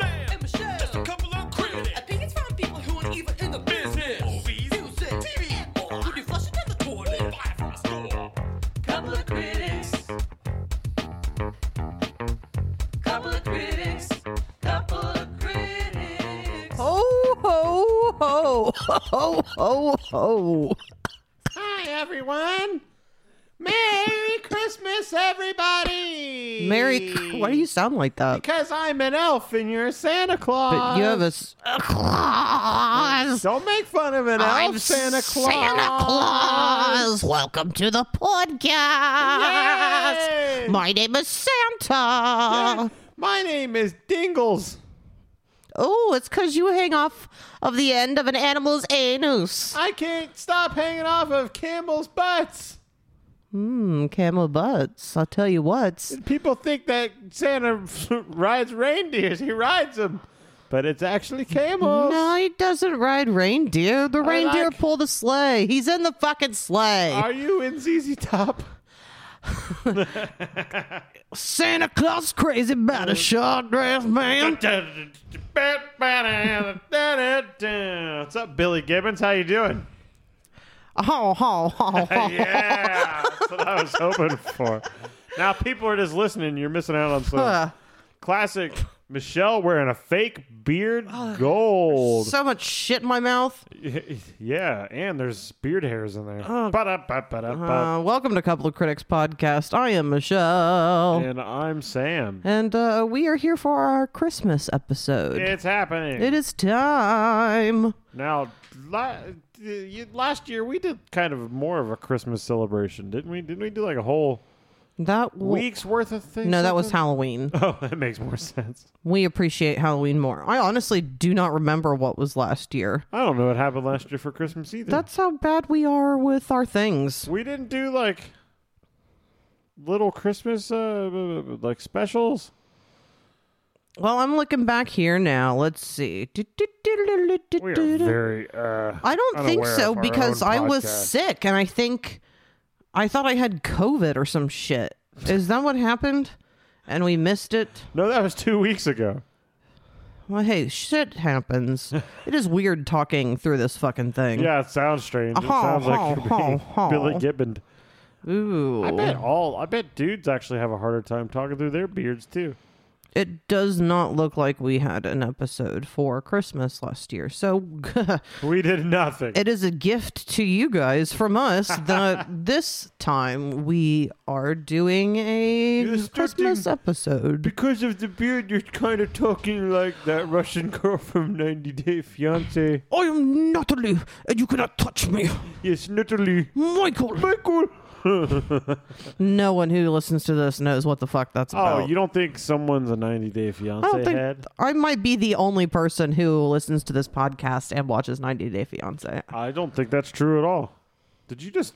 Uh, critics, couple of critics. Ho, ho, ho, ho, ho, ho. Hi, everyone. Merry Christmas, everybody. Merry. Cr- Why do you sound like that? Because I'm an elf and you're a Santa Claus. But you have a. s- Don't make fun of an elf, Santa Claus. Santa Claus. Welcome to the podcast. Yay. My name is Santa. My name is Dingles. Oh, it's because you hang off of the end of an animal's anus. I can't stop hanging off of Campbell's butts. Mm, camel butts. I'll tell you what. People think that Santa rides reindeers. He rides them, but it's actually camels. No, he doesn't ride reindeer. The reindeer like- pull the sleigh. He's in the fucking sleigh. Are you in ZZ Top? Santa Claus crazy about a short dress man. What's up, Billy Gibbons? How you doing? Ho ho ho ho. Yeah, that's what I was hoping for. Now people are just listening. You're missing out on some Uh, classic Michelle wearing a fake beard, gold. Oh, so much shit in my mouth. yeah, and there's beard hairs in there. Uh, Ba-da-ba-ba-da-ba. welcome to Couple of Critics podcast. I am Michelle, and I'm Sam. and uh, we are here for our Christmas episode. It's happening. it is time. Now, la- you- last year we did kind of more of a Christmas celebration, didn't we? Didn't we do like a whole That w- week's worth of things? No, that was something? Halloween. Oh, that makes more sense. We appreciate Halloween more. I honestly do not remember what was last year. I don't know what happened last year for Christmas either. That's how bad we are with our things. we didn't do like little Christmas uh, b- b- like specials. Well, I'm looking back here now. Let's see. We are very. Uh, I don't think unaware so of our because own I was podcast. sick and I think I thought I had COVID or some shit. Is that what happened? And we missed it? No, that was two weeks ago. Well, hey, shit happens. it is weird talking through this fucking thing. Yeah, it sounds strange. It Ho, sounds ho, like you're ho, being ho. Billy Gibbon. Ooh. I bet all. I bet dudes actually have a harder time talking through their beards too. It does not look like we had an episode for Christmas last year. So We did nothing. it is a gift to you guys from us that this time we are doing You're a starting- Christmas episode. Because of the beard, you're kind of talking like that Russian girl from 90 Day Fiancé. I am Natalie, and you cannot touch me, Yes, literally. Michael. Michael! No one who listens to this knows what the fuck that's Oh, about. you don't think someone's a 90 Day I don't Fiancé think head? I might be the only person who listens to this podcast and watches 90 Day Fiance. I don't think that's true at all. Did you just.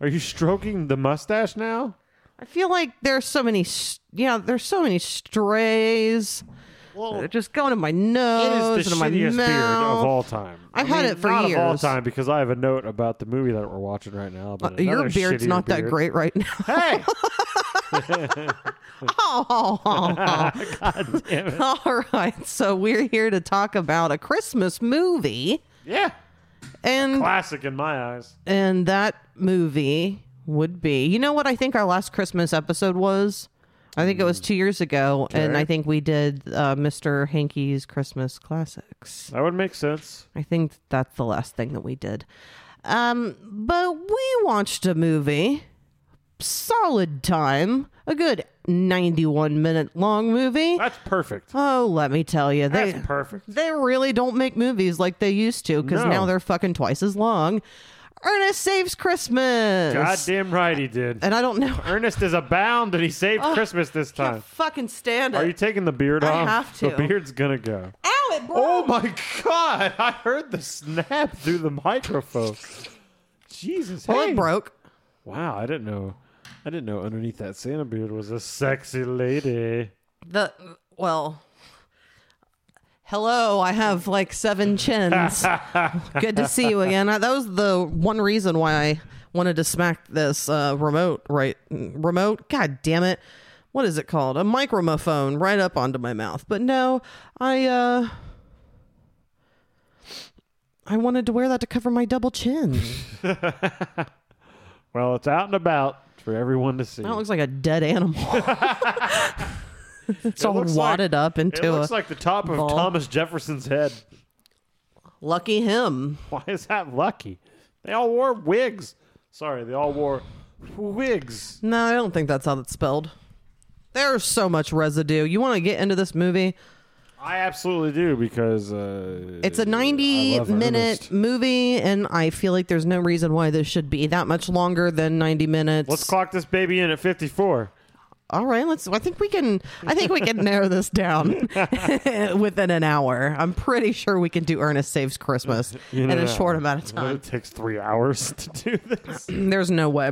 Are you stroking the mustache now? I feel like there's so many, s- yeah, there's so many strays. Well, They're just going to my it nose is the and my shittiest mouth. beard of all time. I've had it for not of all years. time because I have a note about the movie that we're watching right now. But Uh, Your another beard's shittier not that beard. great right now. Hey! Oh, oh, oh, oh. God damn it. all right. So we're here to talk about a Christmas movie, Yeah. and Classic in my eyes. and that movie would be. You know what? I think our last Christmas episode was. I think it Hmm. was two years ago, and I think we did uh, Mr. Hankey's Christmas Classics. That would make sense. I think that's the last thing that we did. Um, but we watched a movie, solid time, a good 91 minute long movie. That's perfect. Oh, let me tell you, they That's perfect. they really don't make movies like they used to because No. now they're fucking twice as long. Ernest Saves Christmas, Goddamn right he did. and I don't know, Ernest is abound and he saved Christmas this I time. fucking stand Are it. you taking the beard I off? have to. The beard's gonna go. Ow, it broke. Oh my god! I heard the snap through the microphone. Jesus. Well, hey. Oh, it broke. Wow, I didn't know. I didn't know underneath that Santa beard was a sexy lady. The well, hello. I have like seven chins. Good to see you again. Uh, That was the one reason why I wanted to smack this uh, remote right remote. God damn it! What is it called? A microphone right up onto my mouth. But no, I uh, I wanted to wear that to cover my double chin. Well, it's out and about for everyone to see. That looks like a dead animal. It's all looks wadded like- up into It looks a like the top of ball. Thomas Jefferson's head. lucky him. Why is that lucky? They all wore wigs. Sorry, they all wore wigs. No, I don't think that's how that's spelled. There's so much residue. You want to get into this movie? I absolutely do because uh, It's a I 90 love minute Ernest. movie, and I feel like there's no reason why this should be that much longer than 90 minutes. Let's clock this baby in at fifty-four. All right, let's. I think we can. I think we can narrow this down within an hour. I'm pretty sure we can do Ernest Saves Christmas You know, in a short amount of time. It takes three hours to do this. There's no way.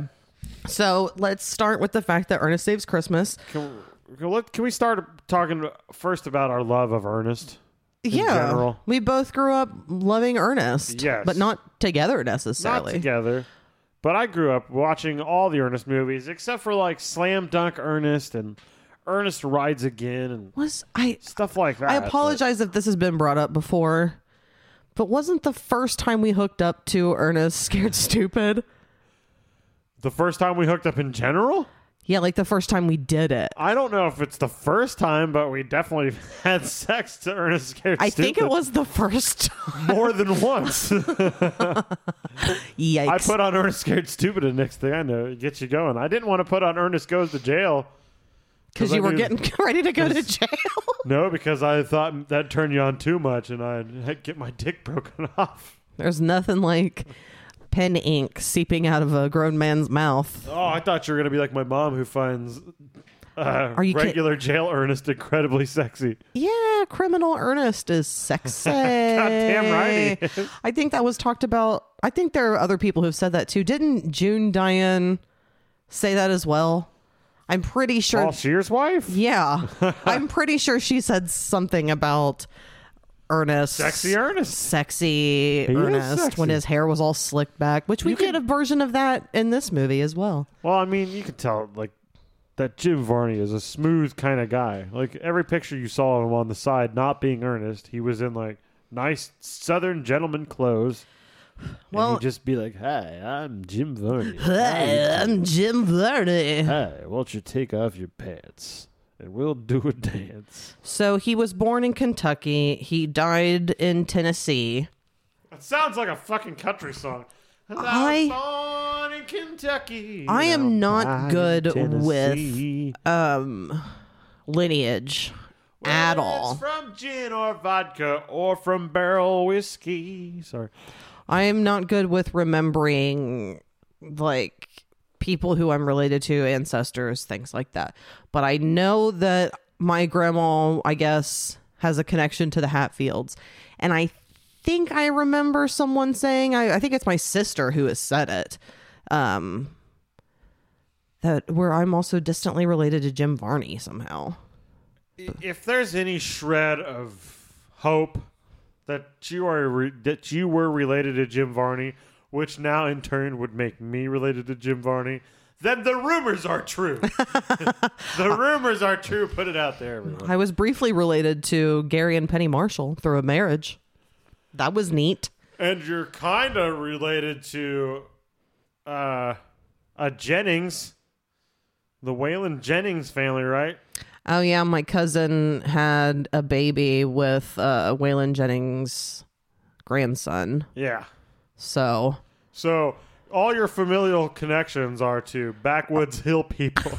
So let's start with the fact that Ernest Saves Christmas. Can, can let- can we start talking first about our love of Ernest? yeah, general. we both grew up loving Ernest. Yes. but not together Not necessarily. together. But I grew up watching all the Ernest movies except for like Slam Dunk Ernest and Ernest Rides Again and Was I? stuff like that. I apologize if this has been brought up before, but wasn't the first time we hooked up to Ernest Scared Stupid? But The first time we hooked up in general? Yeah, like the first time we did it. I don't know if it's the first time, but we definitely had sex to Ernest Scared I Stupid think it was the first time. more than once. Yikes. I put on Ernest Scared Stupid and next thing I know, it gets you going. I didn't want to put on Ernest Goes to Jail. because 'cause I you were knew- getting ready to go to jail. No, because I thought that turned you on too much, and I'd get my dick broken off. There's nothing like pen ink seeping out of a grown man's mouth. Oh, I thought you were gonna be like my mom, who finds uh, Are you kid- regular jail Ernest incredibly sexy. Yeah, criminal Ernest is sexy. Goddamn right he is. I think that was talked about. I think there are other people who've said that too. Didn't June Diane say that as well? I'm pretty sure. Paul Shear's wife, yeah, I'm pretty sure she said something about Ernest. sexy Ernest. sexy is Ernest when sexy. his hair was all slicked back, which we get a version of that in this movie as well. Well, I mean, you can tell like that Jim Varney is a smooth kind of guy. Like every picture you saw of him on the side, not being Ernest, he was in like nice Southern gentleman clothes. and Well, he'd just be like, "Hi, I'm Jim Varney." I'm Jim Verde. Hi, won't you take off your pants and we'll do a dance? So he was born in Kentucky. He died in Tennessee. That sounds like a fucking country song. I- was born in Kentucky. I am and not died in good with Tennessee. Lineage at Whether all. It's from gin or vodka or from barrel whiskey. Sorry. I am not good with remembering like people who I'm related to, ancestors, things like that. But I know that my grandma, I guess, has a connection to the Hatfields. And I think I remember someone saying, I, I think it's my sister who has said it. Um, that where I'm also distantly related to Jim Varney somehow. If there's any shred of hope that you are re- that you were related to Jim Varney, which now in turn would make me related to Jim Varney, then the rumors are true. the rumors are true. Put it out there, everyone. I was briefly related to Gary and Penny Marshall through a marriage. That was neat. And you're kind of related to uh, a Jennings, the Waylon Jennings family, right? Oh yeah, my cousin had a baby with uh, Waylon Jennings' grandson. Yeah. So So all your familial connections are to backwoods hill people.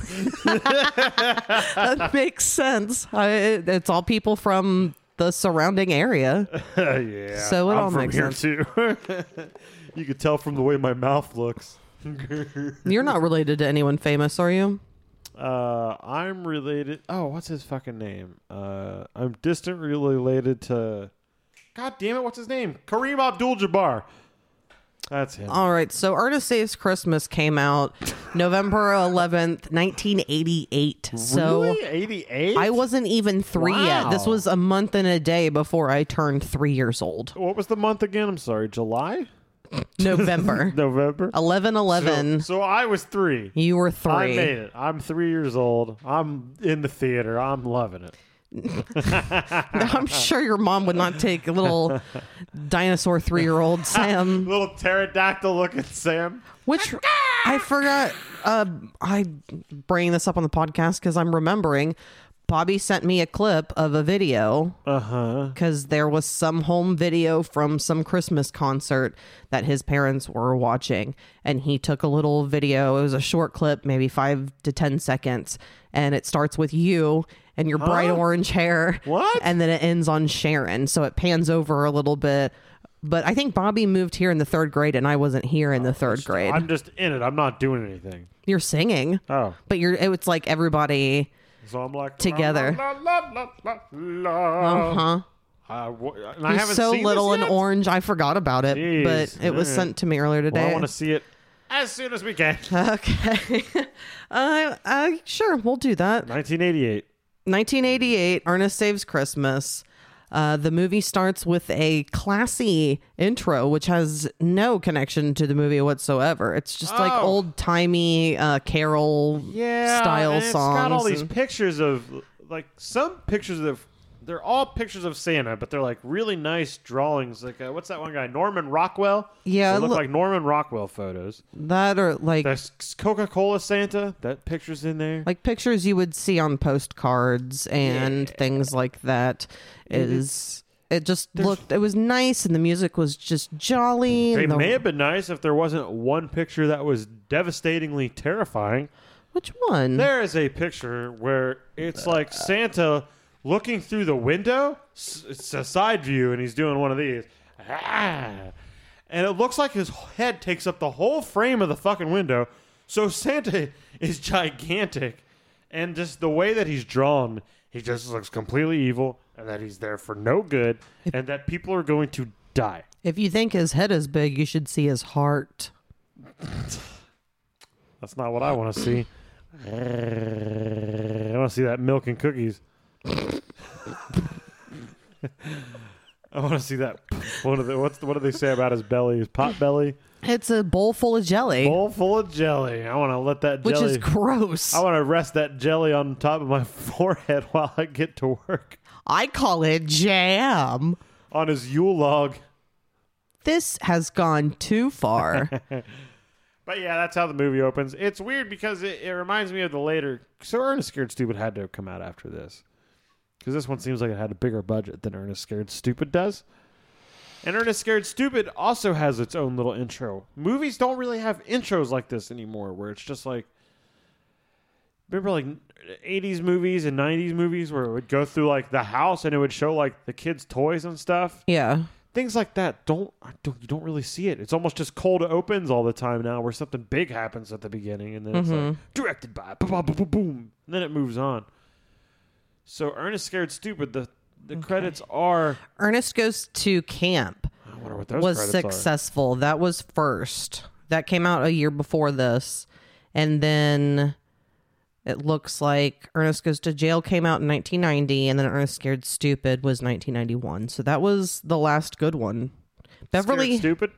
that makes sense. I, it- it's all people from the surrounding area. yeah. So it I'm all from makes here sense. too. you could tell from the way my mouth looks. You're not related to anyone famous, are you? Uh, I'm related. Oh, what's his fucking name? Uh, I'm distant related to. God damn it! What's his name? Kareem Abdul-Jabbar. That's him. All right. So Ernest Saves Christmas came out November 11th, 1988. So really? 88? I wasn't even three yet. This Wow. was a month and a day before I turned three years old. What was the month again? I'm sorry. July? November. November? 11 11. So, so I was three. you were three. I made it. I'm three years old. I'm in the theater. I'm loving it. I'm sure your mom would not take little dinosaur three year old Sam, Little pterodactyl looking Sam. which I forgot. Uh, I bring this up on the podcast because I'm remembering, Bobby sent me a clip of a video Uh huh. because there was some home video from some Christmas concert that his parents were watching. And he took a little video. It was a short clip, maybe five to 10 seconds. And it starts with you and your bright orange hair. What? And then it ends on Sharon. So it pans over a little bit. But I think Bobby moved here in the third grade, and I wasn't here in the third grade. I'm Oh, just in it. I'm not doing anything. You're singing, Oh. but you're it was like everybody. So I'm like Together. La, la, la, la, la, la. Uh huh. I wa- and Oh, I He's haven't so seen little this and yet? orange. I forgot about it, Jeez. but it was Yeah. sent to me earlier Well, I today. want to see it as soon as we can. okay. uh, uh, sure, we'll do that. 1988. 1988, Ernest Saves Christmas. Uh, the movie starts with a classy intro, which has no connection to the movie whatsoever. It's just like Oh. old timey uh, carol Yeah. style and it's songs. got all these and- pictures of, like, some pictures of. They're all pictures of Santa, but they're like really nice drawings. Like, uh, what's that one guy? Norman Rockwell. Yeah, they look look- like Norman Rockwell photos. that are like That's Coca-Cola Santa. That picture's in there. like pictures you would see on postcards and things like that is it just looked it was nice and the music was just jolly It and the- may have been nice if there wasn't one picture that was devastatingly terrifying. which one There is a picture where it's like Santa looking through the window. S- It's a side view, and he's doing one of these. Ah. And it looks like his head takes up the whole frame of the fucking window. So Santa is gigantic. And just the way that he's drawn, he just looks completely evil, and that he's there for no good, and that people are going to die. if you think his head is big you should see his heart That's not what I want to see. I want to see that milk and cookies. I want to see that. What do they, what's the, what do they say about his belly? His pot belly, it's a bowl full of jelly bowl full of jelly. I want to let that which jelly. is gross I want to rest that jelly on top of my forehead while I get to work i call it jam on his Yule log. this has gone too far But yeah, that's how the movie opens. It's weird because it, it reminds me of the later. So Ernest Scared Stupid had to have come out after this, because this one seems like it had a bigger budget than Ernest Scared Stupid does. And Ernest Scared Stupid also has its own little intro. Movies don't really have intros like this anymore, where it's just like. Remember, like '80s movies and '90s movies, where it would go through like the house and it would show like the kids' toys and stuff yeah things like that don't, I don't you don't really see it. It's almost just cold opens all the time now, where something big happens at the beginning, and then Mm-hmm. it's like directed by boom, boom, boom, boom, and then it moves on. So Ernest Scared Stupid, the the credits are. ernest goes to camp I wonder what those was credits are. successful. That was first. That came out a year before this. And then it looks like Ernest Goes to Jail came out in 1990, and then Ernest Scared Stupid was 1991. So that was the last good one. Beverly, Scared Stupid.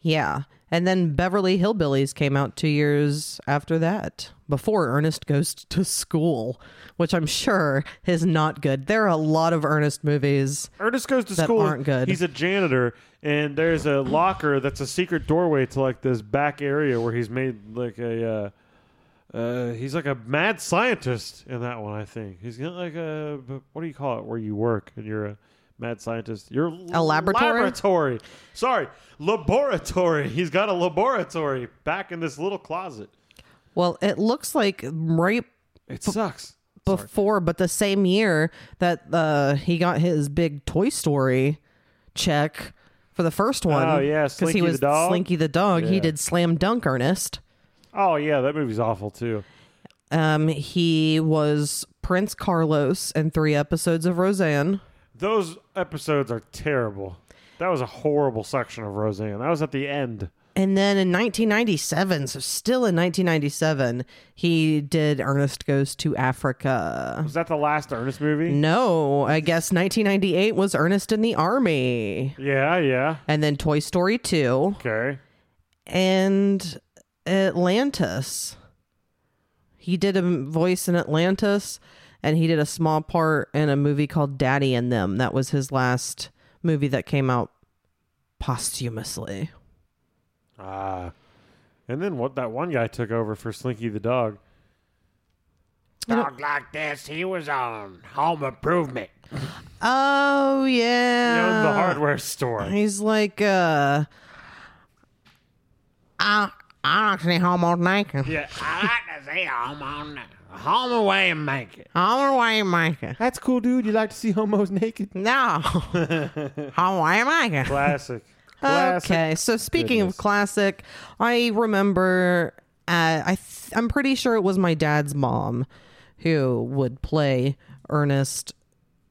yeah. And then Beverly Hillbillies came out two years after that, before Ernest Goes to School, which I'm sure is not good. There are a lot of Ernest movies. Ernest goes to That school. aren't good. He's a janitor, and there's a locker that's a secret doorway to like this back area where he's made like a. Uh, uh, he's like a mad scientist in that one. I think he's got like a what do you call it where you work and you're a mad scientist. You're A laboratory? Laboratory. Sorry, laboratory. He's got a laboratory back in this little closet. Well, it looks like right It sucks. before, but the same year that uh, he got his big Toy Story check for the first one. Oh, yeah, Slinky he the was dog? Slinky the dog. He Yeah. did Slam Dunk Ernest. Oh yeah, that movie's awful too. Um, he was Prince Carlos in three episodes of Roseanne. Those episodes are terrible. That was a horrible section of Roseanne. That was at the end. And then in 1997, so still in 1997, he did Ernest Goes to Africa. Was that the last Ernest movie? No, I guess 1998 was Ernest in the Army. Yeah, yeah. And then Toy Story 2. Okay. and Atlantis. He did a voice in Atlantis, and he did a small part in a movie called Daddy and Them. That was his last movie that came out posthumously. Ah. And then what that one guy took over for Slinky the dog. Talk like this. He was on Home Improvement. Oh You yeah. know, the hardware store. He's like, uh, I I actually almost naked. Yeah. I like to see home on home away and make it. I'm way naked. That's cool, dude. You like to see homos naked? No, I'm way naked. Classic. Classic. Okay, so speaking goodness. of classic, I remember uh, I th- I'm pretty sure it was my dad's mom who would play Ernest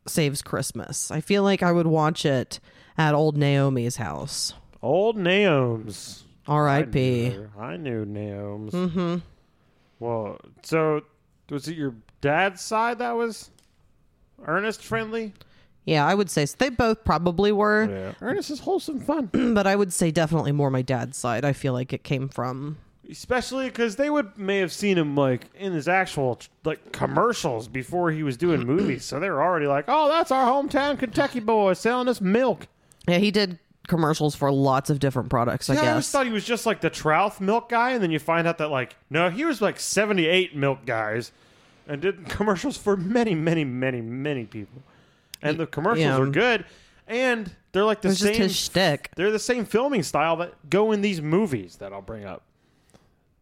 Saves Christmas. I feel like I would watch it at old Naomi's house. Old Naoms. R.I.P. I knew Naoms. Mm-hmm. Well, so was it your dad's side that was Ernest friendly? Yeah, I would say so. they both probably were, Yeah. Ernest is wholesome fun. but I would say definitely more my dad's side. I feel like it came from. especially because they would may have seen him like in his actual like commercials before he was doing movies so they were already like oh that's our hometown kentucky boy selling us milk Yeah, he did commercials for lots of different products. I yeah, i always guess. thought he was just like the trout milk guy and then you find out that like no he was like 78 milk guys and did commercials for many many many many people and the commercials yeah. are good and they're like the it was same just his shtick. they're the same filming style that go in these movies that I'll bring up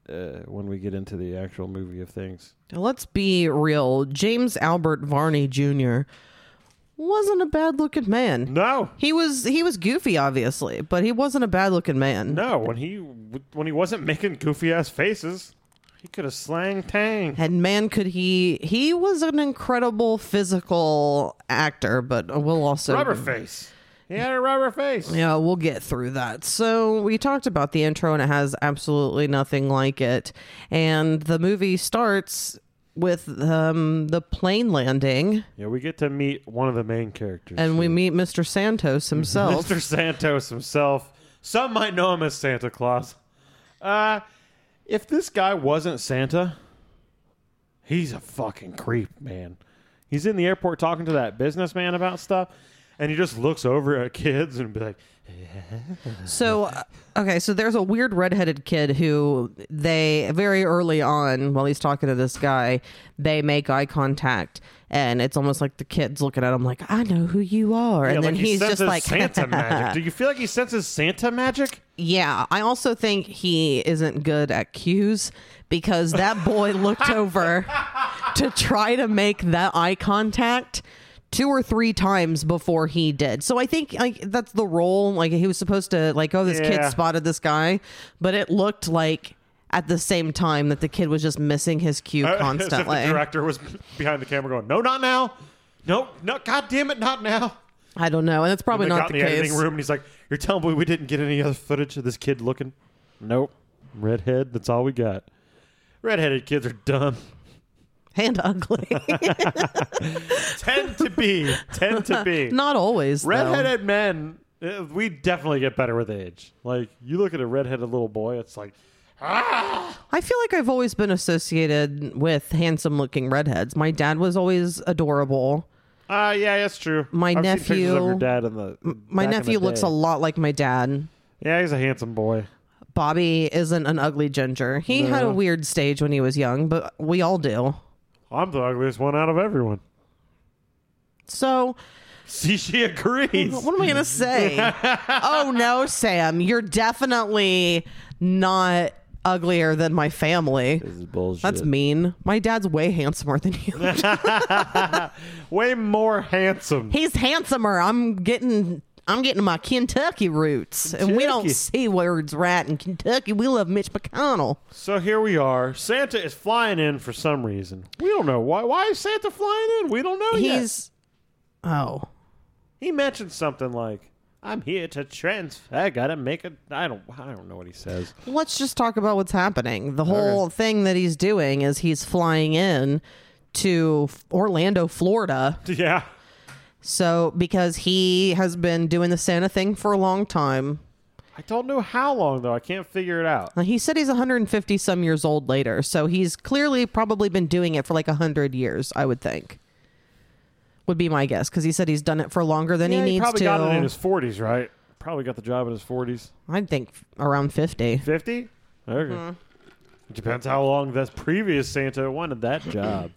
uh, when we get into the actual movie of things. Now, Let's be real. James Albert Varney Jr. wasn't a bad looking man. No, He was he was goofy, obviously, but he wasn't a bad looking man. no. When he when he wasn't making goofy ass faces, he could have slang tang. And man, could he he was an incredible physical actor, but we'll also Rubber face. He had a rubber face. Yeah, we'll get through that. So we talked about the intro, and it has absolutely nothing like it. And the movie starts with um, the plane landing, Yeah, we get to meet one of the main characters, and we meet Mr. Santos himself. Mr. Santos himself. Some might know him as Santa Claus. Uh, if this guy wasn't Santa, he's a fucking creep, man. He's in the airport talking to that businessman about stuff, and he just looks over at kids and be like, So, uh, okay, so there's a weird redheaded kid who they very early on, while he's talking to this guy, they make eye contact, and it's almost like the kid's looking at him like, "I know who you are," and Yeah, then like he he's just senses like, Santa magic. Do you feel like he senses Santa magic? "Yeah." I also think he isn't good at cues because that boy looked over to try to make that eye contact two or three times before he did. So I think like that's the role. Like he was supposed to like, oh, this Yeah. kid spotted this guy, but it looked like at the same time that the kid was just missing his cue As if the constantly. director was behind the camera going, "No, not now. No, no, god damn it, not now." I don't know, and that's probably They not got the in the editing case. room and he's like, "You're telling me we didn't get any other footage of this kid looking?" Nope. Redhead. That's all we got. Redheaded kids are dumb. And ugly, Tend to be. Tend to be. not always. though. redheaded men. uh, We definitely get better with age. Like you look at a redheaded little boy, it's like I feel like I've always been associated with handsome-looking redheads. My dad was always adorable. Ah, yeah, that's true. My I've seen pictures of nephew- your dad in the. My back in the nephew looks day. a lot like my dad. Yeah, he's a handsome boy. Bobby isn't an ugly ginger. He had a weird stage when he was young, but we all do. I'm the ugliest one out of everyone. So, See, she agrees. what am I going to say? oh, no, Sam, you're definitely not uglier than my family. This is bullshit. That's mean. My dad's way handsomer than you. Way more handsome. He's handsomer. I'm getting. I'm getting my Kentucky roots, and we don't Kentucky. see words right in Kentucky. We love Mitch McConnell. So here we are. Santa is flying in for some reason. We don't know why. Why is Santa flying in? We don't know yet. He's oh, He mentioned something like, "I'm here to transfer. I gotta make a. I don't. I don't know what he says. let's just talk about what's happening. The whole thing that he's doing is he's flying in to F- Orlando, Florida. Yeah. So because he has been doing the Santa thing for a long time. I don't know how long though. I can't figure it out. Uh, He said he's 150 some years old later, so he's clearly probably been doing it for like 100 years, I would think. Would be my guess because he said he's done it for longer than yeah, he needs probably to. got it in his 40s, right? Probably got the job in his 40s. I'd think around 50. Mm-hmm. 50? Okay. It depends how long this previous Santa wanted that job.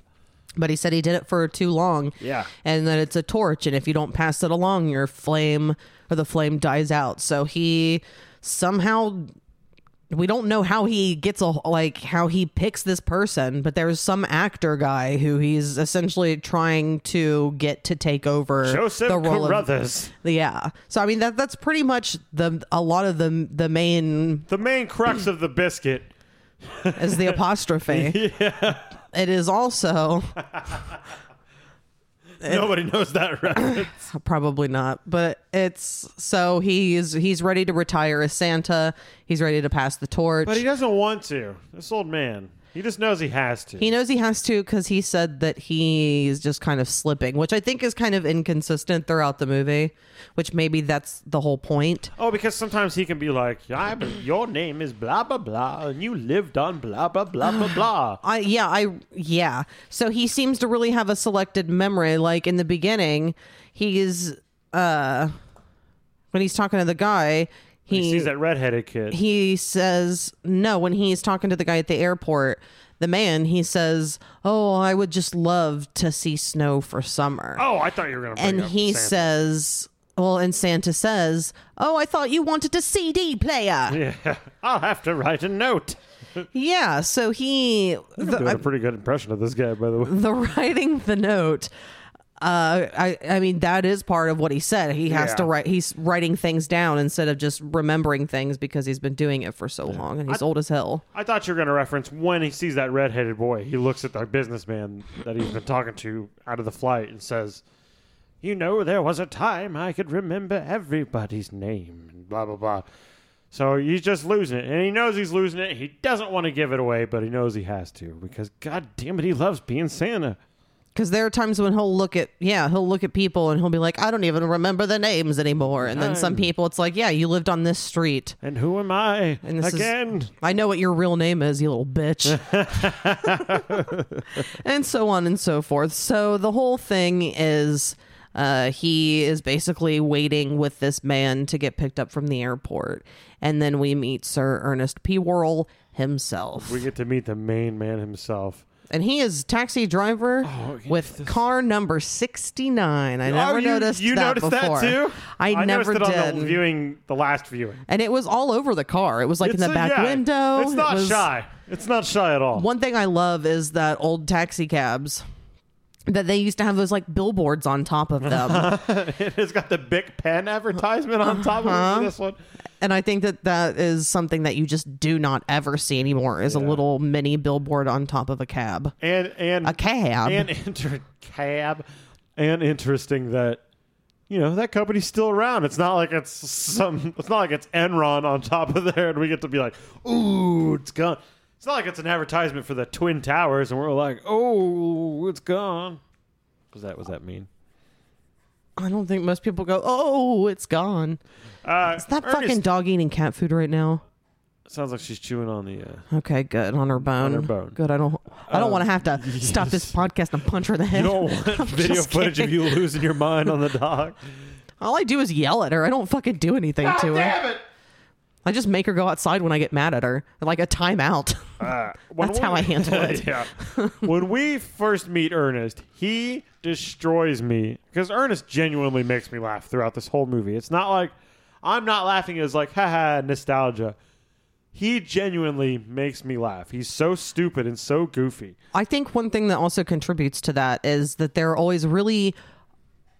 But he said he did it for too long. Yeah. And that it's a torch, and if you don't pass it along, your flame or the flame dies out. So he somehow we don't know how he gets a like how he picks this person, but there's some actor guy who he's essentially trying to get to take over Joseph the role. Of, Carruthers. yeah. So I mean that that's pretty much the a lot of the the main The main crux of the biscuit. is the apostrophe. It is also Nobody knows that reference. probably not but it's so he's he's ready to retire as santa he's ready to pass the torch but he doesn't want to. This old man. He just knows he has to. he knows he has to because he said that he's just kind of slipping which i think is kind of inconsistent throughout the movie which maybe that's the whole point oh, because sometimes he can be like, "Yeah, but your name is blah blah blah, and you lived on blah blah blah blah blah." I yeah, I yeah. So he seems to really have a selected memory. Like in the beginning, he's uh when he's talking to the guy, he He sees that redheaded kid. he says no when he's talking to the guy at the airport, the man, he says, "Oh, I would just love to see snow for summer." oh, I thought you were gonna. Bring and up he Santa. says, well, and Santa says, "Oh, I thought you wanted a CD player." Yeah. Yeah, I'll have to write a note. so he the- Doing a pretty good impression of this guy, by the way. the writing the note uh i i mean that is part of what he said he has Yeah. to write he's writing things down instead of just remembering things because he's been doing it for so long and he's old as hell I thought you were going to reference when he sees that redheaded boy. He looks at the businessman that he's been talking to out of the flight and says, "You know, there was a time I could remember everybody's name and blah blah blah." So he's just losing it, and he knows he's losing it. He doesn't want to give it away, but he knows he has to because, god damn it, he loves being Santa. because there are times when he'll look at yeah he'll look at people and he'll be like i don't even remember the names anymore and then some people it's like yeah you lived on this street And who am I And this is- again? I know what your real name is, you little bitch. and so on and so forth. So the whole thing is uh, he is basically waiting with this man to get picked up from the airport. And then we meet Sir Ernest P. Worrell himself. we get to meet the main man himself. and he is taxi driver Oh, with car number 69. I never oh, you, noticed you that noticed before. that too. I, noticed never it did. on the viewing, the last viewing. and it was all over the car. It was like in the a- back yeah, window. It's It not was- shy. It's not shy at all. One thing I love is that old taxi cabs that they used to have those like billboards on top of them. it's got the Bic pen advertisement on top Uh-huh. of it for this one. and I think that that is something that you just do not ever see anymore is a Yeah. little mini billboard on top of a cab. And and A cab. and inter- cab and interesting that you know that company's still around. It's not like it's some. It's not like it's Enron on top of there, and we get to be like, ooh, it's gone. It's not like it's an advertisement for the Twin Towers, and we're like, oh, it's gone. Was that was that mean? I don't think most people go, "Oh, it's gone." Uh, Is that Ernest- fucking dog eating cat food right now? sounds like she's chewing on the. Uh, Okay, good on her bone. her bone. Um, Good. I don't. I don't want to have to stop this podcast and punch her in the head. You don't want video just footage of you losing your mind on the dog. All I do is yell at her. I don't fucking do anything to her. I just make her go outside when I get mad at her, like a timeout. Uh, When That's we- how I handle it. yeah. when we first meet Ernest, he destroys me because Ernest genuinely makes me laugh throughout this whole movie. It's not like I'm not laughing as like haha nostalgia. He genuinely makes me laugh. He's so stupid and so goofy. I think one thing that also contributes to that is that there are always really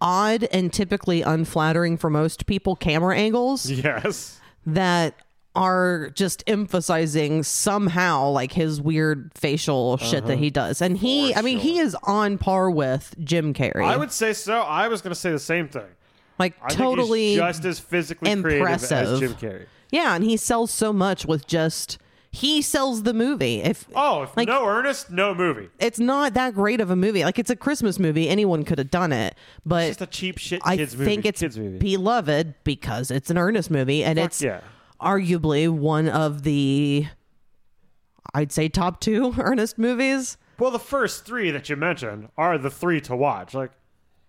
odd and typically unflattering for most people camera angles Yes. that are just emphasizing somehow like his weird facial shit that he Uh-huh. does. And he, I mean, he is on par with Jim Carrey. I would say so. I was going to say the same thing. like I totally think he's just as physically creative impressive. as Jim Carrey. Yeah, and he sells so much with just he sells the movie. If Oh, if Like- no Ernest, no movie. it's not that great of a movie, like it's a Christmas movie, anyone could have done it, but It's just a cheap shit I kids movie. think it's kids movie. beloved because it's an earnest movie and it's yeah. arguably one of the I'd say top two earnest movies. Well, the first three that you mentioned are the three to watch. Like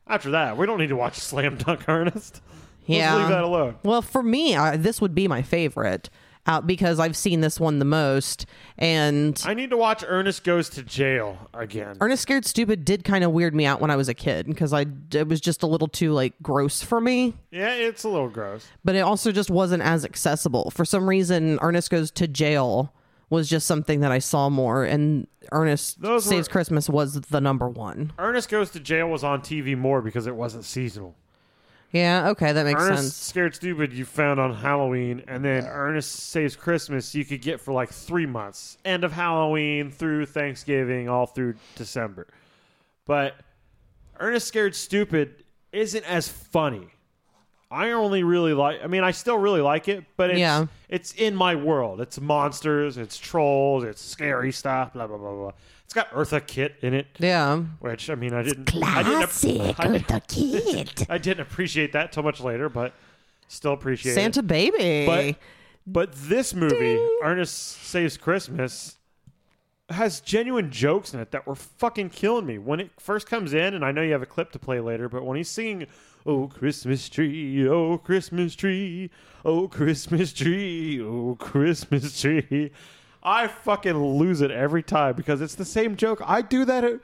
after that, we don't need to watch Slam Dunk Ernest. Yeah. Let's leave that alone. Well, for me, I, this would be my favorite. out because I've seen this one the most. And I need to watch Ernest Goes to Jail again. Ernest Scared Stupid did kind of weird me out when I was a kid because I it was just a little too like gross for me. yeah, it's a little gross. but it also just wasn't as accessible. For some reason, Ernest Goes to Jail was just something that I saw more, and Ernest Those Saves were- Christmas was the number one. Ernest Goes to Jail was on TV more because it wasn't seasonal. Yeah, okay, that makes Ernest sense. Scared Stupid you found on Halloween, and then Ernest Saves Christmas you could get for like three months. End of Halloween through Thanksgiving, all through December. But Ernest Scared Stupid isn't as funny. I only really like I mean, I still really like it, but it's Yeah. it's in my world. It's monsters, it's trolls, it's scary stuff, blah blah blah blah. It's got Eartha Kitt in it. Yeah, Which I mean, I didn't. Classic I didn't, I, kid. I didn't appreciate that till much later, but still appreciate Santa It. Baby. But but this movie, Ernest Saves Christmas, has genuine jokes in it that were fucking killing me when it first comes in. And I know you have a clip to play later, but when he's singing, "Oh Christmas tree, oh Christmas tree, oh Christmas tree, oh Christmas tree," I fucking lose it every time because it's the same joke. I do that at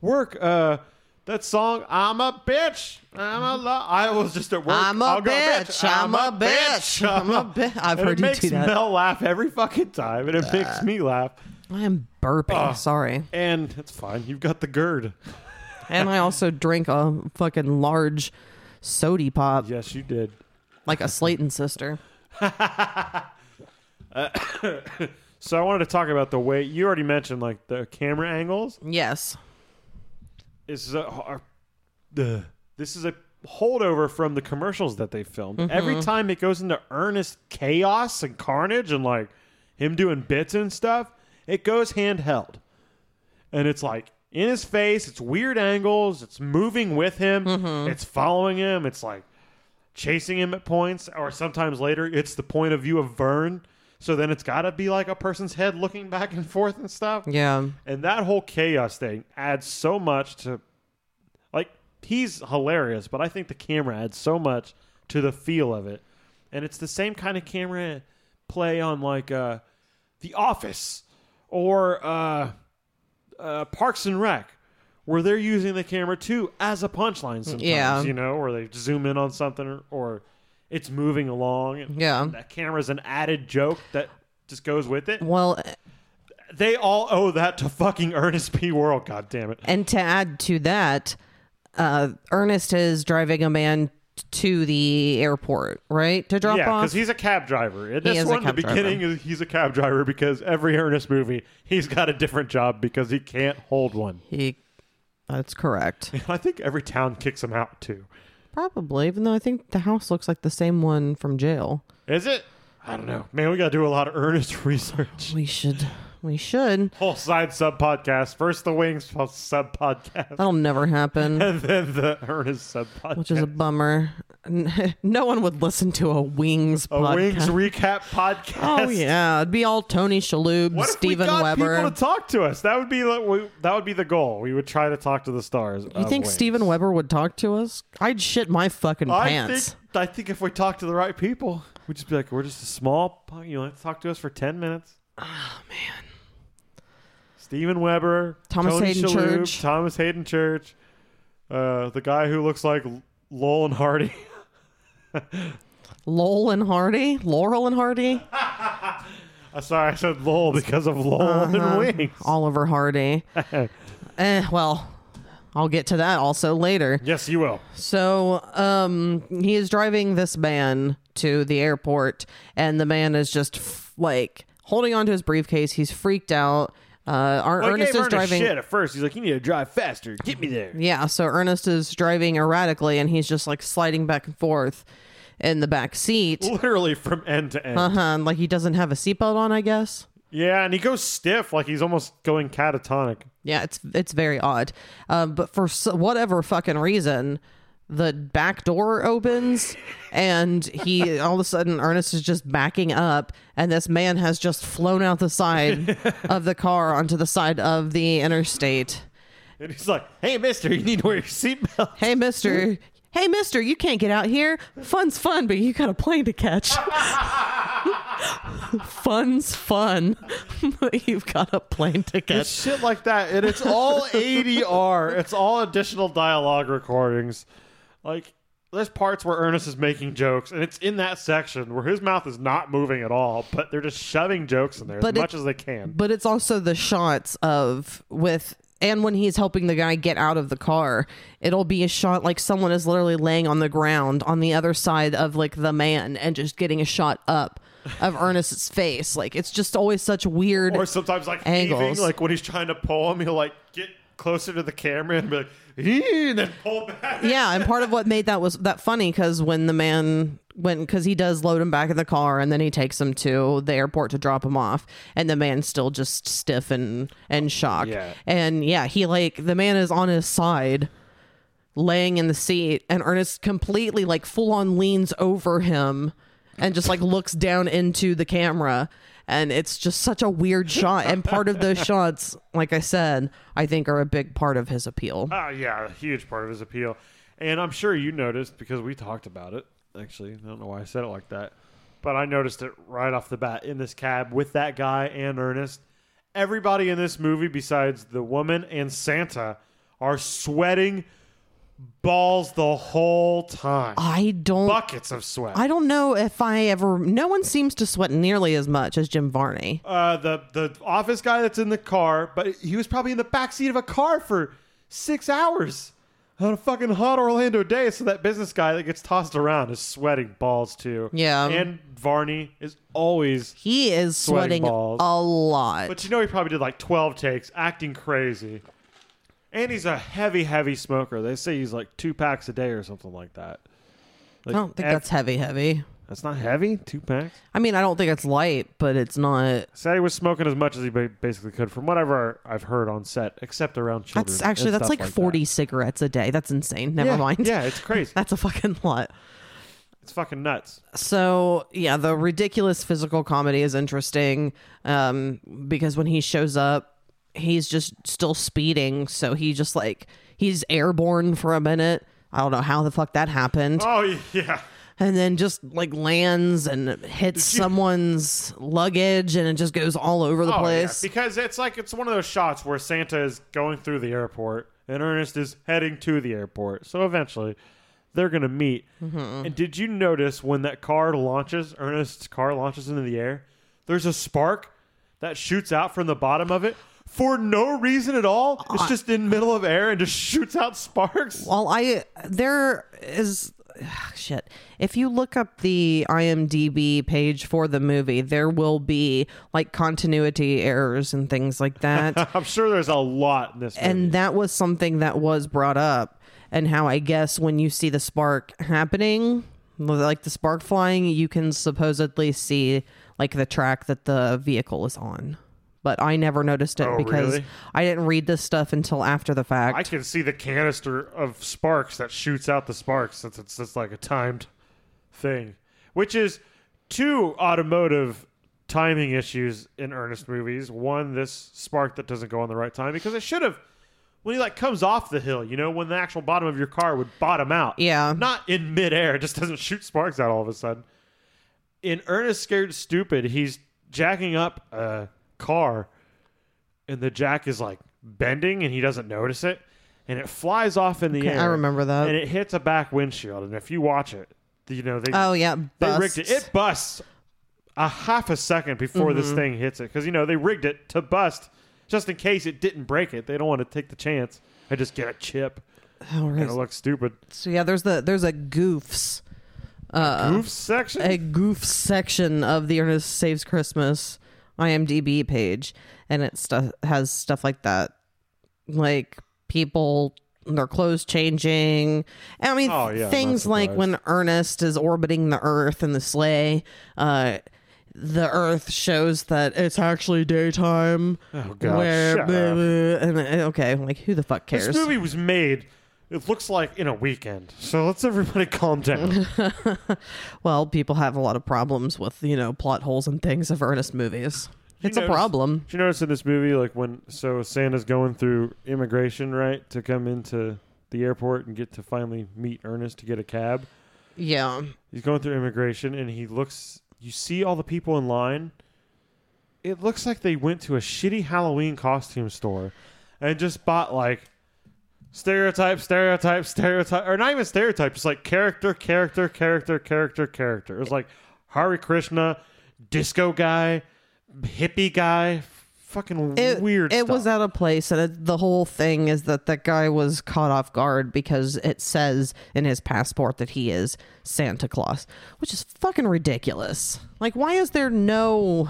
work. Uh, that song, "I'm a bitch, I'm a lo-" I was just at work. I'm a I'll go, bitch, I'm a bitch, I'm a bi-" I've And heard it you makes do that. Uh. Mel laugh every fucking time, and it makes me laugh. I am burping. sorry, And it's fine. You've got the gird. and I also drink a fucking large sody pop Yes, you did. like a Slayton sister. So I wanted to talk about the way you already mentioned, like the camera angles. Yes. This is a are- the this is a holdover from the commercials that they filmed. Every time it goes into earnest chaos and carnage and like him doing bits and stuff, it goes handheld, and it's like in his face. It's weird angles. It's moving with him. It's following him. It's like chasing him at points, or sometimes later it's the point of view of Vern. So then it's got to be like a person's head looking back and forth and stuff. Yeah. And that whole chaos thing adds so much to like he's hilarious, but I think the camera adds so much to the feel of it. And it's the same kind of camera play on like uh The Office or uh uh Parks and Rec where they're using the camera too as a punchline sometimes, Yeah. you know, or they zoom in on something or, or it's moving along. and Yeah. That camera's an added joke that just goes with it Well, they all owe that to fucking Ernest P. Worrell. God damn it! And to add to that, uh, Ernest is driving a man to the airport, right? To drop yeah, off. because he's a cab driver. In He this is a one, the cab driver. beginning, is he's a cab driver because every Ernest movie, he's got a different job because he can't hold one. He- that's correct. I think every town kicks him out too. Probably, even though I think the house looks like the same one from jail. Is it? I don't know. Man, we got to do a lot of Ernest research. We should. We should. Whole side sub podcast. First the Wings sub podcast, That'll never happen, and then the Ernest sub podcast. Oh. which is a bummer. N- No one would listen to a Wings a podcast. Wings recap podcast. Oh yeah, it'd be all Tony Shalhoub, What if we Steven got Weber. people to talk to us? That would be like, we, that would be the goal. We would try to talk to the stars. you think Steven Weber would talk to us? I'd shit my fucking I pants. think I think if we talk to the right people, we'd just be like, we're just a small. po- You know, talk to us for ten minutes. Oh man. Ah, Steven Weber, Thomas Tony Hayden Shalhoub, Church. Thomas Hayden Church, uh, the guy who looks like L- Lowell and Hardy. Lowell and Hardy, Laurel and Hardy, Uh, Sorry, I said Lowell because of Lowell Uh-huh. and Wings. Oliver Hardy. eh, well, I'll get to that also later. Yes, you will. So, um, he is driving this man to the airport, and the man is just f- like holding onto his briefcase. He's freaked out. Uh, our Well, he Ernest gave is Ernest driving. shit at first. He's like, you need to drive faster. Get me there. Yeah, so Ernest is driving erratically, and he's just like sliding back and forth in the back seat. Literally from end to end. Uh huh. Like he doesn't have a seatbelt on, I guess. Yeah, and he goes stiff, like he's almost going catatonic. Yeah, it's it's very odd. Um, but for s whatever fucking reason, the back door opens, and he all of a sudden Ernest is just backing up, and this man has just flown out the side of the car onto the side of the interstate. And he's like, "Hey, Mister, you need to wear your seatbelt." Hey, Mister. Hey, mister, you can't get out here. Fun's fun, but you got a plane to catch. fun's fun. but You've got a plane It's ticket. shit like that, and it's all ADR. It's all additional dialogue recordings. Like there's parts where Ernest is making jokes, and it's in that section where his mouth is not moving at all, but they're just shoving jokes in there But as it- much as they can. But it's also the shots of with and when he's helping the guy get out of the car, it'll be a shot like someone is literally laying on the ground on the other side of like the man and just getting a shot up of Ernest's face. Like it's just always such weird Or sometimes like heaving, Angles. like when he's trying to pull him, he'll like get closer to the camera and be like, "Ee," and then pull back. yeah and part of what made that was that funny because when the man went because he does load him back in the car and then he takes him to the airport to drop him off and the man's still just stiff and and shocked Yeah. and yeah he like the man is on his side laying in the seat and ernest completely like full on leans over him and just like looks down into the camera and it's just such a weird shot and part of those shots like i said i think are a big part of his appeal Ah, yeah, a huge part of his appeal. And I'm sure you noticed because we talked about it, actually. I don't know why I said it like that. But I noticed it right off the bat in this cab with that guy and Ernest. Everybody in this movie, besides the woman and Santa, are sweating balls the whole time. i don't Buckets of sweat. I don't know if I ever. No one seems to sweat nearly as much as Jim Varney. uh, the the office guy that's in the car, but he was probably in the back seat of a car for six hours on a fucking hot Orlando day. So that business guy that gets tossed around is sweating balls too. Yeah. and Varney is always. He is Sweating sweating, balls. a lot. But you know he probably did like twelve takes, acting crazy. And he's a heavy, heavy smoker. They say he's like two packs a day or something like that. I Like, don't think ev- that's heavy, heavy. that's not heavy. Two packs. I mean, I don't think it's light, but it's not. Said he was smoking as much as he ba- basically could, from whatever I've heard on set, except around children. That's actually and that's stuff like that. forty cigarettes a day. That's insane. Never yeah, mind. Yeah, it's crazy. That's a fucking lot. It's fucking nuts. So yeah, the ridiculous physical comedy is interesting um, because when he shows up, he's just still speeding. So he just like he's airborne for a minute. I don't know how the fuck that happened. Oh yeah. and then just like lands and hits you- Oh, someone's luggage and it just goes all over the place. Because it's like it's one of those shots where Santa is going through the airport and Ernest is heading to the airport. So eventually they're gonna meet. Mm-hmm. And did you notice when that car launches, Ernest's car launches into the air, there's a spark that shoots out from the bottom of it for no reason at all. Uh, It's just in middle of air and just shoots out sparks. Well, I there is ugh, shit. If you look up the IMDb page for the movie, there will be like continuity errors and things like that. I'm sure there's a lot in this movie. and that was something that was brought up and how I guess when you see the spark happening, like the spark flying, you can supposedly see like the track that the vehicle is on. But I never noticed it Oh, because really? I didn't read this stuff until after the fact. I can see the canister of sparks that shoots out the sparks since it's just like a timed thing, which is two automotive timing issues in Ernest movies. One, this spark that doesn't go on the right time because it should have when he like comes off the hill. You know, when the actual bottom of your car would bottom out. Yeah. not in midair. It just doesn't shoot sparks out all of a sudden. In Ernest Scared Stupid, he's jacking up a car and the jack is like bending and he doesn't notice it and it flies off in the Okay, I air. remember that. And it hits a back windshield and if you watch it, you know they oh yeah, they rigged it. busts. It busts a half a second before this Mm-hmm. thing hits it cuz you know they rigged it to bust just in case it didn't break it. They don't want to take the chance and just get a chip Oh, and it right. looks stupid. So yeah, there's the there's a goofs Goof section. a goof section of the Ernest Saves Christmas IMDb page, and it stuff has stuff like that, like people their clothes changing. And I mean, Oh, yeah, I'm not things like when Ernest is orbiting the Earth in the sleigh. Uh, the Earth shows that it's actually daytime. Oh God, shut up. and uh, okay, like who the fuck cares? This movie was made it looks like in a weekend. So let's everybody calm down. Well, people have a lot of problems with you know plot holes and things of Ernest movies. It's a notice- problem. Did you notice in this movie, like when so Santa's going through immigration, right, to come into the airport and get to finally meet Ernest to get a cab. Yeah. He's going through immigration and he looks you see all the people in line. It looks like they went to a shitty Halloween costume store and just bought like stereotype, stereotype, stereotype, or not even stereotype, just like character, character, character, character, character. It was like Hari Krishna, disco guy, hippie guy, fucking it, weird. It stuff. was out of place, and it, the whole thing is that that guy was caught off guard because it says in his passport that he is Santa Claus, which is fucking ridiculous. Like, why is there no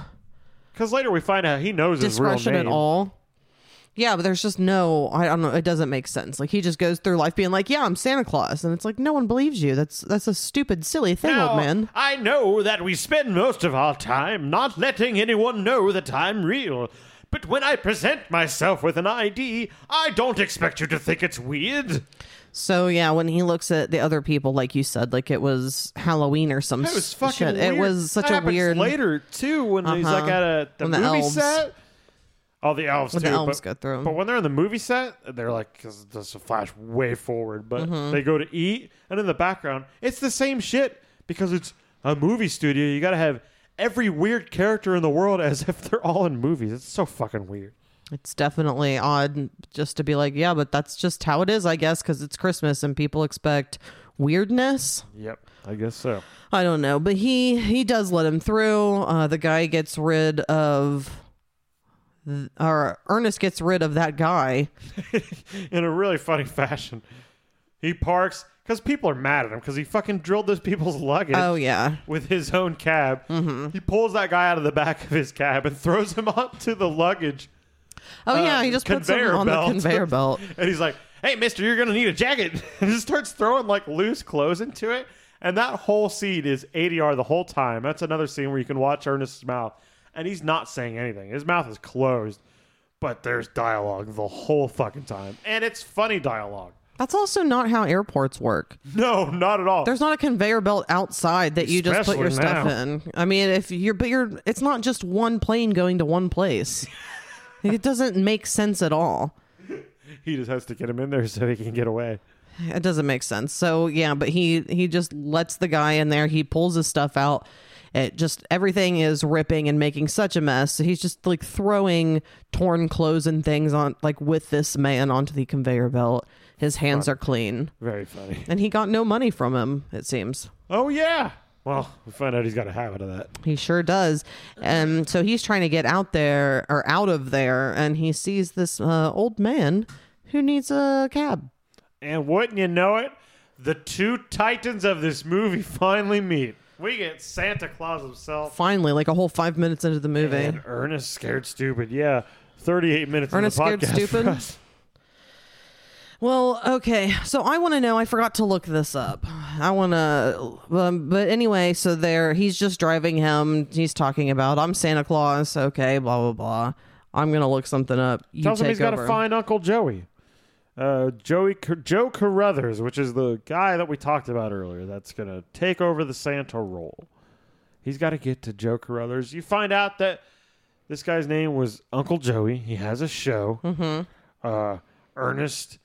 Because later we find out he knows his real discretion name. at all? Yeah, but there's just no. I don't know. It doesn't make sense. Like he just goes through life being like, "Yeah, I'm Santa Claus," and it's like no one believes you. That's that's a stupid, silly thing, Now, old man. I know that we spend most of our time not letting anyone know that I'm real. But when I present myself with an ID, I don't expect you to think it's weird. So yeah, when he looks at the other people, like you said, like it was Halloween or some That was s- fucking shit. weird. It was such That a happens weird. later too when he's Uh-huh. like at a the When the movie elves- set. Oh, the elves When too. the elves but, go through 'em. But when they're in the movie set, they're like because this will flash way forward. But Mm-hmm. they go to eat, and in the background, it's the same shit because it's a movie studio. You got to have every weird character in the world as if they're all in movies. It's so fucking weird. It's definitely odd just to be like, yeah, but that's just how it is, I guess, because it's Christmas and people expect weirdness. Yep, I guess so. I don't know, but he he does let him through. Uh, the guy gets rid of, th- or Ernest gets rid of that guy. in a really funny fashion. He parks because people are mad at him because he fucking drilled those people's luggage. Oh yeah, Mm-hmm. with his own cab. He pulls that guy out of the back of his cab and throws him onto the luggage, oh Uh, yeah, he just puts him conveyor on belt. the conveyor belt. and he's like, "Hey, Mister, you're gonna need a jacket." and just starts throwing like loose clothes into it. And that whole scene is ADR the whole time. That's another scene where you can watch Ernest's mouth, and he's not saying anything. His mouth is closed, but there's dialogue the whole fucking time, and it's funny dialogue. That's also not how airports work. No, not at all. There's not a conveyor belt outside that you just put your Especially stuff now. in. I mean, if you're, but you're, it's not just one plane going to one place. it doesn't make sense at all. he just has to get him in there so he can get away. It doesn't make sense. So yeah, but he he just lets the guy in there. He pulls his stuff out. It just everything is ripping and making such a mess. So he's just like throwing torn clothes and things on like with this man onto the conveyor belt. His hands are clean, Very funny. and he got no money from him. It seems. Oh yeah. Well, we find out he's got a habit of that. He sure does. And so he's trying to get out there or out of there, and he sees this uh, old man who needs a cab. And wouldn't you know it, the two titans of this movie finally meet. We get Santa Claus himself Finally, like a whole five minutes into the movie. and Ernest Scared Stupid. Yeah, thirty-eight minutes. in Ernest the Scared podcast Stupid? for us. Well, okay. So I want to know. I forgot to look this up. I want to. Um, but anyway, so there, he's just driving him. He's talking about, I'm Santa Claus. Okay, blah, blah, blah. I'm going to look something up. You Tells him take he's got to over. find Uncle Joey. Uh, Joey Car- Joe Carruthers, which is the guy that we talked about earlier, that's gonna take over the Santa role. He's got to get to Joe Carruthers. You find out that this guy's name was Uncle Joey. He has a show. Mm-hmm. Uh, Ernest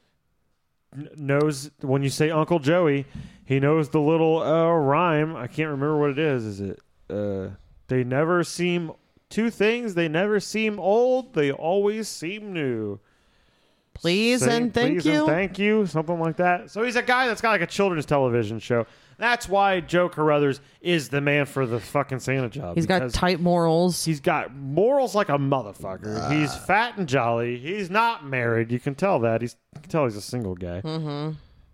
kn- knows when you say Uncle Joey, he knows the little uh, rhyme. I can't remember what it is. Is it? Uh, they never seem two things. They never seem old. They always seem new. Please Say and thank please you. and thank you, something like that. So he's a guy that's got like a children's television show. That's why Joe Carruthers is the man for the fucking Santa job. he's got because tight morals. he's got morals like a motherfucker. he's fat and jolly. He's not married. You can tell that. He's you can tell he's a single guy. Mm-hmm.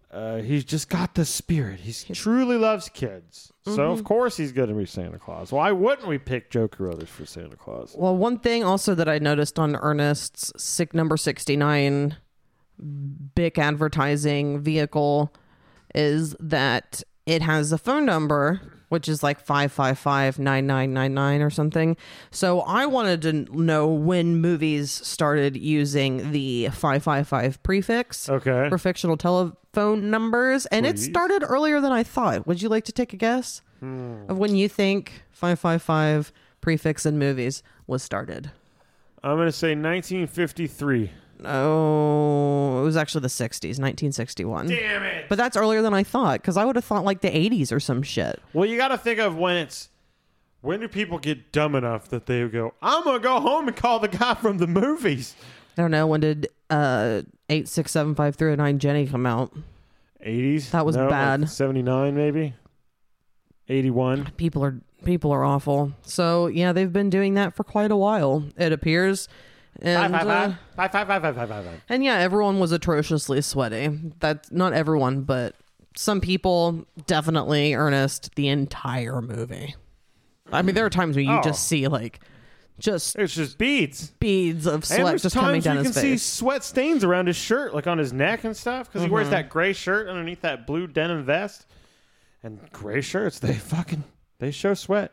Uh, he's just got the spirit. He's truly loves kids. So of course he's going to be Santa Claus. Why wouldn't we pick Joe Carruthers for Santa Claus? Well, one thing also that I noticed on Ernest's sick number 69 Bic advertising vehicle is that it has a phone number which is like 555-9999 or something. So I wanted to know when movies started using the 555 prefix Okay. for fictional telephone numbers and Please. it started earlier than I thought. Would you like to take a guess? Hmm. of when you think 555 prefix in movies was started. I'm going to say 1953. No, Oh, it was actually the 60s, 1961. Damn it. But that's earlier than I thought because I would have thought like the 80s or some shit. Well, you got to think of when it's When do people get dumb enough that they go, I'm going to go home and call the guy from the movies? I don't know. When did uh, 8675309 oh, Jenny come out? 80s? That was No, like bad. 79, maybe? 81. people are people are awful. So yeah, they've been doing that for quite a while. It appears. And, uh, Five, five, five, five, five, five, five. and yeah, everyone was atrociously sweaty. That's not everyone, but some people definitely earnest the entire movie. I mean, there are times where you Oh. just see like just It's just beads. beads of And sweat there's just times coming down you his can see face. sweat stains around his shirt, like on his neck and stuff, because he Mm-hmm. wears that gray shirt underneath that blue denim vest. And gray shirts, they fucking they show sweat.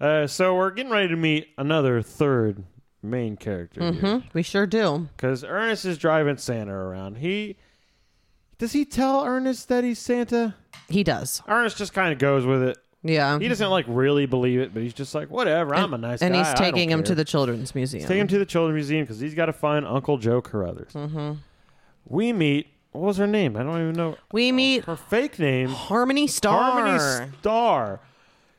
Uh, so we're getting ready to meet another third main character Hmm, we sure do. because Ernest is driving Santa around. He does he tell Ernest that he's Santa? He does. Ernest just kind of goes with it. Yeah. He doesn't like really believe it, but he's just like, whatever. I'm a nice and guy. he's I don't taking him care." to the children's museum. Take him to the children's museum because he's got to find Uncle Joe Carruthers. Mm-hmm. We meet. What was her name? I don't even know. we meet Her fake name, Harmony Star. Harmony Star.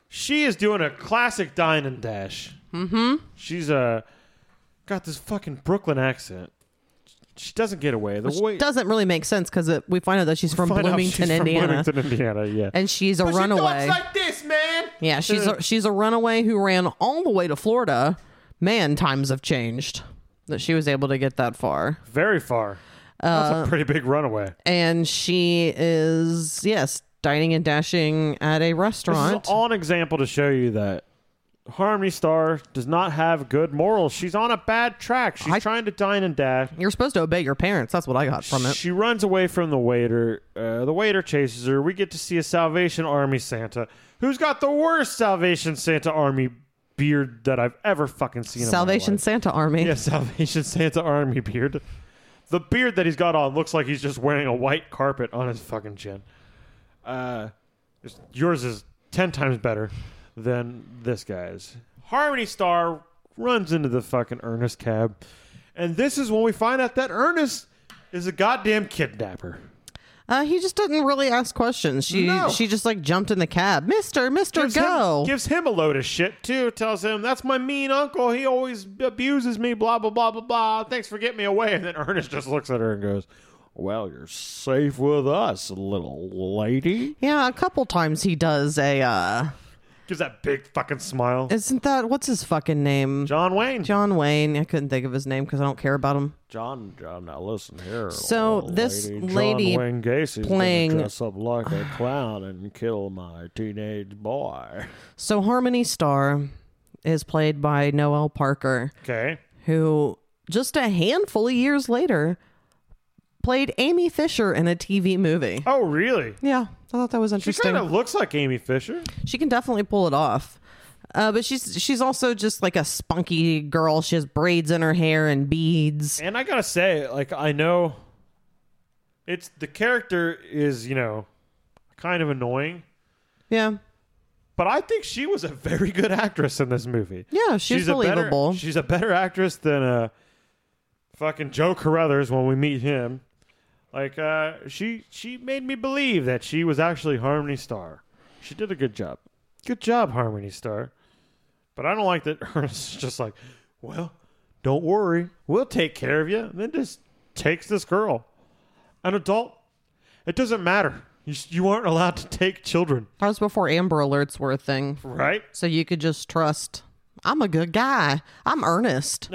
She is doing a classic dine and dash. Mm-hmm. She's uh, got this fucking Brooklyn accent. She doesn't get away. The Which way doesn't really make sense because we find out that she's from Find out she's Bloomington, from Indiana, Bloomington, Indiana. Yeah. and she's a But she talks runaway. like this, man. yeah, she's a, she's a runaway who ran all the way to Florida. Man, times have changed that she was able to get that far, Very far. Uh, That's a pretty big runaway. and she is yes dining and dashing at a This restaurant. is all an example to show you that Harmony Star does not have good morals. She's on a bad track. She's I- trying to dine and dash. You're supposed to obey your parents. That's what I got from it. She runs away from the waiter. Uh, the waiter chases her. We get to see a Salvation Army Santa who's got the worst Salvation Santa Army beard that I've ever fucking seen. Salvation In Santa Army. my life. Yeah, Salvation Santa Army beard. The beard that he's got on looks like he's just wearing a white carpet on his fucking chin. Uh, it's- yours is ten times better than this guy's. Harmony Star runs into the fucking Ernest cab, and this is when we find out that Ernest is a goddamn kidnapper. Uh, he just didn't really ask questions. She No. she just like jumped in the cab. Mister, Mister, go. Him, gives him a load of shit too. Tells him that's my mean uncle. He always abuses me. Blah blah blah blah blah. Thanks for getting me away. And then Ernest just looks at her and goes, "Well, you're safe with us, little lady." yeah, a couple times he does a. uh Gives that big fucking smile. Isn't that what's his fucking name? John Wayne. John Wayne. I couldn't think of his name because I don't care about him. John, John, now listen here. So little this lady, lady John Wayne Gacy's playing- gonna dress up like a clown and kill my teenage boy. So Harmony Star is played by Noel Parker, Okay. who just a handful of years later played Amy Fisher in a TV movie. Oh, really? Yeah, I thought that was She interesting. kind of looks like Amy Fisher. she can definitely pull it off. Uh, but she's she's also just like a spunky girl. She has braids in her hair and beads. And I gotta say, like, I know it's the character is you know kind of annoying, Yeah, but I think she was a very good actress in this movie. yeah, she's, believable. A better, she's a better actress than uh, fucking Joe Carruthers when we meet him. Like, uh, she she made me believe that she was actually Harmony Star. She did a good job. Good job, Harmony Star. But I don't like that Ernest is just like, well, don't worry, we'll take care of you. And then just takes this girl, an adult. It doesn't matter. You, you aren't allowed to take children, that was before Amber Alerts were a thing. right? So you could just trust. I'm a good guy. I'm earnest.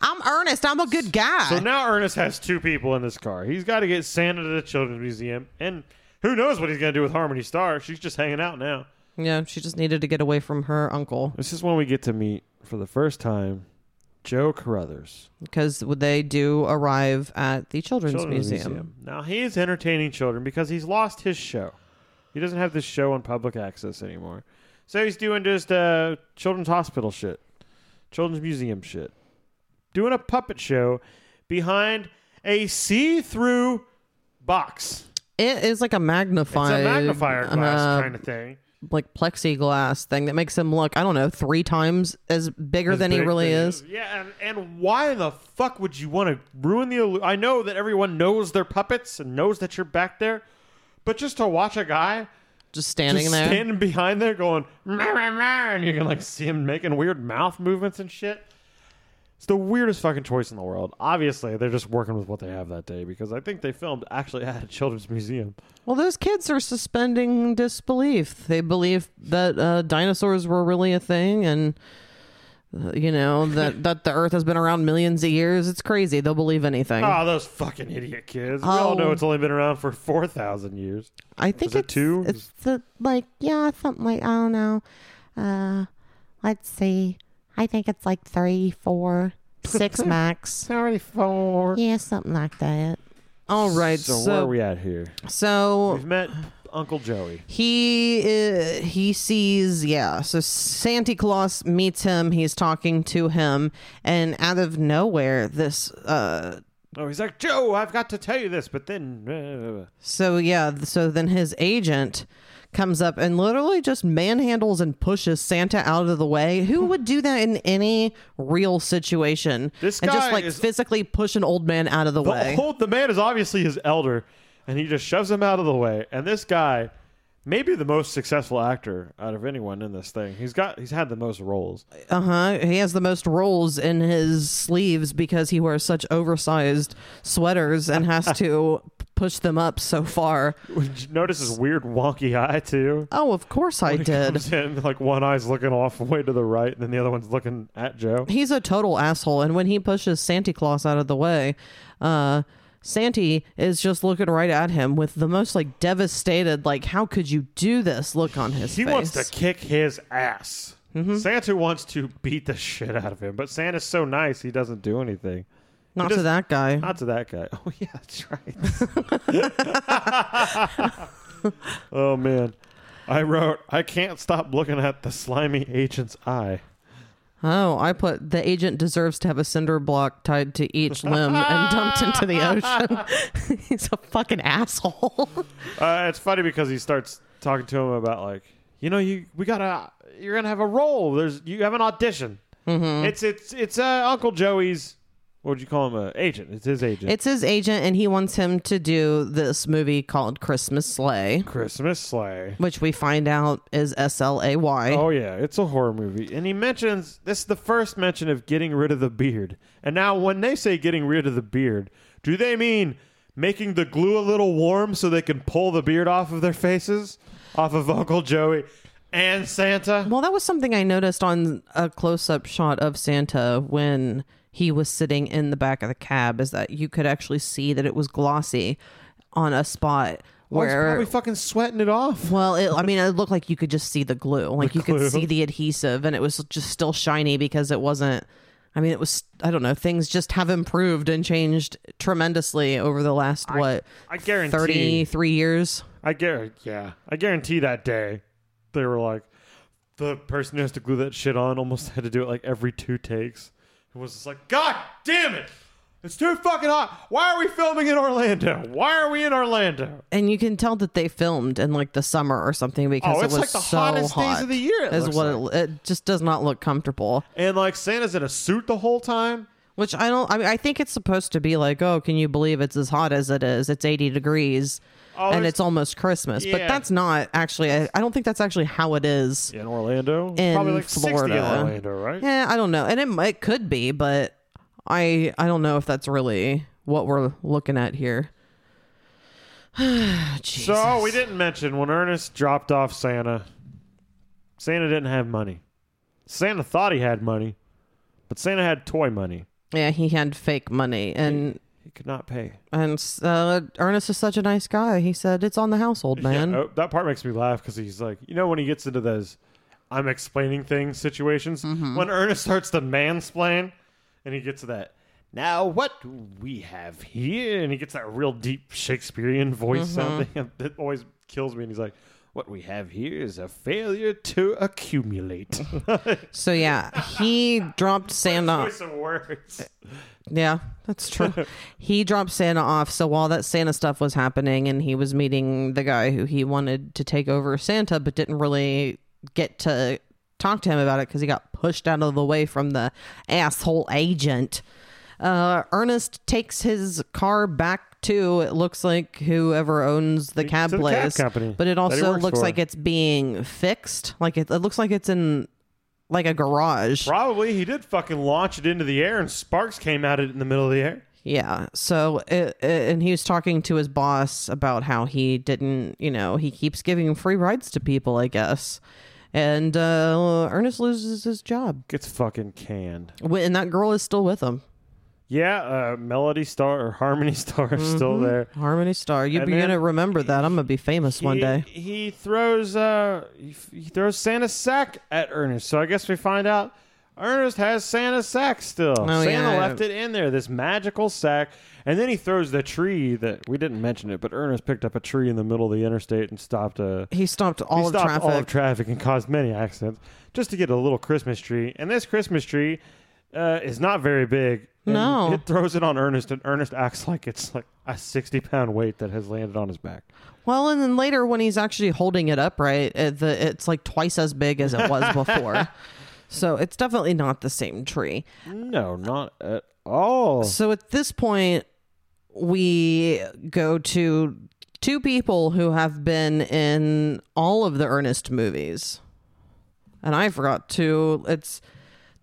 I'm earnest. I'm a good guy. So now Ernest has two people in this car. He's got to get Santa to the Children's Museum, and who knows what he's going to do with Harmony Star. She's just hanging out now. yeah, she just needed to get away from her uncle This is when we get to meet for the first time Joe Carruthers, because they do arrive at the Children's, Children's Museum. Museum. Now he is entertaining children because he's lost his show. He doesn't have this show on public access anymore, so he's doing just uh, children's hospital shit, children's museum shit, doing a puppet show behind a see-through box. It is like a magnified, It's a magnifier glass uh, kind of thing. like plexiglass thing that makes him look, I don't know, three times as bigger than he Big really thing. is. Yeah, and, and why the fuck would you want to ruin the? illu- I know that everyone knows they're puppets and knows that you're back there, but just to watch a guy just standing there. standing behind there going, "Meh, meh, meh," and you can like see him making weird mouth movements and shit. It's the weirdest fucking choice in the world. Obviously, they're just working with what they have that day because I think they filmed actually at a children's museum. well, those kids are suspending disbelief. They believe that uh, dinosaurs were really a thing, and uh, you know that that the Earth has been around millions of years. It's crazy. They'll believe anything. Oh, those fucking idiot kids. We all know Oh. it's only been around for 4,000 years. I think it it's two? It's the, like yeah, something like I don't know. Uh, let's see. I think it's like three, four, six max. 34. Yeah, something like that. All right, So, where are so we at here? so We've met Uncle Joey. he uh, he sees yeah so santa claus meets him he's talking to him and out of nowhere this uh Oh, he's like, Joe, I've got to tell you this, but then. uh, so yeah th- so then his agent comes up and literally just manhandles and pushes santa out of the way who would do that in any real situation This and guy just like is- physically push an old man out of the, way The, old, the man is obviously his elder, and he just shoves him out of the way. And this guy, maybe the most successful actor out of anyone in this thing. He's got he's had the most roles. Uh huh. He has the most rolls in his sleeves because he wears such oversized sweaters and has to push them up so far. Did you Notice his weird wonky eye too. Oh, of course I did. Comes in, like one eye's looking off way to the right, and then the other one's looking at Joe. He's a total asshole. And when he pushes Santa Claus out of the way, uh, Santy is just looking right at him with the most like devastated, like, how could you do this look on his He face. wants to kick his ass. Mm-hmm. Santa wants to beat the shit out of him, but Santa's so nice he doesn't do anything. Not just- to that guy. Not to that guy. Oh yeah, that's right. oh man. I wrote I can't stop looking at the slimy agent's eye. Oh, I put the agent deserves to have a cinder block tied to each limb and dumped into the ocean. He's a fucking asshole. Uh, it's funny because he starts talking to him about like, you know, you we gotta you're gonna have a role. There's you have an audition. Mm-hmm. It's it's it's uh, Uncle Joey's what would you call him? Uh, agent. It's his agent. it's his agent, and he wants him to do this movie called Christmas Sleigh, Christmas sleigh. which we find out is S L A Y. Oh yeah, it's a horror movie. And he mentions this is the first mention of getting rid of the beard. And now when they say getting rid of the beard, do they mean making the glue a little warm so they can pull the beard off of their faces? Off of Uncle Joey and Santa? Well, that was something I noticed on a close up shot of Santa when he was sitting in the back of the cab, is that you could actually see that it was glossy on a spot. Well, he's Where probably fucking sweating it off. Well, it, I mean, it looked like you could just see the glue, like you glue. could see the adhesive, and it was just still shiny because it wasn't. I mean, it was. I don't know. Things just have improved and changed tremendously over the last what I guarantee. thirty-three years. I guarantee. Yeah, I guarantee that day they were like, the person who has to glue that shit on almost had to do it like every two takes. It was just like, God damn it, it's too fucking hot. Why are we filming in Orlando? Why are we in Orlando? And you can tell that they filmed in like the summer or something because Oh, it it's was like the so hottest days hot. of the year, it is looks what it, it just does not look comfortable. And like Santa's in a suit the whole time. Which I don't. I mean, I think it's supposed to be like, oh, can you believe it's as hot as it is? It's eighty degrees, Oh, and there's- it's almost Christmas. Yeah. But that's not actually. I, I don't think that's actually how it is. In Orlando, In probably like sixty in Florida. Orlando, right? Yeah, I don't know, and it m- it could be, but I I don't know if that's really what we're looking at here. Jesus. So we didn't mention when Ernest dropped off Santa. Santa didn't have money. Santa thought he had money, but Santa had toy money. Yeah, he had fake money, and He could not pay. and uh, Ernest is such a nice guy. He said it's on the household, man. Yeah, oh, that part makes me laugh because he's like, you know, when he gets into those I'm explaining things situations, when Ernest starts to mansplain and he gets to that, now what do we have here? And he gets that real deep Shakespearean voice sounding that always kills me. And he's like, what we have here is a failure to accumulate. So yeah, he dropped Santa. choice of words. Yeah, that's true. he dropped Santa off. So while that Santa stuff was happening and he was meeting the guy who he wanted to take over Santa, but didn't really get to talk to him about it because he got pushed out of the way from the asshole agent, uh, Ernest takes his car back two, it looks like whoever owns the cab to the cab place, company but it that he also works looks for. like it's being fixed. Like it, it looks like it's in like a garage. Probably he did fucking launch it into the air and sparks came out of it in the middle of the air. Yeah. So, it, and he was talking to his boss about how he didn't, you know, he keeps giving free rides to people, I guess. And uh, Ernest loses his job. Gets fucking canned. Wh- And that girl is still with him. Yeah, uh, Melody Star or Harmony Star is Mm-hmm. still there. Harmony Star. You're And going then to remember that. I'm going to be famous one He- day. He throws uh he, f- he throws Santa's sack at Ernest. So I guess we find out Ernest has Santa's sack still. Santa Oh, yeah. left it in there, this magical sack. And then he throws the tree that we didn't mention it, but Ernest picked up a tree in the middle of the interstate and stopped a He stopped all he of stopped traffic. all of traffic and caused many accidents just to get a little Christmas tree. And this Christmas tree uh, is not very big. and No. it throws it on Ernest, and Ernest acts like it's like a sixty-pound weight that has landed on his back. well, and then later when he's actually holding it upright, it, the, it's like twice as big as it was before. So it's definitely not the same tree. No, not at all. So at this point, we go to two people who have been in all of the Ernest movies, and I forgot to it's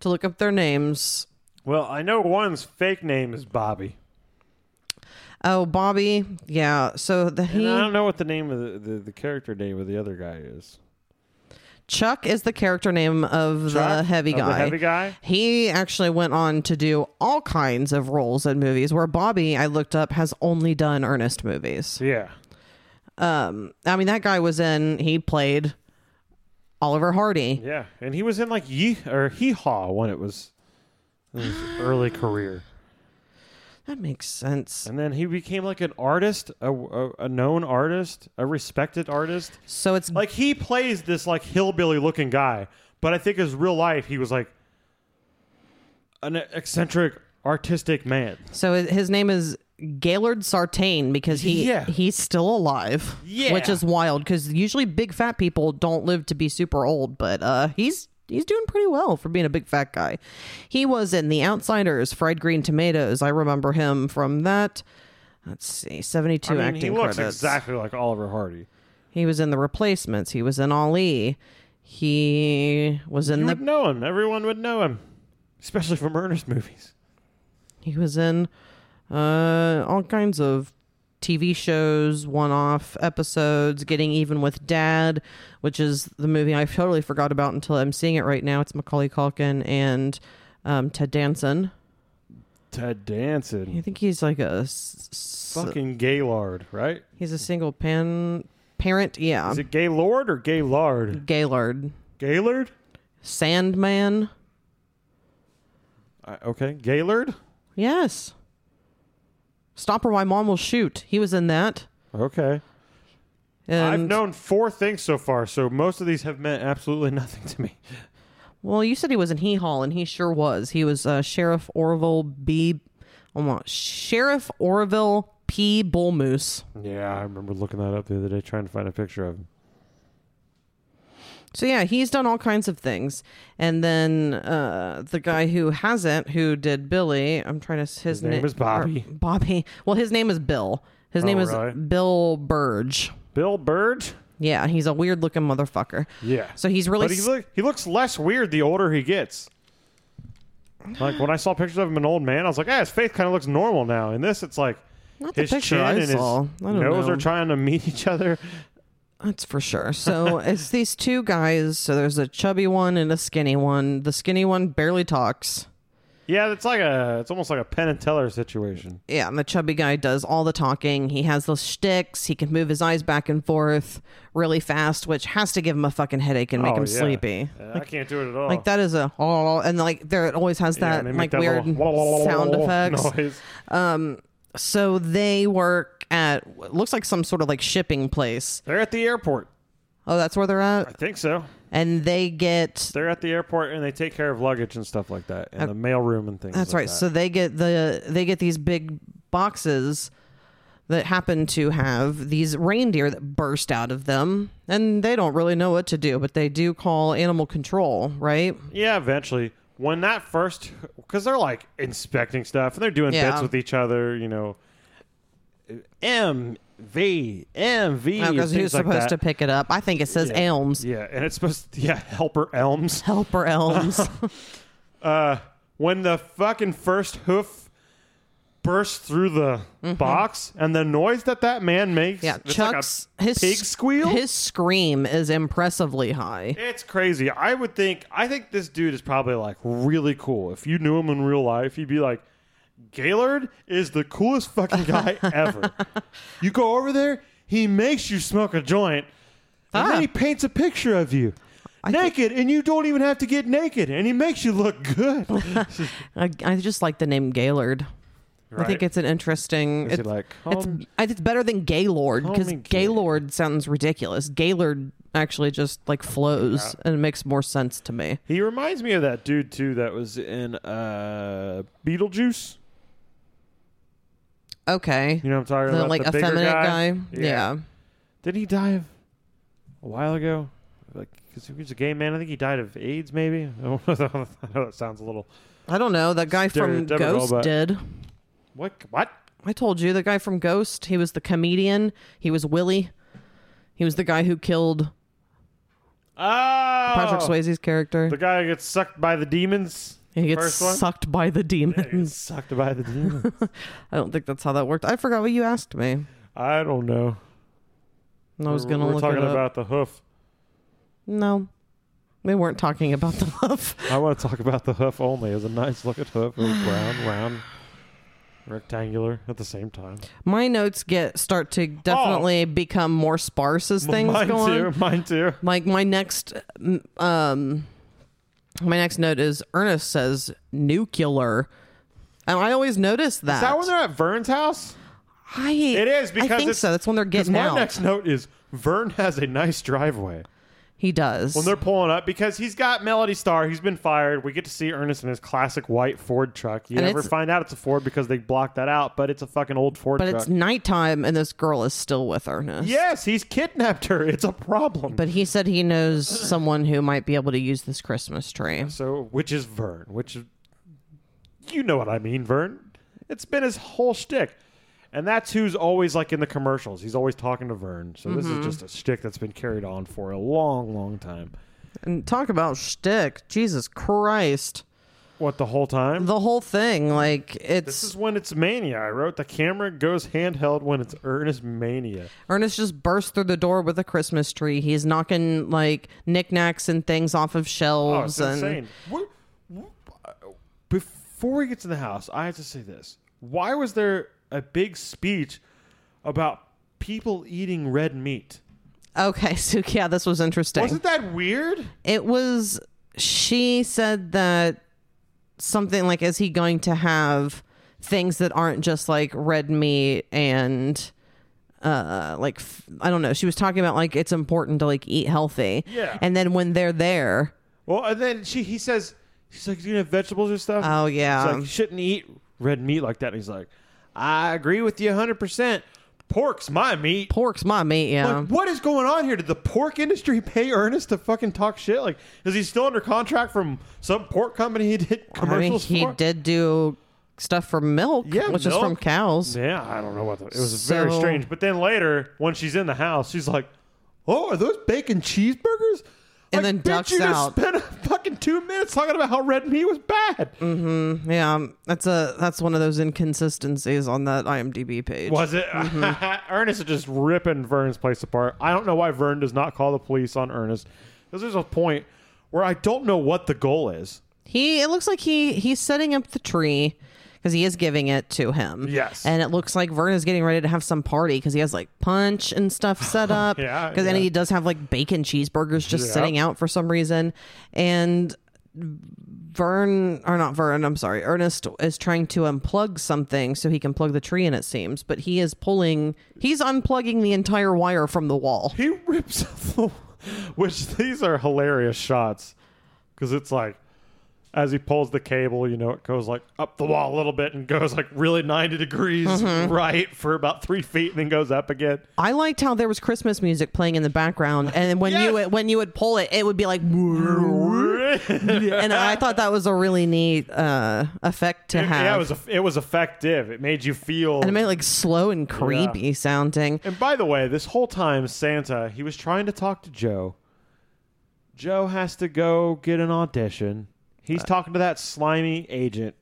to look up their names. Well, I know one's fake name is Bobby. Oh, Bobby, yeah. So the And um, I don't he know what the name of the, the, the character name of the other guy is. Chuck is the character name of the Chuck? heavy Of guy. The heavy guy. He actually went on to do all kinds of roles in movies where Bobby, I looked up, has only done Ernest movies. Yeah. Um, I mean, that guy was in, he played Oliver Hardy. Yeah. And he was in like Yee or Hee Haw when it was in his early career. That makes sense. And then he became like an artist, a, a, a known artist, a respected artist. So it's Like he plays this like hillbilly looking guy, but I think his real life he was like an eccentric artistic man. so his name is Gaylord Sartain because he Yeah. he's still alive. Yeah. Which is wild because usually big fat people don't live to be super old, but uh he's he's doing pretty well for being a big fat guy. He was in The Outsiders, Fried Green Tomatoes. I remember him from that. Let's see, seventy two I mean, acting he looks credits. exactly like Oliver Hardy. He was in The Replacements. He was in Ali. He was in You the would know him. Everyone would know him, especially from Ernest movies. He was in uh, all kinds of TV shows, one off episodes, Getting Even with Dad, which is the movie I totally forgot about until I'm seeing it right now. It's Macaulay Culkin and um, Ted Danson. Ted I Danson, think he's like a s- s- fucking Gaylord, right? he's a single pan parent. Yeah, Is it Gaylord or Mm. Gaylard? Gaylord, Gaylord. Sandman. I okay, Gaylord. Yes, Stop or My Mom Will Shoot. He was in that. Okay. And, I've known four things so far, so most of these have meant absolutely nothing to me. Well, you said he was in Hee Haul, and he sure was. He was uh, Sheriff Orville B. Almost Sheriff Orville P. Bull Moose. Yeah, I remember looking that up the other day, trying to find a picture of him. So yeah, he's done all kinds of things. And then uh, the guy who hasn't, who did Billy, I'm trying to his, his name is Bobby. Oh, or Bobby. Well, his name is Bill. His name is really? Bill Burge. Bill Bird. Yeah, he's a weird looking motherfucker. Yeah. So he's really But he, s- look, he looks less weird the older he gets. Like when I saw pictures of him an old man, I was like, ah, his face kind of looks normal now. In this, it's like Not the his picture chin I and saw. I his don't nose know. are trying to meet each other. That's for sure. So it's these two guys. So there's a chubby one and a skinny one. The skinny one barely talks. Yeah, it's like a, it's almost like a Penn and Teller situation. Yeah, and the chubby guy does all the talking. He has those shticks. He can move his eyes back and forth really fast, which has to give him a fucking headache and make Oh, him yeah. sleepy. Yeah, I can't do it at all. Like that is a oh, and like there it always has Yeah, that and they make like that weird little sound effects. Noise. So they work at it looks like some sort of like shipping place. They're at the airport. Oh, that's where they're I at, think so. and they get They're at the airport and they take care of luggage and stuff like that, and the mailroom and things. That's like right. that. So they get the they get these big boxes that happen to have these reindeer that burst out of them, and they don't really know what to do, but they do call animal control, right? Yeah, eventually. When that first, because they're like inspecting stuff and they're doing Yeah. bits with each other, you know. M V M V. because you're supposed to pick it up. I think it says elms. Yeah, and it's supposed to, yeah, helper elms. Helper elms. Uh, when the fucking first hoof burst through the box and the noise that that man makes, Mm-hmm. yeah, it's like a Chuck's his pig squeal. His scream is impressively high. It's crazy. I would think. I think this dude is probably like really cool. If you knew him in real life, you'd be like, Gaylord is the coolest fucking guy ever. You go over there, he makes you smoke a joint, and Ah. then he paints a picture of you. naked, and you don't even have to get naked, and he makes you look good. I, I just like the name Gaylord. I think it's an interesting. Is he it's, like, it's, "Call me- I- it's better than Gaylord call because me Gaylord." Gaylord sounds ridiculous. Gaylord actually just like flows and it makes more sense to me. He reminds me of that dude too that was in uh, Beetlejuice. Okay, You know what I'm talking the about? like the bigger effeminate guy. Yeah. Didn't he die of a while ago? Like, because he was a gay man. I think he died of AIDS, maybe. I don't know. I know that sounds a little. I don't know. That guy from Stereotypical, Ghost but- did. What? What? I told you the guy from Ghost. He was the comedian. He was Willie. He was the guy who killed Oh, Patrick Patrick Swayze's character. the guy who gets sucked by Oh. the demons. he gets First one? sucked by the demons. sucked by the demons. I don't think that's how that worked. I forgot what you asked me. I don't know. And I was We're- gonna we're look talking it up. about the hoof. No, we weren't talking about the love. I want to talk about the hoof only. It's a nice looking hoof. It was round, round, rectangular at the same time. My notes get start to definitely become more sparse as things Oh. mine go on. too. Mine too. Like my next, m- um, my next note is Ernest says nuclear, and I always notice that. Is that when they're at Vern's house? I, It is because I think it's- so. That's when they're Because getting my out. next note is Vern has a nice driveway. he does. When they're pulling up, because he's got Melody Star, he's been fired. We get to see Ernest in his classic white Ford truck. You And never it's- find out it's a Ford because they blocked that out, but it's a fucking old Ford but truck. it's nighttime, and this girl is still with Ernest. yes, he's kidnapped her. It's a problem. But he said he knows someone who might be able to use this Christmas tree. so, which is Vern? Which is- you know what I mean, Vern? It's been his whole shtick. And that's who's always like in the commercials. He's always talking to Vern. So this Mm-hmm. is just a shtick that's been carried on for a long, long time. And talk about shtick, Jesus Christ! What the whole time? The whole thing, like it's This is when it's mania. I wrote the camera goes handheld when it's earnest mania. Ernest just bursts through the door with a Christmas tree. He's knocking like knickknacks and things off of Oh, shelves it's and insane. What- Before we get to the house, I have to say this. Why was there a big speech about people eating red meat? okay, so yeah, this was interesting. Wasn't that weird? it was she said that something like is he going to have things that aren't just like red meat and uh like f- i don't know she was talking about like it's important to like eat healthy Yeah. and then when they're there Well, and then she he says she's like, "You gonna have vegetables or stuff?" Oh, yeah. He's like, "You shouldn't eat red meat like that." And he's like, "I agree with you 100. percent Pork's my meat." pork's my meat yeah Like, what is going on here? Did the pork industry pay Ernest to fucking talk shit? Like, is he still under contract from some pork company he did I mean, commercials he for? did do stuff for milk, Yeah, which is milk. from cows. Yeah, I don't know what the, it was. very So- strange. But then later, when she's in the house, she's like, "Oh, are those bacon cheeseburgers?" And Like, then bitch, ducks you out. Just spent fucking two minutes talking about how red meat was bad. Mm. Yeah, um, that's a that's one of those inconsistencies on that IMDb page. Was it? Mm-hmm. Ernest is just ripping Vern's place apart. I don't know why Vern does not call the police on Ernest. Because there's a point where I don't know what the goal is. He it looks like he he's setting up the tree because he is giving it to him. Yes. and it looks like Vern is getting ready to have some party because he has like punch and stuff set up. Yeah, because then yeah. he does have like bacon cheeseburgers just Yeah. sitting out for some reason, and Vern or not Vern, I'm sorry, Ernest is trying to unplug something so he can plug the tree in. It seems, but he is pulling, he's unplugging the entire wire from the wall. he rips off the which these are hilarious shots because it's like as he pulls the cable, you know, it goes like up the wall a little bit and goes like really 90 degrees Mm-hmm. right for about three feet and then goes up again. I liked how there was Christmas music playing in the background, and then when you Yes. when you would pull it, it would be like, and I thought that was a really neat uh, effect to have. yeah, it was it was effective. It made you feel. and it made it like slow and creepy sounding. And by the way, this whole time, Santa, he was trying to talk to Joe. Joe has to go get an audition. Uh, He's talking to that slimy agent.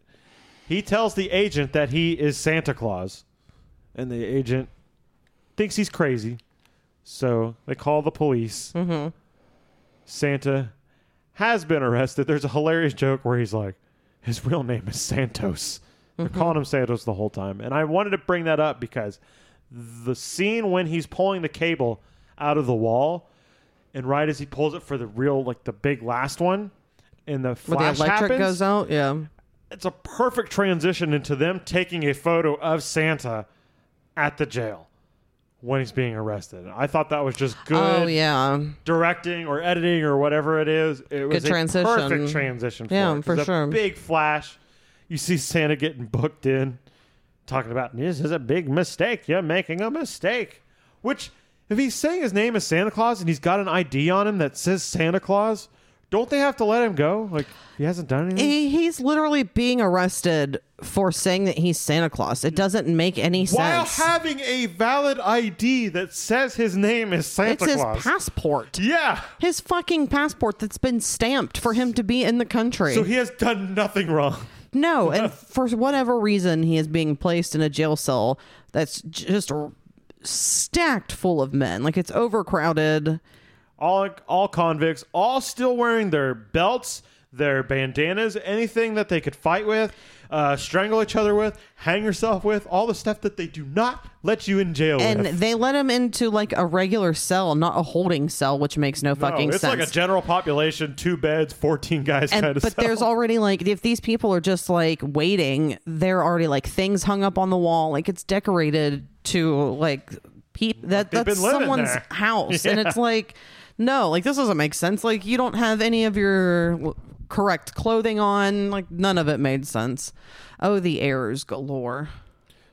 He tells the agent that he is Santa Claus, and the agent thinks he's crazy. So they call the police. Mm-hmm. Santa has been arrested. There's a hilarious joke where he's like, his real name is Santos. They're Mm-hmm. calling him Santos the whole time. And I wanted to bring that up because the scene when he's pulling the cable out of the wall, and right as he pulls it for the real, like the big last one, and the Where the flash electric happens, goes out, yeah. it's a perfect transition into them taking a photo of Santa at the jail when he's being arrested. I thought that was just good Oh yeah, directing or editing or whatever it is. It was a transition. perfect transition. For Yeah, it. 'Cause for a sure. Big flash. You see Santa getting booked in, talking about this is a big mistake. You're making a mistake. Which, if he's saying his name is Santa Claus and he's got an ID on him that says Santa Claus, don't they have to let him go? Like he hasn't done anything. he, he's literally being arrested for saying that he's Santa Claus. It doesn't make any While sense. having a valid ID that says his name is Santa it's his Claus. passport. yeah. His fucking passport that's been stamped for him to be in the country. So he has done nothing wrong. No, and for whatever reason, he is being placed in a jail cell that's just r- stacked full of men. Like it's overcrowded. all all convicts, all still wearing their belts, their bandanas, anything that they could fight with, uh, strangle each other with, hang yourself with, all the stuff that they do not let you in jail And with. they let him into like a regular cell, not a holding cell, which makes no No, fucking Oh, it's sense. like a general population, two beds, fourteen guys and, kind of but cell. there's already like if these people are just like waiting, they're already like things hung up on the wall, like it's decorated to like peep that they've that's been living someone's there. house, and it's like no, like this doesn't make sense. Like you don't have any of your w- correct clothing on, like none of it made sense. Oh, the errors galore.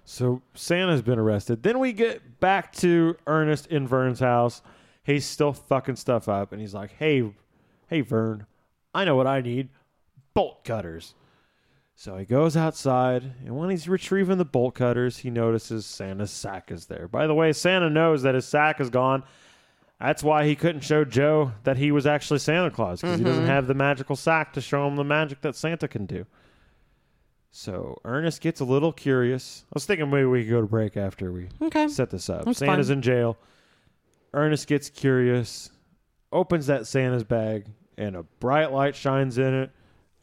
So Santa's been arrested. Then we get back to Ernest in Vern's house. He's still fucking stuff up, and he's like, "Hey, hey, Vern, I know what I need: bolt cutters." So he goes outside, and when he's retrieving the bolt cutters, he notices Santa's sack is there. By the way, Santa knows that his sack is gone. That's why he couldn't show Joe that he was actually Santa Claus because he doesn't have the magical sack to show him the magic that Santa can do. So Ernest gets a little curious. I was thinking maybe we could go to break after we Okay. set this up. That's Santa's fine. in jail. Ernest gets curious, opens that Santa's bag, and a bright light shines in it,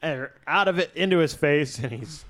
and out of it into his face, and he's.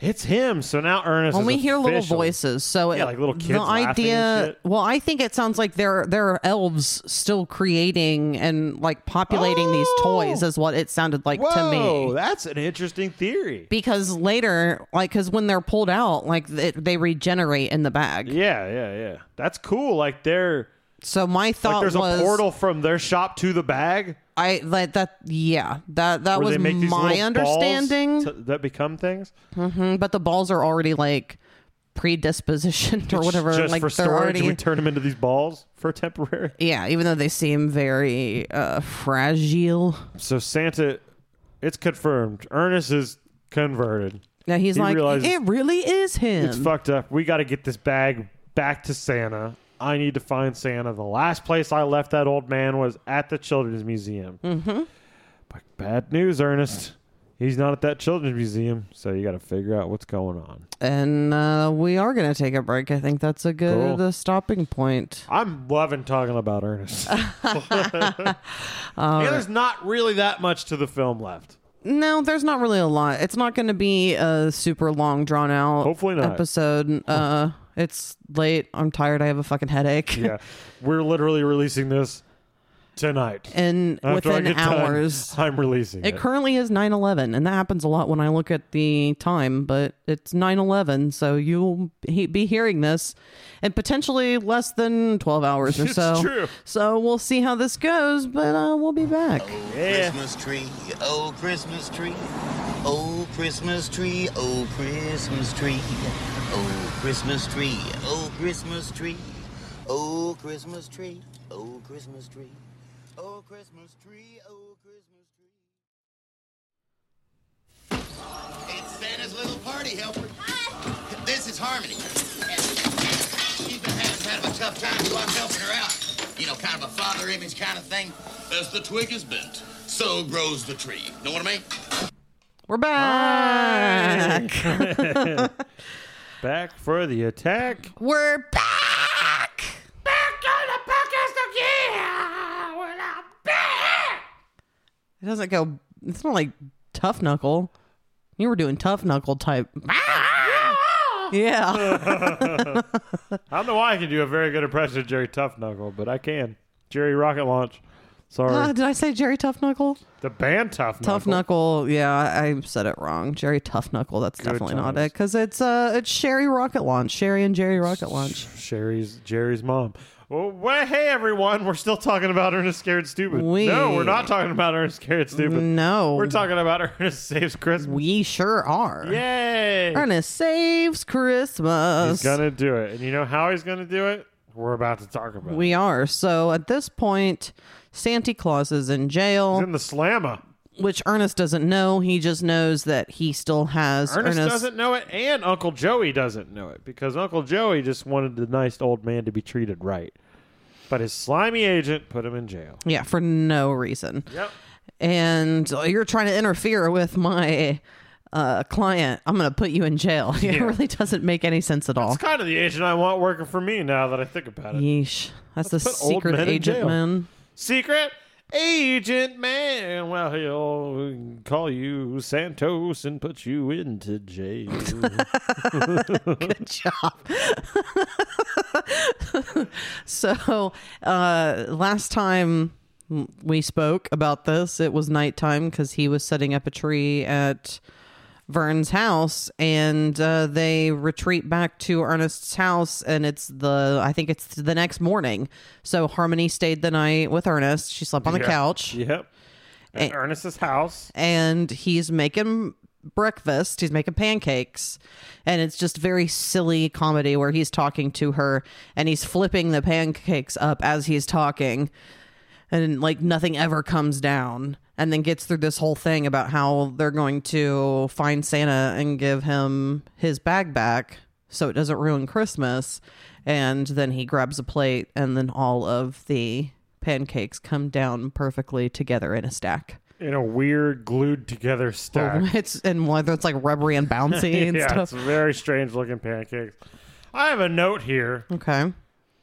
It's him. So now Ernest. When is we hear little officially- voices, so Yeah, it- like little kids The laughing and idea, shit. well, I think it sounds like there there are elves still creating and like populating these toys, is what it sounded like to Oh! Whoa, me. that's an interesting theory. Because later, like, because when they're pulled out, like th- they regenerate in the bag. Yeah, yeah, yeah. That's cool. Like they're So my thought like there's was, a portal from their shop to the bag. I like that. Yeah, that that Where was they make these my little understanding. balls to- that become things. Mm, but the balls are already like predispositioned or whatever. Just like for they're storage, already. we turn them into these balls for temporary. yeah, even though they seem very uh, fragile. So Santa, it's confirmed. Ernest is converted. Now he's He like, realizes- it really is him. It's fucked up. We got to get this bag back to Santa. I need to find Santa. The last place I left that old man was at the Children's Museum. Mm-hmm. But bad news, Ernest. He's not at that Children's Museum, so you got to figure out what's going on. and uh, we are going to take a break. I think that's a good Cool. uh, stopping point. I'm loving talking about Ernest. Yeah, there's not really that much to the film left. No, there's not really a lot. It's not going to be a super long, drawn out Hopefully not. episode. Uh, it's late. I'm tired. I have a fucking headache. Yeah, we're literally releasing this tonight. and After I within get done, hours. I'm releasing it. It currently is 9/11 and that happens a lot when I look at the time, but it's 9/11 so you'll he- be hearing this in potentially less than 12 hours or It's so. true. So we'll see how this goes, but uh, we'll be back. Old Christmas tree, old Christmas tree, old Christmas tree, old Christmas tree, old Christmas tree, old Christmas tree, old Christmas tree, old Christmas tree, old Christmas tree, old Christmas tree. It's Santa's little party helper. This is Harmony. She's been having kind of a tough time, so I'm helping her out. You know, kind of a father image kind of thing. As the twig is bent, so grows the tree. Know what I mean? We're back. Back for the attack. We're back. It doesn't go. It's not like tough knuckle. You were doing tough knuckle type. Yeah. I don't know why I can do a very good impression of Jerry Tough-Knuckle, but I can. Jerry Rocket Launch. Sorry. Uh, did I say Jerry Tough Knuckle? the band Tough Knuckle. Tough Knuckle. Yeah, I I said it wrong. Jerry Tough Knuckle. That's definitely not times. it because it's uh it's Sherry Rocket Launch. Sherry and Jerry Rocket Launch. Sherry's Jerry's mom. Well, well, hey everyone, we're still talking about Ernest Scared Stupid. We- No, we're not talking about Ernest Scared Stupid. No. We're talking about Ernest Saves Christmas. We sure are. Yay! Ernest saves He's Christmas. gonna do it. And you know how he's gonna do it? We're about to talk about it. We are. So at this point, Santa Claus is in He's jail, in the slammer. which Ernest doesn't know. He just knows that he still has Ernest, doesn't know it, and Uncle Joey doesn't know it because Uncle Joey just wanted the nice old man to be treated right. But his slimy agent put him in jail. Yeah, for no reason. Yep. And uh, you're trying to interfere with my uh, client. I'm going to put you in jail. it really doesn't make any sense at all. It's kind of the agent I want working for me now that I think about it. Yeesh. That's the put old secret men in agent jail. man. Secret agent man. Well, he'll call you Santos and put you into jail. Good job. so, uh, last time we spoke about this, it was nighttime because he was setting up a tree at Vern's house, and uh, they retreat back to Ernest's house, and it's the I think it's the next morning. So Harmony stayed the night with Ernest. She slept on the Yeah. couch, yep. At Ernest's house. and he's making breakfast he's making pancakes and it's just very silly comedy where he's talking to her and he's flipping the pancakes up as he's talking and like nothing ever comes down and then gets through this whole thing about how they're going to find santa and give him his bag back so it doesn't ruin christmas and then he grabs a plate and then all of the pancakes come down perfectly together in a stack In a weird glued together stack. it's and whether it's like rubbery and bouncy and yeah, stuff. it's very strange looking pancakes. I have a note here. Okay.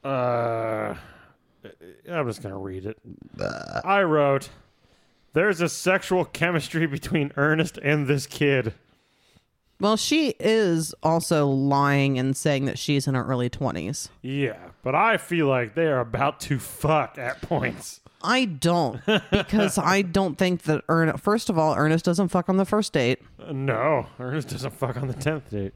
Uh, I'm just gonna read it. I wrote, "There's a sexual chemistry between Ernest and this kid." Well, she is also lying and saying that she's in her early twenties. Yeah, but I feel like they are about to fuck at points. I don't because I don't think that Ernest. First of all, Ernest doesn't fuck on the first date, Uh, No, Ernest doesn't fuck on the tenth date.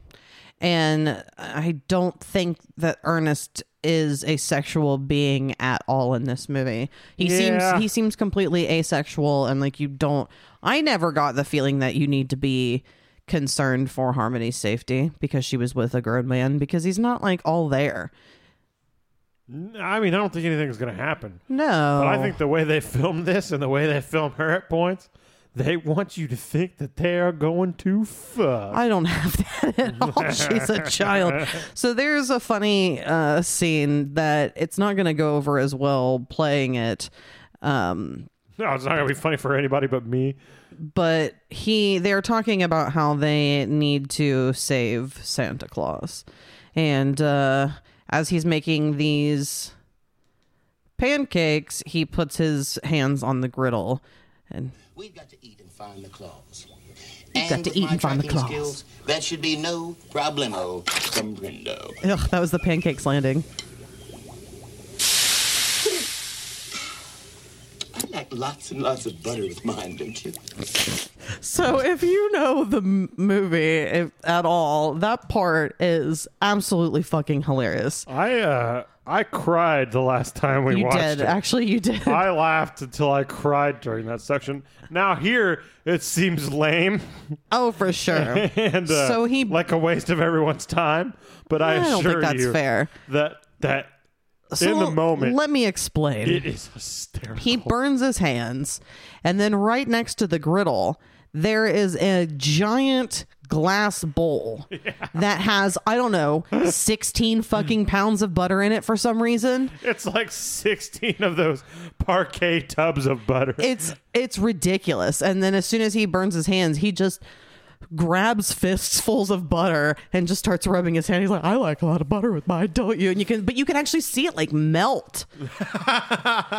and I don't think that Ernest is a sexual being at all in this movie. He Yeah. seems he seems completely asexual and like you don't. I never got the feeling that you need to be concerned for Harmony's safety because she was with a grown man because he's not like all there. N- I mean, I don't think anything's gonna happen. No, But I think the way they film this and the way they film her at points, they want you to think that they are going to fuck. I don't have that at all. She's a child. So there's a funny uh, scene that it's not going to go over as well playing it. Um, no, it's not gonna be funny for anybody but me. but he they're talking about how they need to save Santa Claus. And uh as he's making these pancakes, he puts his hands on the griddle and We've got to eat and find the claws. got to with eat my and find the tracking claws. Skills, that should be no oh. problemo, comprendo. ugh, that was the pancakes landing. lots and lots of butter with mine, don't you? So, if you know the m- movie if, at all, that part is absolutely fucking hilarious. I uh, I cried the last time we You watched did. it. Actually, you did. I laughed until I cried during that section. Now here it seems lame oh, for sure. and uh, So he- like a waste of everyone's time. But I, I don't assure think that's you fair. that that So in the moment Let me explain. it is hysterical. he burns his hands, and then right next to the griddle, there is a giant glass bowl that has, I don't know, 16 fucking pounds of butter in it for some reason. it's like sixteen of those parquet tubs of butter. It's it's ridiculous. And then as soon as he burns his hands, he just grabs fistfuls of butter and just starts rubbing his hand. He's like, I like a lot of butter with mine, don't you? And you can but you can actually see it like melt.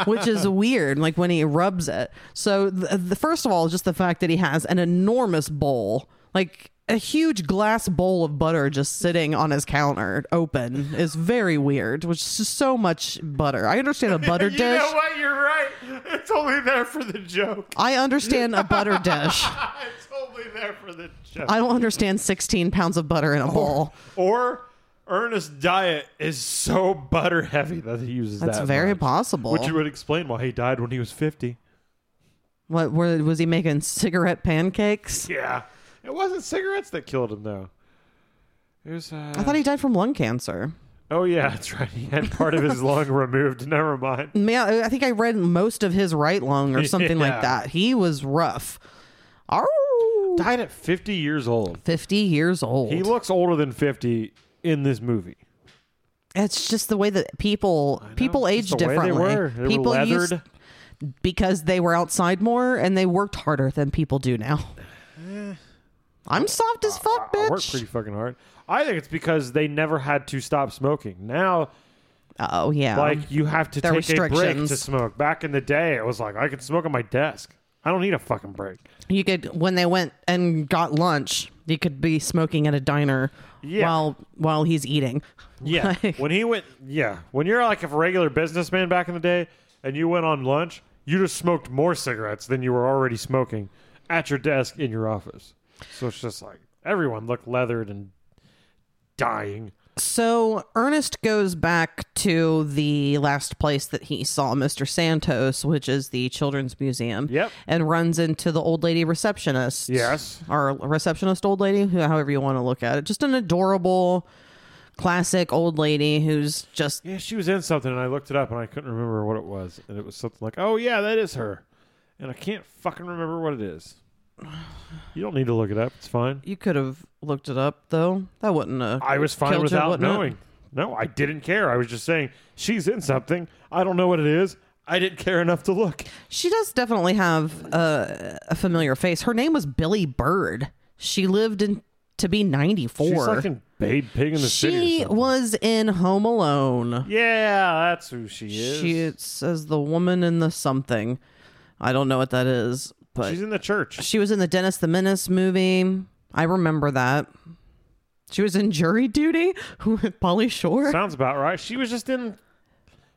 which is weird like when he rubs it so the, the first of all just the fact that he has an enormous bowl like a huge glass bowl of butter just sitting on his counter open is very weird which is just so much butter i understand a butter you dish know what? You're right. It's only there for the joke. i understand a butter dish It's only there for the joke. i don't understand 16 pounds of butter Oh, in a bowl or Ernest's diet is so butter heavy that he uses that's that. very much. possible Which would explain why he died when he was 50. what were, was he making cigarette pancakes Yeah. It wasn't cigarettes that killed him, though. It was, uh... i thought he died from lung cancer Oh, yeah, that's right. He had part of his lung removed. Never mind. Yeah, I think I read most of his right lung or something Yeah. like that. He was rough. Arr! Died at 50 years old. 50 years old. He looks older than 50 in this movie. it's just the way that people people It's age the way differently. They were, they people were used- leathered. because they were outside more and they worked harder than people do now. I'm soft as fuck, Eh. I worked bitch. pretty fucking hard. I think it's because they never had to stop smoking. Now Oh yeah. like you have to the take a break to restrictions. smoke. Back in the day, it was like I could smoke on my desk. I don't need a fucking break. you could when they went and got lunch, you could be smoking at a diner Yeah. while while he's eating. Yeah. Like- when he went, yeah. When you're like a regular businessman back in the day, and you went on lunch, you just smoked more cigarettes than you were already smoking at your desk in your office. So it's just like everyone looked leathered and dying. So Ernest goes back to the last place that he saw Mr. Santos, which is the Children's Museum. Yep. And runs into the old lady receptionist. Yes. Or receptionist old lady, who- however you want to look at it. Just an adorable, classic old lady who's just Yeah, she was in something, and I looked it up, and I couldn't remember what it was, and it was something like, "Oh yeah, that is her," and I can't fucking remember what it is. You don't need to look it up; it's fine. you could have looked it up though. That wouldn't have I was fine killed you, without wouldn't it? knowing. No, I didn't care. I was just saying she's in something. I don't know what it is. I didn't care enough to look. She does definitely have uh, a familiar face. Her name was Billy Bird. She lived in to be ninety four. She's like in Babe Pig in the City. or She something. was in Home Alone. Yeah, that's who she is. She says the woman in the something. I don't know what that is, but She's in the church. she was in the Dennis the Menace movie. I remember that. She was in Jury Duty with Polly Shore. Sounds about right. She was just in.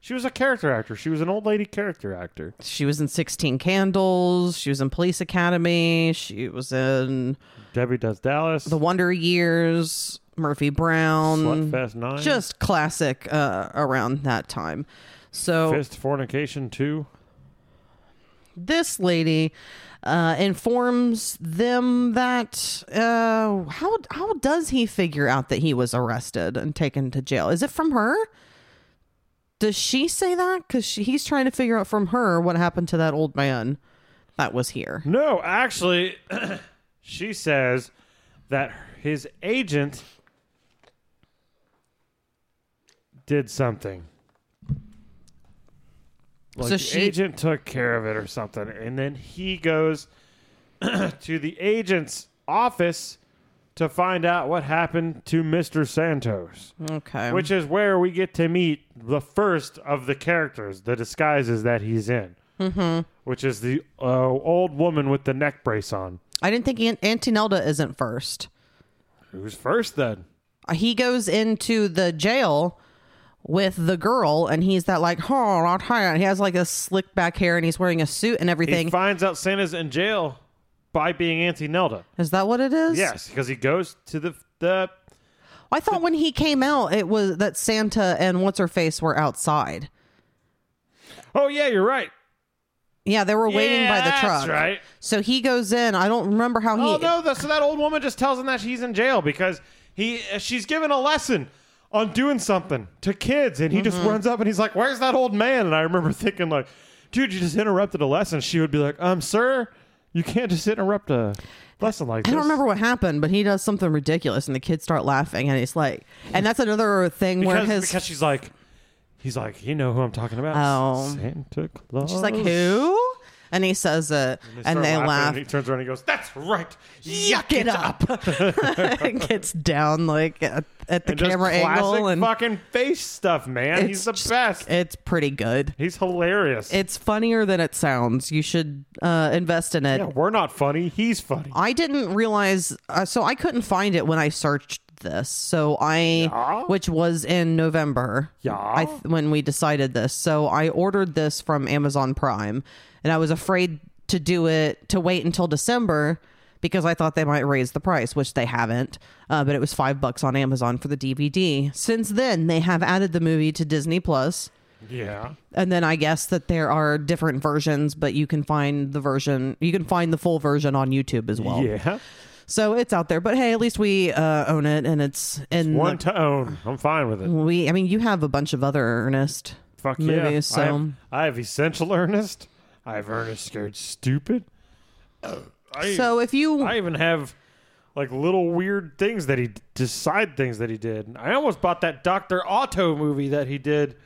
She was a character actor. She was an old lady character actor. She was in 16 Candles. She was in Police Academy. She was in Debbie Does Dallas. The Wonder Years, Murphy Brown. Slutfest Nine. Just classic uh, around that time. So Fist Fornication Two. this lady uh, informs them that uh, how how does he figure out that he was arrested and taken to jail? Is it from her? Does she say that? Because he's trying to figure out from her what happened to that old man that was here. No, actually, she says that his agent did something. Like So the she- agent took care of it or something, and then he goes to the agent's office to find out what happened to Mr. Santos, Okay, Hmm. which is where we get to meet the first of the characters, the disguises that he's in, mm-hmm. which is the uh, old woman with the neck brace on. I didn't think Aunt- Antonelda isn't first. Who's first then? He goes into the jail with the girl, and he's that like, oh, I'll try it." he has like a slick back hair, and he's wearing a suit and He everything. finds out Santa's in jail by being anti Nelda. is that what it is? Yes, because he goes to the the I thought when he came out, it was that Santa and what's her face were outside. Oh yeah, you're right. Yeah, they were waiting Yeah, by the that's truck. right. So he goes in. I don't remember how Oh he. no, the, so that old woman just tells him that she's in jail because he uh, she's given a lesson on doing something to kids, and he Mm-hmm. just runs up and he's like, "Where's that old man?" And I remember thinking like, "Dude, you just interrupted a lesson." She would be like, "Um, sir, you can't just interrupt a lesson like I this." don't remember what happened, but he does something ridiculous, and the kids start laughing, and he's like, and that's another thing where because, his because she's like, he's like, you know who I'm talking about? Oh. Santa Claus. she's like, who? And he says it, and start they laughing, laugh. and he turns around and he goes, "That's right, yuck it up. And gets down like at, at the And just camera angle, classic and fucking face stuff, man. He's It's the just- best. it's pretty good. He's hilarious. It's funnier than it sounds. You should uh, invest in it. yeah, we're not funny. He's funny. I didn't realize, uh, so I couldn't find it when I searched this. So I, which was in November, Yeah. I th- when we decided this. So I ordered this from Amazon Prime, and I was afraid to do it to wait until December because I thought they might raise the price, which they haven't. Uh, but it was five bucks on Amazon for the DVD. Since then, they have added the movie to Disney Plus Yeah. and then I guess that there are different versions, but you can find the version, you can find the full version on YouTube as well. Yeah. So it's out there, but hey, at least we uh, own it, and it's in One to own. I'm fine with it. the- we. I mean, you have a bunch of other Ernest Fuck yeah. movies, so I, have, I have essential earnest. I have earnest scared stupid. Uh, I, so if you I even have like little weird things that he decide things that he did. I almost bought that Doctor Otto movie that he did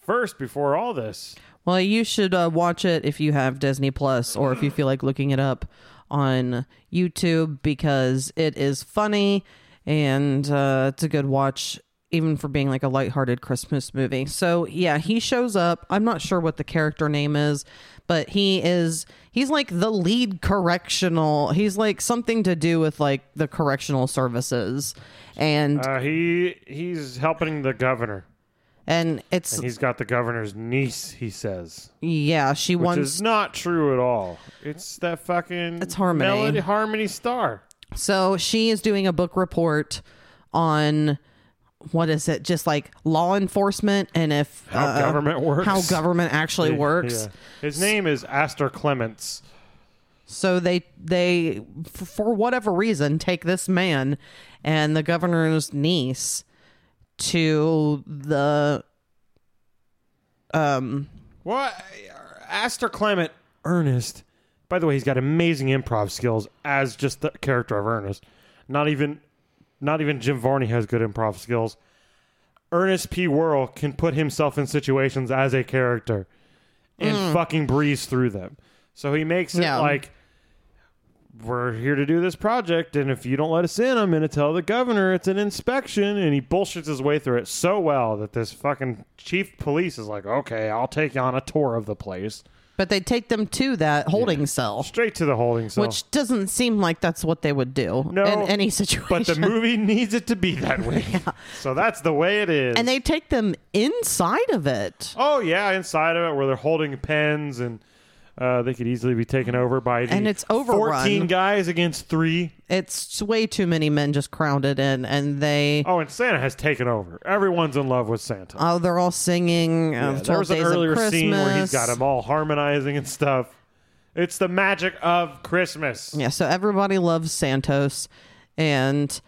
first before all this. well, you should uh, watch it if you have Disney Plus or if you feel like looking it up on YouTube because it is funny and uh, it's a good watch. Even for being like a lighthearted Christmas movie. So, yeah, he shows up. I'm not sure what the character name is, but he is, he's like the lead correctional. He's like something to do with like the correctional services. And, Uh, he he's helping the governor. and it's, He's got the governor's niece. He says, yeah, she which wants. is not true at all. It's that fucking It's Harmony. Melody Harmony Star. So she is doing a book report on what is it? Just like law enforcement and if uh, How government works. how government actually works. Yeah. His name is Astor Clements. So they they f- for whatever reason take this man and the governor's niece to the What? Astor Clement Ernest. By the way, he's got amazing improv skills as just the character of Ernest. Not even, not even Jim Varney has good improv skills. Ernest P. Worrell can put himself in situations as a character and fucking breeze through them. So he makes it Hmm. Yeah. like we're here to do this project, and if you don't let us in, I'm going to tell the governor it's an inspection. And he bullshits his way through it so well that this fucking chief police is like, okay, I'll take you on a tour of the place. but they take them to that holding cell, Straight to the holding cell. which doesn't seem like that's what they would do No, in any situation. but the movie needs it to be that way. So that's the way it is. and they take them inside of it. oh, yeah, inside of it where they're holding pens and. Uh, they could easily be taken over by the And it's overrun. 14 guys against three. It's way too many men just crowded in, and they Oh, and Santa has taken over. Everyone's in love with Santa. oh, they're all singing. Uh, Yeah, 12 there was an Days of earlier scene where he's got Christmas. them all harmonizing and stuff. It's the magic of Christmas. Yeah, so everybody loves Santos, and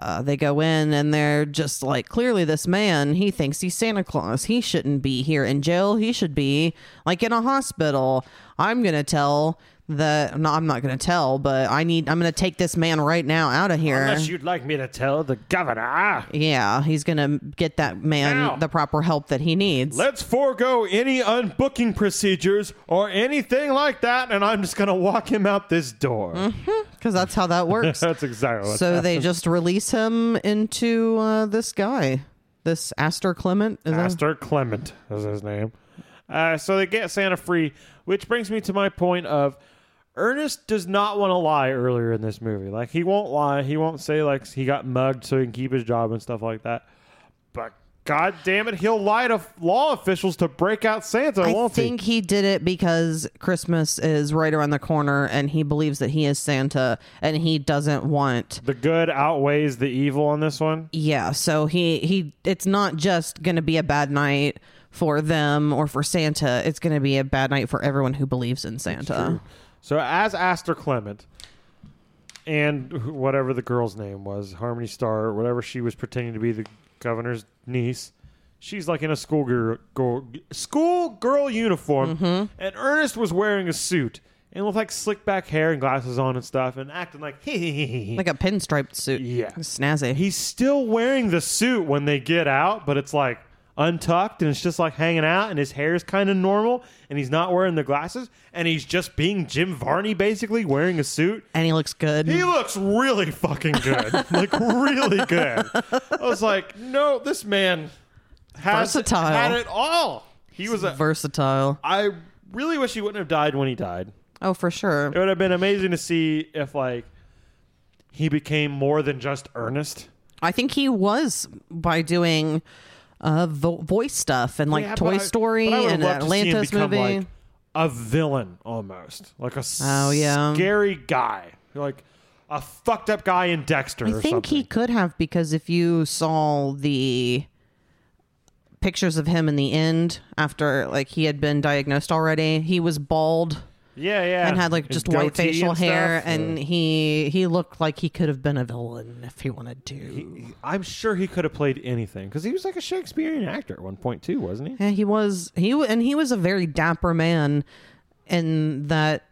uh, they go in and they're just like, clearly, this man, he thinks he's Santa Claus. He shouldn't be here in jail. He should be like in a hospital. I'm going to tell the, no, I'm not going to tell, but I need, I'm going to take this man right now out of here. Unless you'd like me to tell the governor, yeah, he's going to get that man Ow. the proper help that he needs. let's forego any unbooking procedures or anything like that, and I'm just gonna walk him out this door. because that's how that works. That's exactly what. Mm. so they just release him into uh, this guy, this Astor Clement. Is that- Pastor Clement is his name. Uh, so they get Santa free, which brings me to my point of Ernest does not want to lie earlier in this movie. Like he won't lie, he won't say like he got mugged so he can keep his job and stuff like that. But God damn it, he'll lie to law officials to break out Santa, I won't think he did it because Christmas is right around the corner and he believes that he is Santa and he doesn't want he? The good outweighs the evil on this one. yeah so he he it's not just gonna be a bad night for them or for santa it's gonna be a bad night for everyone who believes in santa So as Aster Clement and wh- whatever the girl's name was, Harmony Star, whatever she was pretending to be the governor's niece, she's like in a school girl, girl, school girl uniform, and Ernest was wearing a suit and with like slick back hair and glasses on and stuff, and acting like like a pinstriped suit Yeah. snazzy he's still wearing the suit when they get out, but it's like untucked and it's just like hanging out and his hair is kind of normal and he's not wearing the glasses and he's just being Jim Varney basically wearing a suit. and he looks good He looks really fucking good. like really good. I was like, "No, this man has Versatile. had it all." He was a versatile I really wish he wouldn't have died when he died. oh for sure It would have been amazing to see if like he became more than just Ernest. i think he was by doing uh vo- voice stuff and like Yeah, toy but I- story but I would've and loved to see him atlantis become, movie like, a villain almost, like a s- Oh, yeah. scary guy, like a fucked up guy in Dexter. I or think something. he could have because if you saw the pictures of him in the end after like he had been diagnosed already, he was bald yeah, yeah, and had like His just white goatee facial and hair stuff. and he he looked like he could have been a villain if he wanted to. I'm sure he could have played anything because he was like a Shakespearean actor at one point too, wasn't he? Yeah, he was he w- and he was a very dapper man in that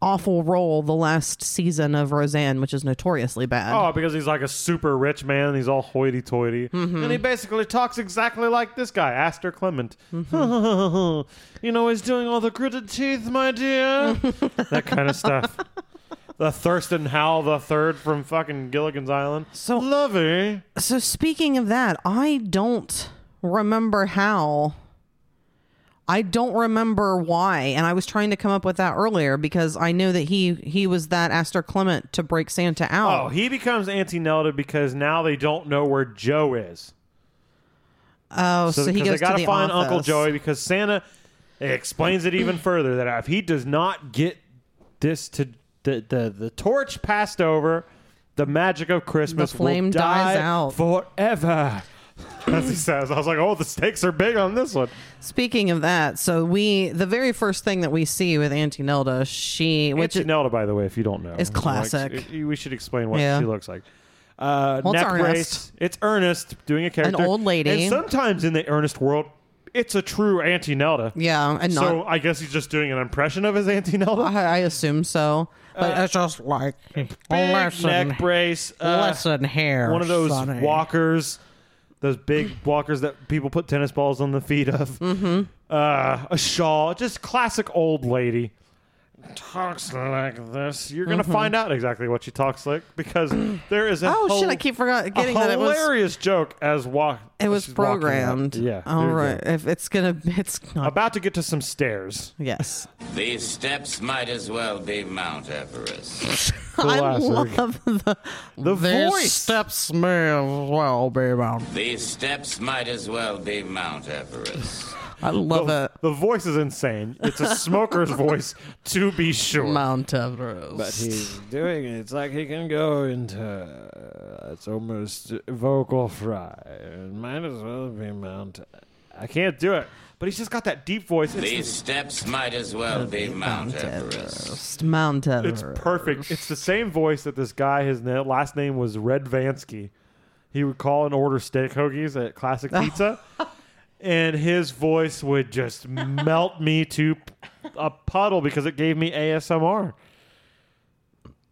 awful role the last season of Roseanne, which is notoriously bad. Oh, because he's like a super rich man. He's all hoity-toity, and he basically talks exactly like this guy, Aster Clement. you know, he's doing all the gritted teeth, my dear. that kind of stuff. The Thurston Howell the Third from fucking Gilligan's Island. So- Oh. lovey. So speaking of that, I don't remember how. I don't remember why, and I was trying to come up with that earlier because I knew that he he was that Aster Clement to break Santa out. Oh, he becomes Auntie Nelda because now they don't know where Joe is. Oh, so, So, he because goes they to gotta the find office. Uncle Joey because Santa it explains it even further that if he does not get this to the the, the torch passed over, the magic of Christmas flame will die dies out. forever. As he says, I was like, "Oh, the stakes are big on this one." Speaking of that, so we the very first thing that we see with Auntie Nelda, she which Which is, Nelda, by the way, if you don't know, is classic. Like, it- we should explain what Yeah. she looks like. Uh, Well, it's neck Ernest. brace. It's Ernest doing a character, old lady. and sometimes in the Ernest world, it's a true Auntie Nelda. yeah, and not Oh, So I guess he's just doing an impression of his Auntie Nelda. I, I assume so. But it's just like Uh, Big listen, neck brace. uh, listen here, one of those sonny. walkers, those big walkers that people put tennis balls on the feet of. Mm-hmm. Uh, a shawl, just classic old lady. Talks like this. You're gonna find out exactly what she talks like because there is a Mm-hmm. Oh hol- shit! I keep forgot a getting that it was hilarious joke as walk. It was programmed. Yeah. All there you go. right. If it's gonna, it's not. About to get to some stairs. yes. These steps might as well be Mount Everest. I Classic. love the The voice. steps may as well be around. These steps might as well be Mount Everest. I love it. The voice is insane. It's a smoker's voice, to be sure. Mount Everest. He's doing it. It's like he can go into. uh, it's almost vocal fry. It might as well be Mount. I can't do it. But he's just got that deep voice. It's, These steps might as well be Mount Everest. Everest. Mount it's Everest. perfect. It's the same voice that this guy, his na- last name was Red Vansky. He would call and order steak hoagies at Classic Pizza. and his voice would just melt me to p- a puddle because it gave me ASMR.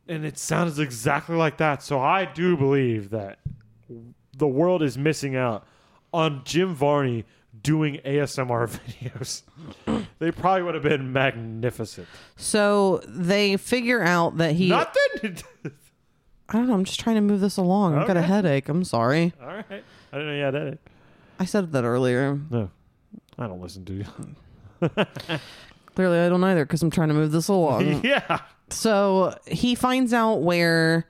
And it sounds exactly like that. So I do believe that the world is missing out on Jim Varney doing ASMR videos. they probably would have been magnificent. So they figure out that he. Nothing. I don't know. I'm just trying to move this along. I've got a Okay. Uh, headache. I'm sorry. All right. I didn't know you had that. I said that earlier. No. I don't listen to you. Clearly, I don't either because I'm trying to move this along. yeah. so he finds out where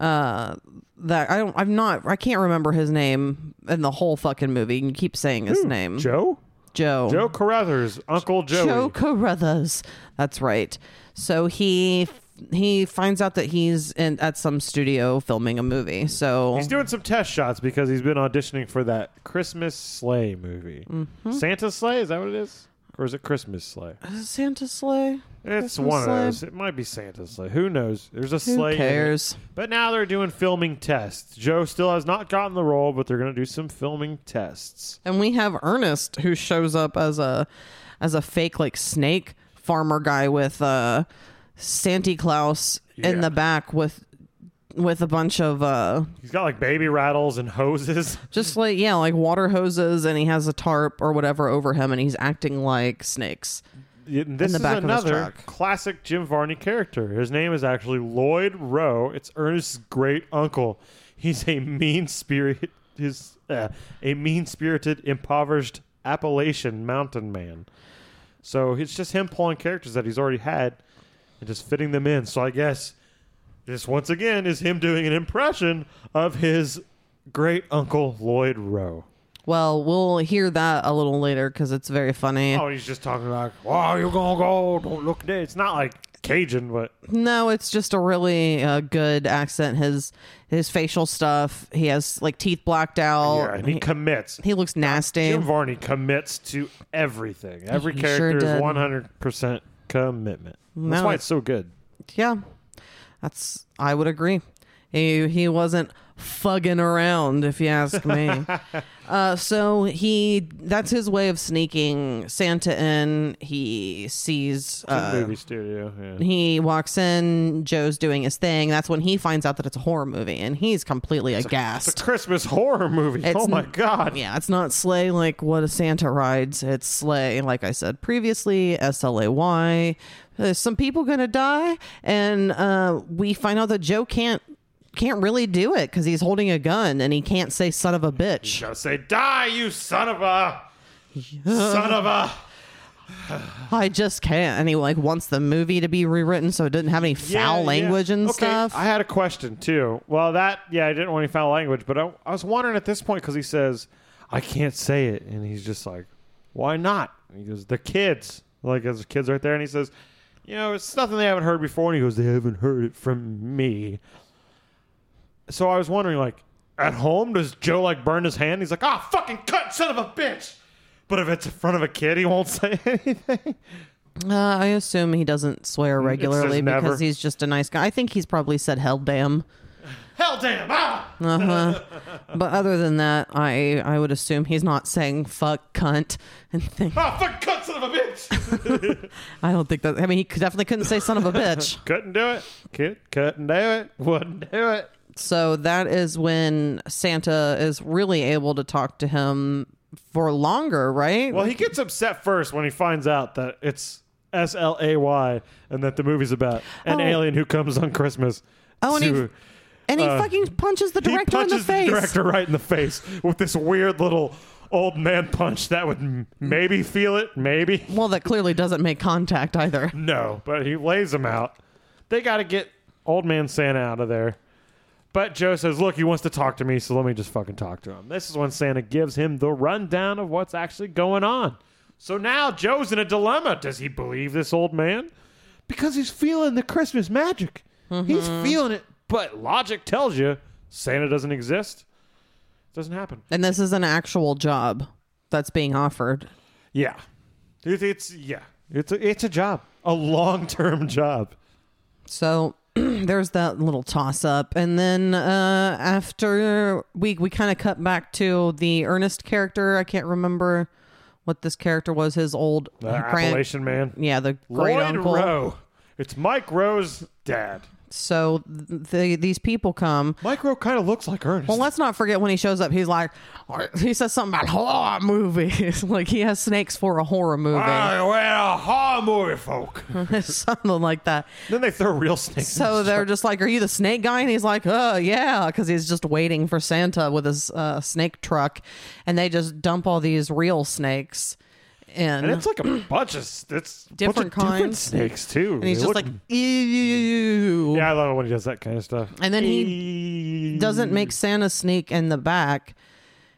uh that I don't I'm not I can't remember his name in the whole fucking movie. And you keep saying his name. Joe? Joe. Hmm. Joe Carruthers, Uncle Joey. Joe Carruthers. That's right. So he he finds out that he's in at some studio filming a movie. So He's doing some test shots because he's been auditioning for that Christmas sleigh movie. Mm-hmm. Santa sleigh is that what it is, or is it Christmas sleigh? Santa sleigh. It's Christmas one sleigh? of those. It might be Santa sleigh. Who knows? There's a Who sleigh. in it. cares? But now they're doing filming tests. Joe still has not gotten the role, but they're going to do some filming tests. And we have Ernest who shows up as a as a fake like snake farmer guy with uh Santa Claus in Yeah. the back with with a bunch of uh He's got like baby rattles and hoses. just like yeah, like water hoses and he has a tarp or whatever over him and he's acting like snakes. Yeah, and This the is back of his another truck. classic Jim Varney character. His name is actually Lloyd Rowe. It's Ernest's great uncle. He's a mean spirit, his uh, a mean spirited, impoverished Appalachian mountain man. So it's just him pulling characters that he's already had and just fitting them in. So I guess this once again is him doing an impression of his great uncle Lloyd Rowe. Well, we'll hear that a little later cuz it's very funny. Oh, he's just talking like, "Wow, you're gonna go? Don't look there." It's not like Cajun, but No, it's just a really uh, good accent. His his facial stuff. He has like teeth blacked out. Yeah, and he, Oh, he, commits. he looks nasty. Jim Varney commits to everything. Every He sure character is did. one hundred percent commitment. That's No, why it- it's so good. yeah, that's I would agree. He he wasn't fugging around, if you ask me. uh, so he that's his way of sneaking Santa in. He sees uh, Movie studio. Yeah. he walks in. Joe's doing his thing. That's when he finds out that it's a horror movie, and he's completely aghast. It's a Christmas horror movie. It's oh my n- god! Yeah, it's not sleigh like what a Santa rides. It's sleigh, like I said previously, S L A Y. There's some people gonna die, and uh, we find out that Joe can't can't really do it because he's holding a gun and he can't say "son of a bitch." Gotta say, die, you son of a, son of a. I just can't. And he like wants the movie to be rewritten so it didn't have any foul Yeah, language yeah. and Okay, stuff. I had a question too. Well, that yeah, I didn't want any foul language, but I, I was wondering at this point because he says, "I can't say it," and he's just like, "Why not?" And he goes, "They're kids." Like there's kids right there, and he says, "You know, it's nothing they haven't heard before." And he goes, "They haven't heard it from me." So I was wondering, like, at home, does Joe like burn his hand? He's like, "Ah, fucking cut, son of a bitch." But if it's in front of a kid, he won't say anything. uh, I assume he doesn't swear regularly Mm, never. because he's just a nice guy. I think he's probably said "hell damn." Hell damn! Ah! But other than that, I I would assume he's not saying fuck, cunt, and things. Ah, fucking cut, son of a bitch! I don't think that. I mean, he could- definitely couldn't say son of a bitch. couldn't do it. Kid couldn't do it. Wouldn't do it. So that is when Santa is really able to talk to him for longer, right? Well, he gets upset first when he finds out that it's S L A Y and that the movie's about an Oh. alien who comes on Christmas. Oh, and he- to- and he uh, fucking punches the he director in the punches face. director right in the face with this weird little old man punch that would m- maybe feel it, maybe Well, that clearly doesn't make contact either. No, but he lays him out. They got to get old man Santa out of there. But Joe says, "Look, he wants to talk to me, so let me just fucking talk to him." This is when Santa gives him the rundown of what's actually going on. So now Joe's in a dilemma. Does he believe this old man? Because he's feeling the Christmas magic. He's feeling it, but logic tells you Santa doesn't exist. Doesn't happen. And this is an actual job that's being offered. Yeah, it, it's yeah, it's a, it's a job, a long term job. So there's that little toss up, and then uh, after we we kind of cut back to the Ernest character. I can't remember what this character was. His old The grand- Uh, Appalachian man. yeah, the great Lloyd uncle. Rowe. It's Mike Rowe's dad. So th- the, these people come. Mike Rowe kind of looks like Ernest. Well, let's not forget when he shows up, he's like, he says something about horror movies. like he has snakes for a horror movie, well, horror movie folk. something like that. then they throw real snakes. Hmm. So they're just like, "Are you the snake guy?" And he's like, "Oh yeah," because he's just waiting for Santa with his uh, snake truck, and they just dump all these real snakes and, And it's like a bunch of s- it's a bunch of Different different kinds. snakes too. and he's They just look- like ew. yeah, I love it when he does that kind of stuff. And then he doesn't make Santa sneak in the back.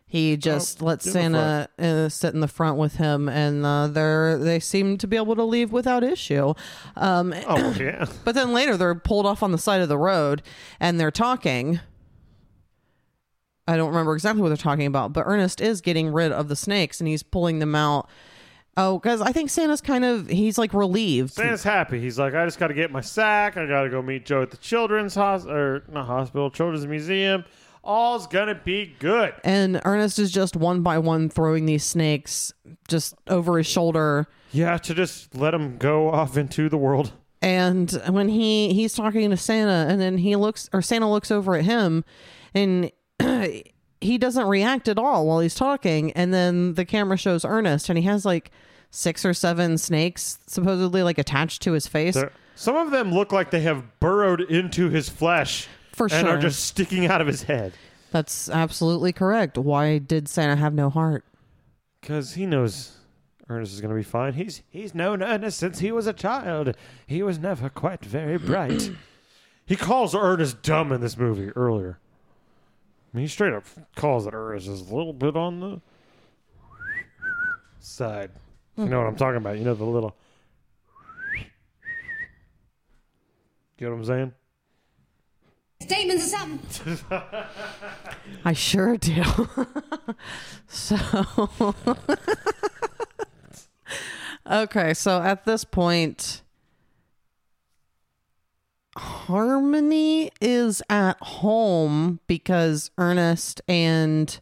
He just lets in the Santa uh, sit in the front with him, and uh, they're they seem to be able to leave without issue. Um, Oh yeah, But then later they're pulled off on the side of the road and they're talking. I don't remember exactly what they're talking about, but Ernest is getting rid of the snakes and he's pulling them out. Oh, because I think Santa's kind of he's like relieved. Santa's happy. He's like, I just got to get my sack. I got to go meet Joe at the children's hos or not hospital, children's museum. All's gonna be good. And Ernest is just one by one throwing these snakes just over his shoulder. Yeah, to just let him go off into the world. And when he he's talking to Santa, and then he looks or Santa looks over at him, and he doesn't react at all while he's talking. And then the camera shows Ernest, and he has like six or seven snakes supposedly like attached to his face. They're- some of them look like they have burrowed into his flesh For and are sure. just sticking out of his head. That's absolutely correct. Why did Santa have no heart? Because he knows Ernest is going to be fine. He's he's known Ernest since he was a child. He was never quite very bright. he calls Ernest dumb in this movie earlier. I mean, he straight up calls that Ernest is a little bit on the side. You know what I'm talking about? You know the little. You know what I'm saying? Statements or something. I sure do. so, okay. So at this point, Harmony is at home because Ernest and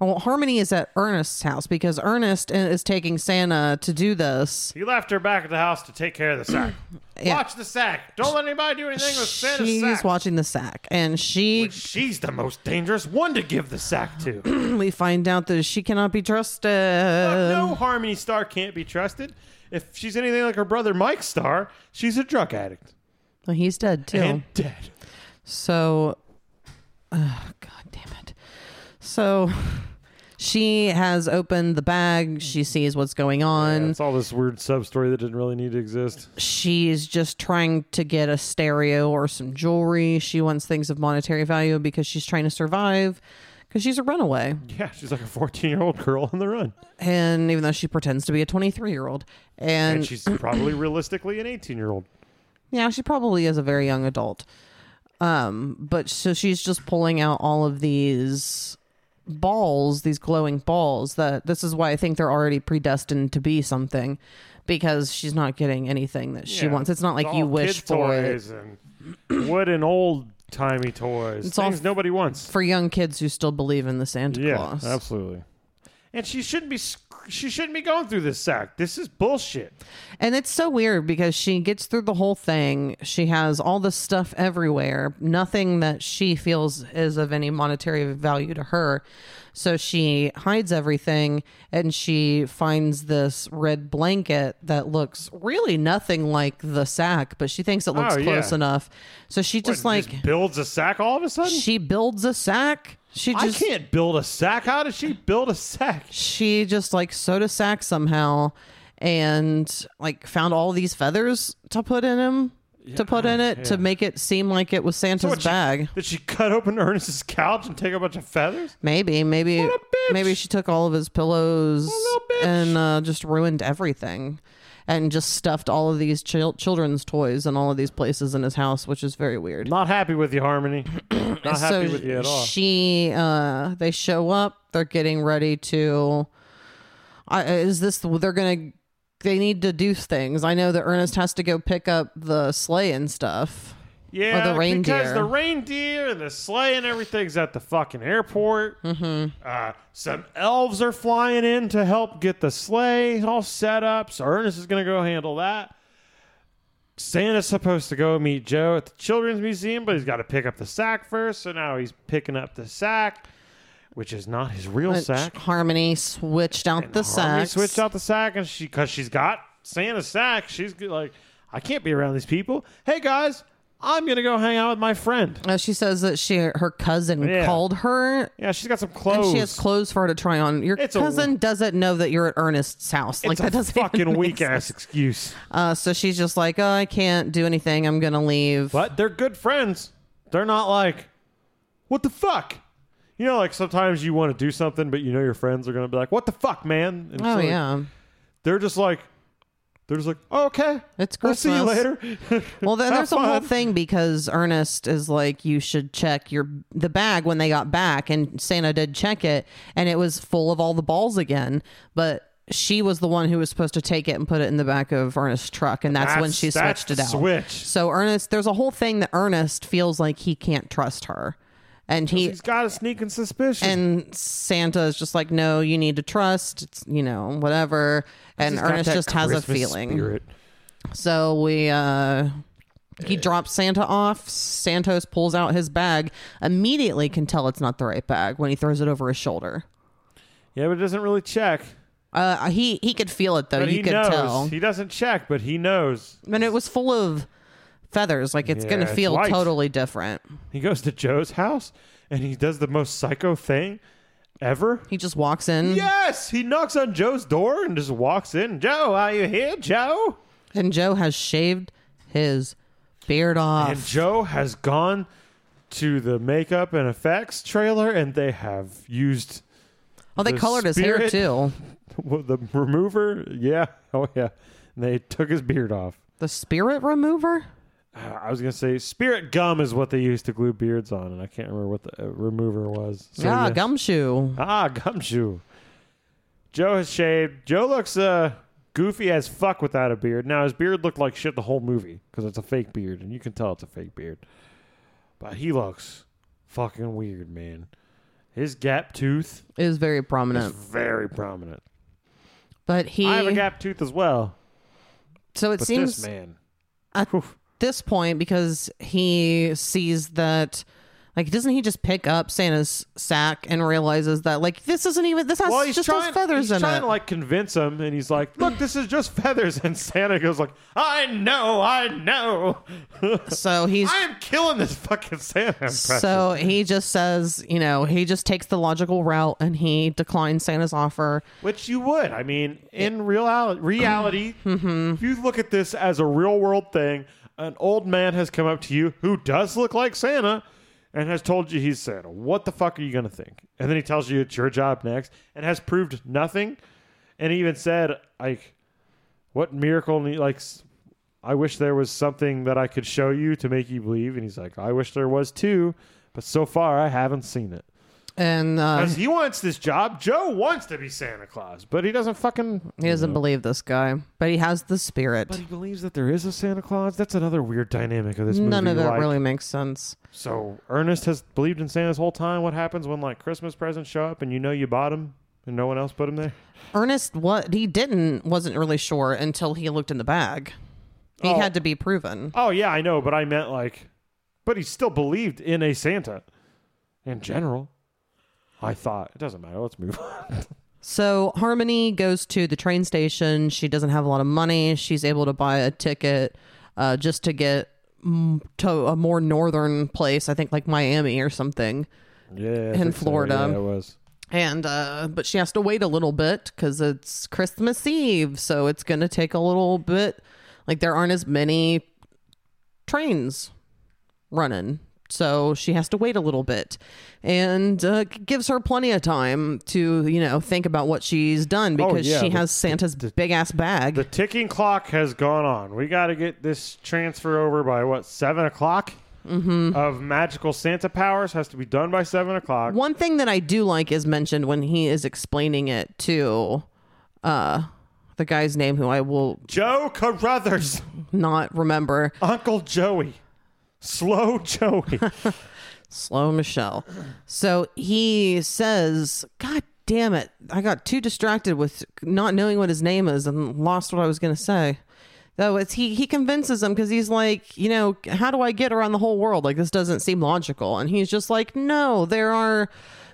oh, well, Harmony is at Ernest's house because Ernest is taking Santa to do this. He left her back at the house to take care of the sack. Yeah. Watch the sack. Don't let anybody do anything with Santa's She's sack. watching the sack, and she She's the most dangerous one to give the sack to. we find out that she cannot be trusted. no, Harmony Star can't be trusted. If she's anything like her brother Mike Star, she's a drug addict Well, he's dead too. and dead. So, oh, god damn it. So, she has opened the bag. She sees what's going on. all this weird sub story that didn't really need to exist. She's just trying to get a stereo or some jewelry. She wants things of monetary value because she's trying to survive because she's a runaway. Yeah, she's like a 14 year old girl on the run. And even though she pretends to be a 23 year old, and, And she's probably realistically an 18 year old. yeah, she probably is a very young adult. Um, but so she's just pulling out all of these balls, these glowing balls that this is why I think they're already predestined to be something because she's not getting anything that she wants. It's not like you wish for it. And wooden old timey toys. It's all things f- nobody wants. For young kids who still believe in the Santa yeah, Claus. absolutely. And she shouldn't be. sc- She shouldn't be going through this sack. This is bullshit. And it's so weird because she gets through the whole thing. She has all this stuff everywhere, nothing that she feels is of any monetary value to her. So she hides everything and she finds this red blanket that looks really nothing like the sack, but she thinks it looks Oh, yeah. close enough. So she just What, like builds a sack all of a sudden. she builds a sack. She I just can't build a sack. How does she build a sack? she just like sewed a sack somehow and like found all these feathers to put in him to put in it to make it seem like it was Santa's What, she- bag. Did she cut open Ernest's couch and take a bunch of feathers? Maybe, maybe, What a bitch. maybe she took all of his pillows little bitch. and uh, just ruined everything, and just stuffed all of these chil- children's toys and all of these places in his house, which is very weird. Not happy with you, Harmony. Not happy so with you at all. She, uh, they show up. They're getting ready to. I, is this? They're gonna. They need to do things. I know that Ernest has to go pick up the sleigh and stuff. yeah, or the because reindeer. the reindeer and the sleigh and everything's at the fucking airport. Mm-hmm. Uh, some elves are flying in to help get the sleigh all set up. So Ernest is going to go handle that. Santa's supposed to go meet Joe at the Children's Museum, but he's got to pick up the sack first. So now he's picking up the sack, which is not his real Which sack. Harmony switched out the Harmony sack. switched out the sack, and she because she's got Santa's sack. She's g- like, I can't be around these people. Hey guys, I'm gonna go hang out with my friend. Uh, she says that she her cousin Yeah. called her Yeah, she's got some and clothes. she has clothes for her to try on. Your It's a- cousin doesn't know that you're at Ernest's house. Like it's that a doesn't even fucking make weak sense. ass excuse. Uh, so she's just like, oh, I can't do anything. I'm gonna leave. But they're good friends. They're not like, what the fuck? You know, like sometimes you want to do something, but you know your friends are gonna be like, "What the fuck, man?" And Oh so, like, yeah. they're just like, they're just like, oh, "Okay, It's We'll see you later." Christmas. Well, there, Have there's a whole fun. thing because Ernest is like, you should check your the bag when they got back, and Santa did check it, and it was full of all the balls again, but. She was the one who was supposed to take it and put it in the back of Ernest's truck, and that's, when That's- she that's switched it the out. switch. So Ernest, there's a whole thing that Ernest feels like he can't trust her, and he He's got a sneaking suspicion. and Santa is just like, no, you need to trust, it's, you know, whatever. And He's got Ernest that just has a Christmas feeling. spirit. So we uh he drops Santa off. Santos pulls out his bag, immediately can tell it's not the right bag when he throws it over his shoulder. Yeah, but it doesn't really check. Uh he he could feel it though. But he, he, could knows. tell. He doesn't check, but he knows. and it was full of feathers. Like it's Yeah, gonna it's feel light. totally different. He goes to Joe's house and he does the most psycho thing ever. He just walks in Yes, he knocks on Joe's door and just walks in. Joe, are you here, Joe? and Joe has shaved his beard off. And Joe has gone to the makeup and effects trailer and they have used oh, they the colored his hair spirit- too. well, the remover. Yeah, oh yeah. And they took his beard off. Uh, The spirit remover? I was gonna say spirit gum is what they used to glue beards on, and I can't remember what the uh, remover was. So, ah, yes. gumshoe. Ah, gumshoe. Joe has shaved. Joe looks uh goofy as fuck without a beard. Now his beard looked like shit the whole movie because it's a fake beard, and you can tell it's a fake beard. But he looks fucking weird, man. His gap tooth Is very is prominent. very prominent. But he I have a gap tooth as well, so it but seems this man. this point because he sees that like doesn't he just pick up Santa's sack and realizes that like this isn't even this has Well, he's just trying, has feathers he's in trying it. to like convince him, and he's like, "Look, this is just feathers." And Santa goes like, "I know, I know, so he's I am killing this fucking Santa." Impression. so he just says, you know, he just takes the logical route and he declines Santa's offer. Which you would. I mean, in real reality, if you look at this as a real world thing, an old man has come up to you who does look like Santa and has told you he's Santa. What the fuck are you going to think? And then he tells you it's your job next and has proved nothing and even said, like, what miracle, ne- like, s- I wish there was something that I could show you to make you believe. And he's like, I wish there was too, but so far I haven't seen it. And uh, Because he wants this job. Joe wants to be Santa Claus, but he doesn't fucking. he doesn't believe this guy, but he has the spirit. But he believes that there is a Santa Claus. That's another weird dynamic of this movie. None of it like- really makes sense. So Ernest has believed in Santa this whole time. What happens when like Christmas presents show up and you know you bought them and no one else put them there? Ernest, what he didn't wasn't really sure until he looked in the bag. He Oh. had to be proven. Oh yeah, I know, but I meant like, but he still believed in a Santa, in general. I thought it doesn't matter. Let's move on. So Harmony goes to the train station. She doesn't have a lot of money. She's able to buy a ticket uh, just to get mm, to a more northern place. I think like Miami or something. yeah, think so. Florida. Yeah, it it was. And uh, but she has to wait a little bit because it's Christmas Eve, so it's gonna take a little bit. Like there aren't as many trains running, so she has to wait a little bit, and uh, gives her plenty of time to you know think about what she's done Oh, because yeah, she the- has Santa's big ass bag. The ticking clock has gone on. We got to get this transfer over by what seven o'clock Mm-hmm. of magical Santa powers has to be done by seven o'clock. One thing that I do like is mentioned when he is explaining it to uh, the guy's name, who I will Joe Carruthers, not remember. Uncle Joey, Slow Joey. Slow Michelle. So he says, God damn it. I got too distracted with not knowing what his name is and lost what I was going to say. Though it's he, he convinces him because he's like, you know, how do I get around the whole world? Like, this doesn't seem logical. And he's just like, no, there are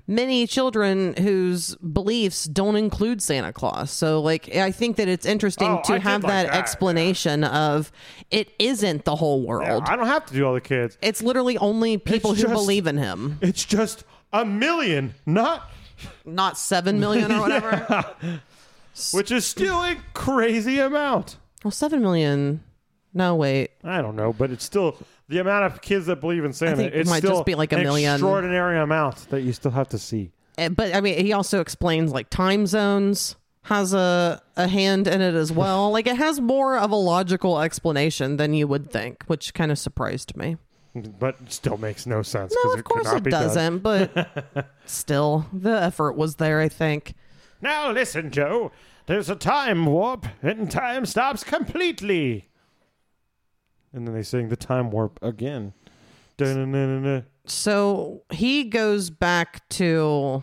many children whose beliefs don't include Santa Claus. So, like, I think that it's interesting Oh, to I did have like that, that, yeah. explanation of it isn't the whole world. I don't have to do all the kids. it's literally only people who just- believe in him, It's just a million, not not seven million or whatever. which is still a crazy amount. Well, seven million. No, wait. I don't know, but it's still the amount of kids that believe in Santa. think it it's might still just be like a an million. extraordinary amount that you still have to see. Eh, But I mean, he also explains like time zones has a a hand in it as well. like it has more of a logical explanation than you would think, which kind of surprised me. But it still makes no sense. No, 'cause of course cannot it be done. doesn't, but still, the effort was there, I think. Now listen, Joe. There's a time warp, and time stops completely. And then they sing the time warp again. Dun-dun-dun-dun-dun. So he goes back to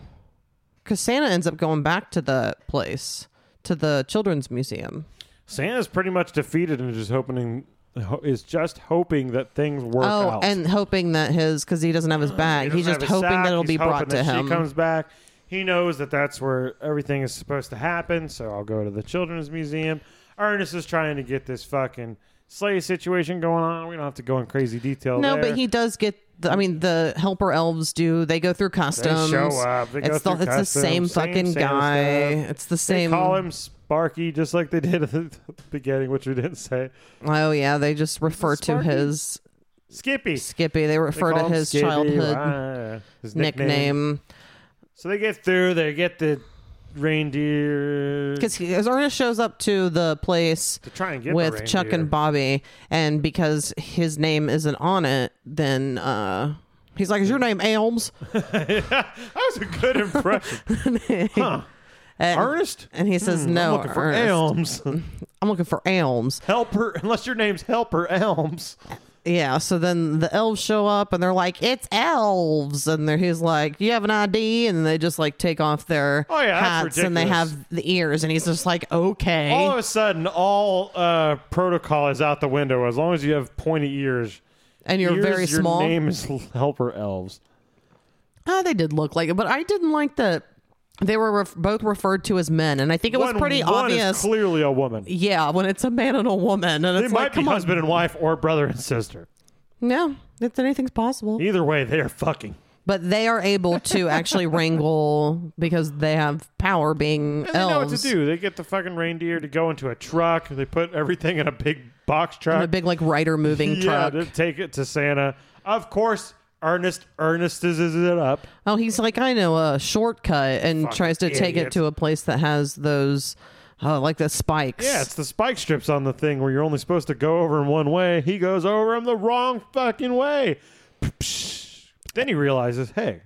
because Santa ends up going back to the place, to the children's museum. Santa's pretty much defeated and just hoping ho- is just hoping that things work Oh, out. and hoping that his because he doesn't have his bag. He he's doesn't just have a hoping sack. that it'll He's be hoping brought to that him. She comes back. He knows that that's where everything is supposed to happen. So I'll go to the children's museum. Ernest is trying to get this fucking sleigh situation going on. We don't have to go in crazy detail. no, there. but he does get. The, I mean, the helper elves do. They go through customs. They show up. They it's go the, through it's customs. the same fucking Santa guy. stuff. It's the same. They call him Sparky, just like they did at the beginning, which we didn't say. oh yeah, they just refer to Sparky? his Skippy. Skippy. They They refer call to him his Skippy. childhood Ah, his nickname So they get through. They get the reindeer. because Ernest shows up to the place to try and get the with Chuck reindeer. and Bobby, and because his name isn't on it, then uh, he's like, "Is your name Elms?" That was a good impression. huh. And- Ernest? And he says, I'm "No, looking for Ernest. Elms. I'm looking for Elms." Helper, unless your name's Helper Elms. Yeah. So then the elves show up and they're like, "It's elves," and they're, he's like, "You have an ID?" And they just like take off their Oh, yeah, that's hats and they ridiculous. have the ears, and he's just like, "Okay." All of a sudden, all uh, protocol is out the window. As long as you have pointy ears, and you're ears, very your small. name is Helper Elves. Uh, they did look like it, but I didn't like that. They were ref- both referred to as men, and I think it was One- pretty one is obvious. clearly a woman. yeah, when it's a man and a woman, and They it's might like, be come on, husband and wife or brother and sister. no, it's anything's possible. Either way, they are fucking. But they are able to actually wrangle because they have power, being And they know what elves. to do. They get the fucking reindeer to go into a truck. They put everything in a big box truck. And a big like rider moving yeah, truck. to take it to Santa. Of course, Ernest Ernest is it up. Oh, he's like, I know a shortcut and tries to take it idiot. to a place that has those, uh, like the spikes. Yeah, it's the spike strips on the thing where you're only supposed to go over in one way. He goes over him the wrong fucking way. Psh. Then he realizes, hey,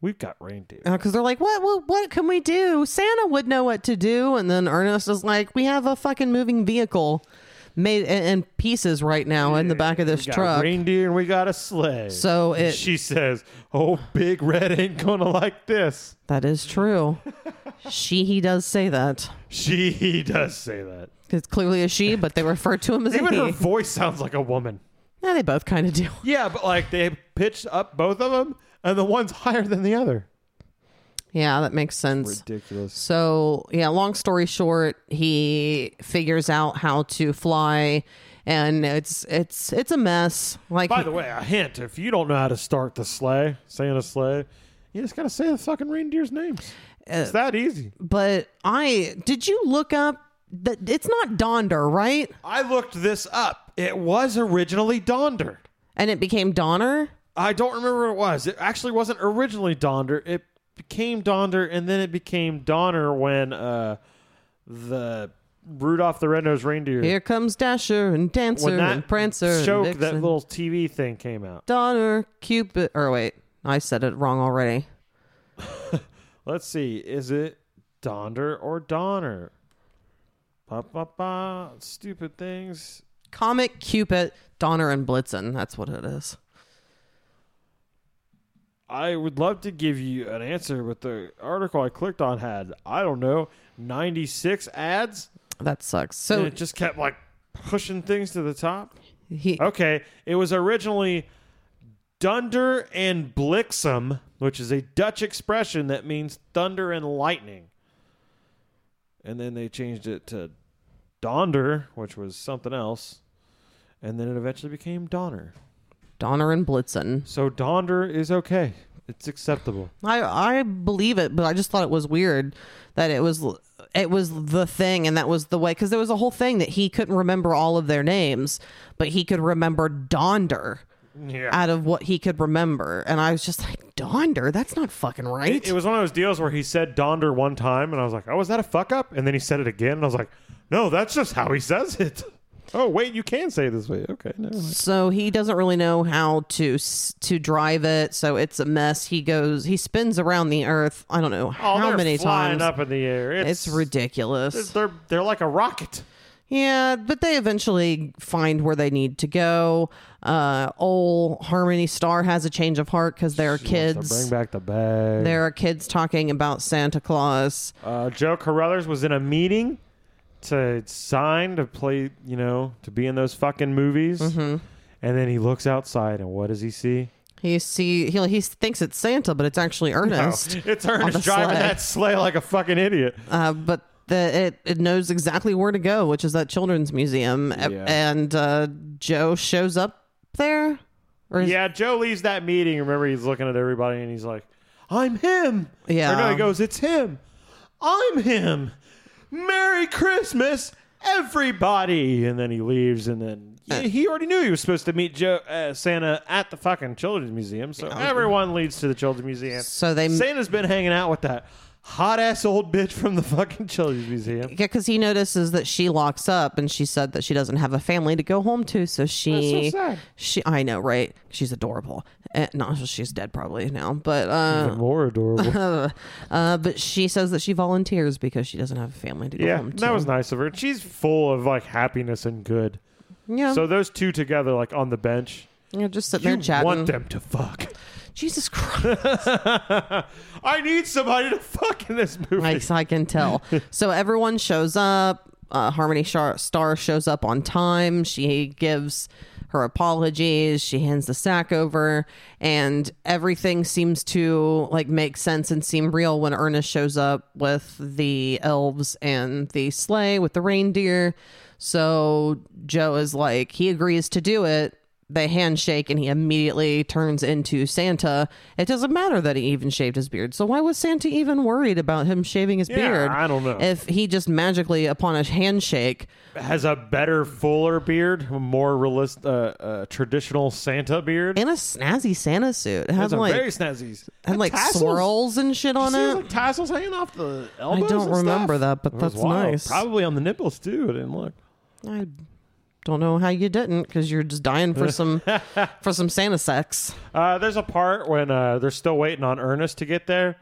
we've got reindeer. Because Uh, they're like, what, what, what can we do? Santa would know what to do. And then Ernest is like, we have a fucking moving vehicle made in, in pieces right now in the back of this We got truck. reindeer and we got a sleigh. So it- she says, "Oh, Big Red ain't gonna like this." That is true. she, he does say that. She he does say that. It's clearly a she, but they refer to him as Even a her he. voice sounds like a woman. Yeah, they both kind of do. Yeah, but like they pitched up both of them, and the one's higher than the other. Yeah, that makes sense. Ridiculous. So, yeah, long story short, he figures out how to fly and it's it's it's a mess. Like By the way, a hint: if you don't know how to start the sleigh, Santa sleigh, you just gotta say the fucking reindeer's names. Uh, it's that easy. but I did you look up that it's not Donder, right? I looked this up. It was originally Donder. And it became Donner? I don't remember what it was. It actually wasn't originally Donder. It became Donder, and then it became Donner when uh, the Rudolph the Red-Nosed Reindeer Here comes Dasher and Dancer when that and Prancer joke, and that Vixen. little TV thing came out. Donner, Cupid, or wait, I said it wrong already. Let's see. Is it Donder or Donner? Ba, ba, ba. Stupid things. Comic Cupid, Donner and Blitzen, that's what it is. I would love to give you an answer, but the article I clicked on had, I don't know, 96 ads? That sucks. And So it just kept like pushing things to the top. he Okay. It was originally Dunder and Blixem, which is a Dutch expression that means thunder and lightning. And then they changed it to Donder, which was something else. And then it eventually became Donner. Donner and Blitzen. So Donder is okay. It's acceptable. I I believe it, but I just thought it was weird that it was it was the thing, and that was the way because there was a whole thing that he couldn't remember all of their names, but he could remember Donder Yeah. out of what he could remember, and I was just like Donder, that's not fucking right. It, it was one of those deals where he said Donder one time, and I was like, oh, was that a fuck up? And then he said it again, and I was like, no, that's just how he says it. Oh, wait, you can say it this way. Okay. never mind. so he doesn't really know how to s- to drive it, so it's a mess. He goes, he spins around the Earth. I don't know Oh, how they're many flying times. up in the air. It's It's, ridiculous. They're they're like a rocket. Yeah, but they eventually find where they need to go. Uh, old Harmony Star has a change of heart because there are kids. back the bag. There are kids talking about Santa Claus. Uh, Joe Carruthers was in a meeting to sign to play, you know, to be in those fucking movies. Mm-hmm. And then he looks outside, and what does he see? He see he, he thinks it's Santa, but it's actually Ernest. Oh, it's on the Ernest driving sleigh. that sleigh like a fucking idiot. Uh, but the, it it knows exactly where to go, which is that children's museum. A- Yeah. And uh, Joe shows up there. Or is- yeah, Joe leaves that meeting. Remember, he's looking at everybody, and he's like, "I'm him." Yeah. Or no, he goes, "It's him. I'm him. Merry Christmas, everybody!" And then he leaves, and then yeah, he already knew he was supposed to meet Joe uh, Santa at the fucking children's museum. So everyone leads to the children's museum. So they- Santa's been hanging out with that hot ass old bitch from the fucking children's museum. Yeah, because he notices that she locks up, and she said that she doesn't have a family to go home to, so That's so she, sad. she, I know, right? She's adorable. Eh, no, she's dead probably now, but uh, More adorable. uh, but she says that she volunteers because she doesn't have a family to go yeah, home to. that was nice of her. She's full of like happiness and good. yeah. So those two together, like on the bench, yeah, just sitting you there chatting. want them to fuck. Jesus Christ, I need somebody to fuck in this movie. I, I can tell. so everyone shows up. Uh, Harmony Shar- Star shows up on time. She gives her apologies. She hands the sack over, and everything seems to like make sense and seem real when Ernest shows up with the elves and the sleigh with the reindeer. So Joe is like, he agrees to do it. They handshake, and he immediately turns into Santa. It doesn't matter that he even shaved his beard. So why was Santa even worried about him shaving his beard? I don't know. If he just magically, upon a handshake, Has a better, fuller beard, a more realist, uh, uh, traditional Santa beard. in a snazzy Santa suit, it had Has a like very snazzy. had like tassels. swirls and shit on See, there's, it. like tassels hanging off the elbows. I don't and remember stuff. that, but It was that's wild. nice. Probably on the nipples too. I didn't look. I don't know how you didn't because you're just dying for some for some Santa sex. Uh, there's a part when uh, they're still waiting on Ernest to get there,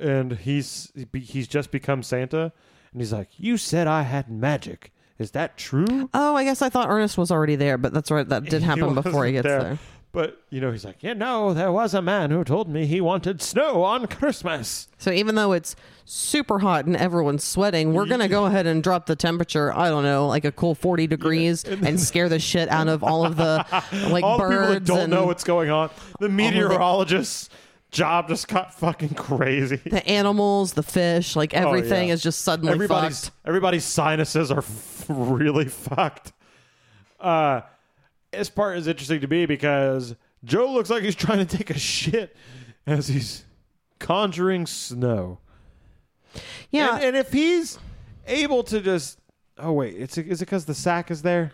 and he's he's just become Santa, and he's like, "You said I had magic. Is that true?" Oh, I guess I thought Ernest was already there, but that's right. That did happen before he wasn't gets there. But you know, he's like, "Yeah, no, there was a man who told me he wanted snow on Christmas." So even though it's super hot and everyone's sweating, we're gonna go ahead and drop the temperature. I don't know, like a cool forty degrees, and scare the shit out of all of the like All the people that birds don't and know what's going on, the meteorologist's job just got fucking crazy. the animals, the fish, like Oh, everything yeah. is just suddenly everybody's fucked. everybody's sinuses are f- really fucked. Uh, this part is interesting to me because Joe looks like he's trying to take a shit as he's conjuring snow. Yeah, And, and if he's able to just oh wait, it's is it because the sack is there?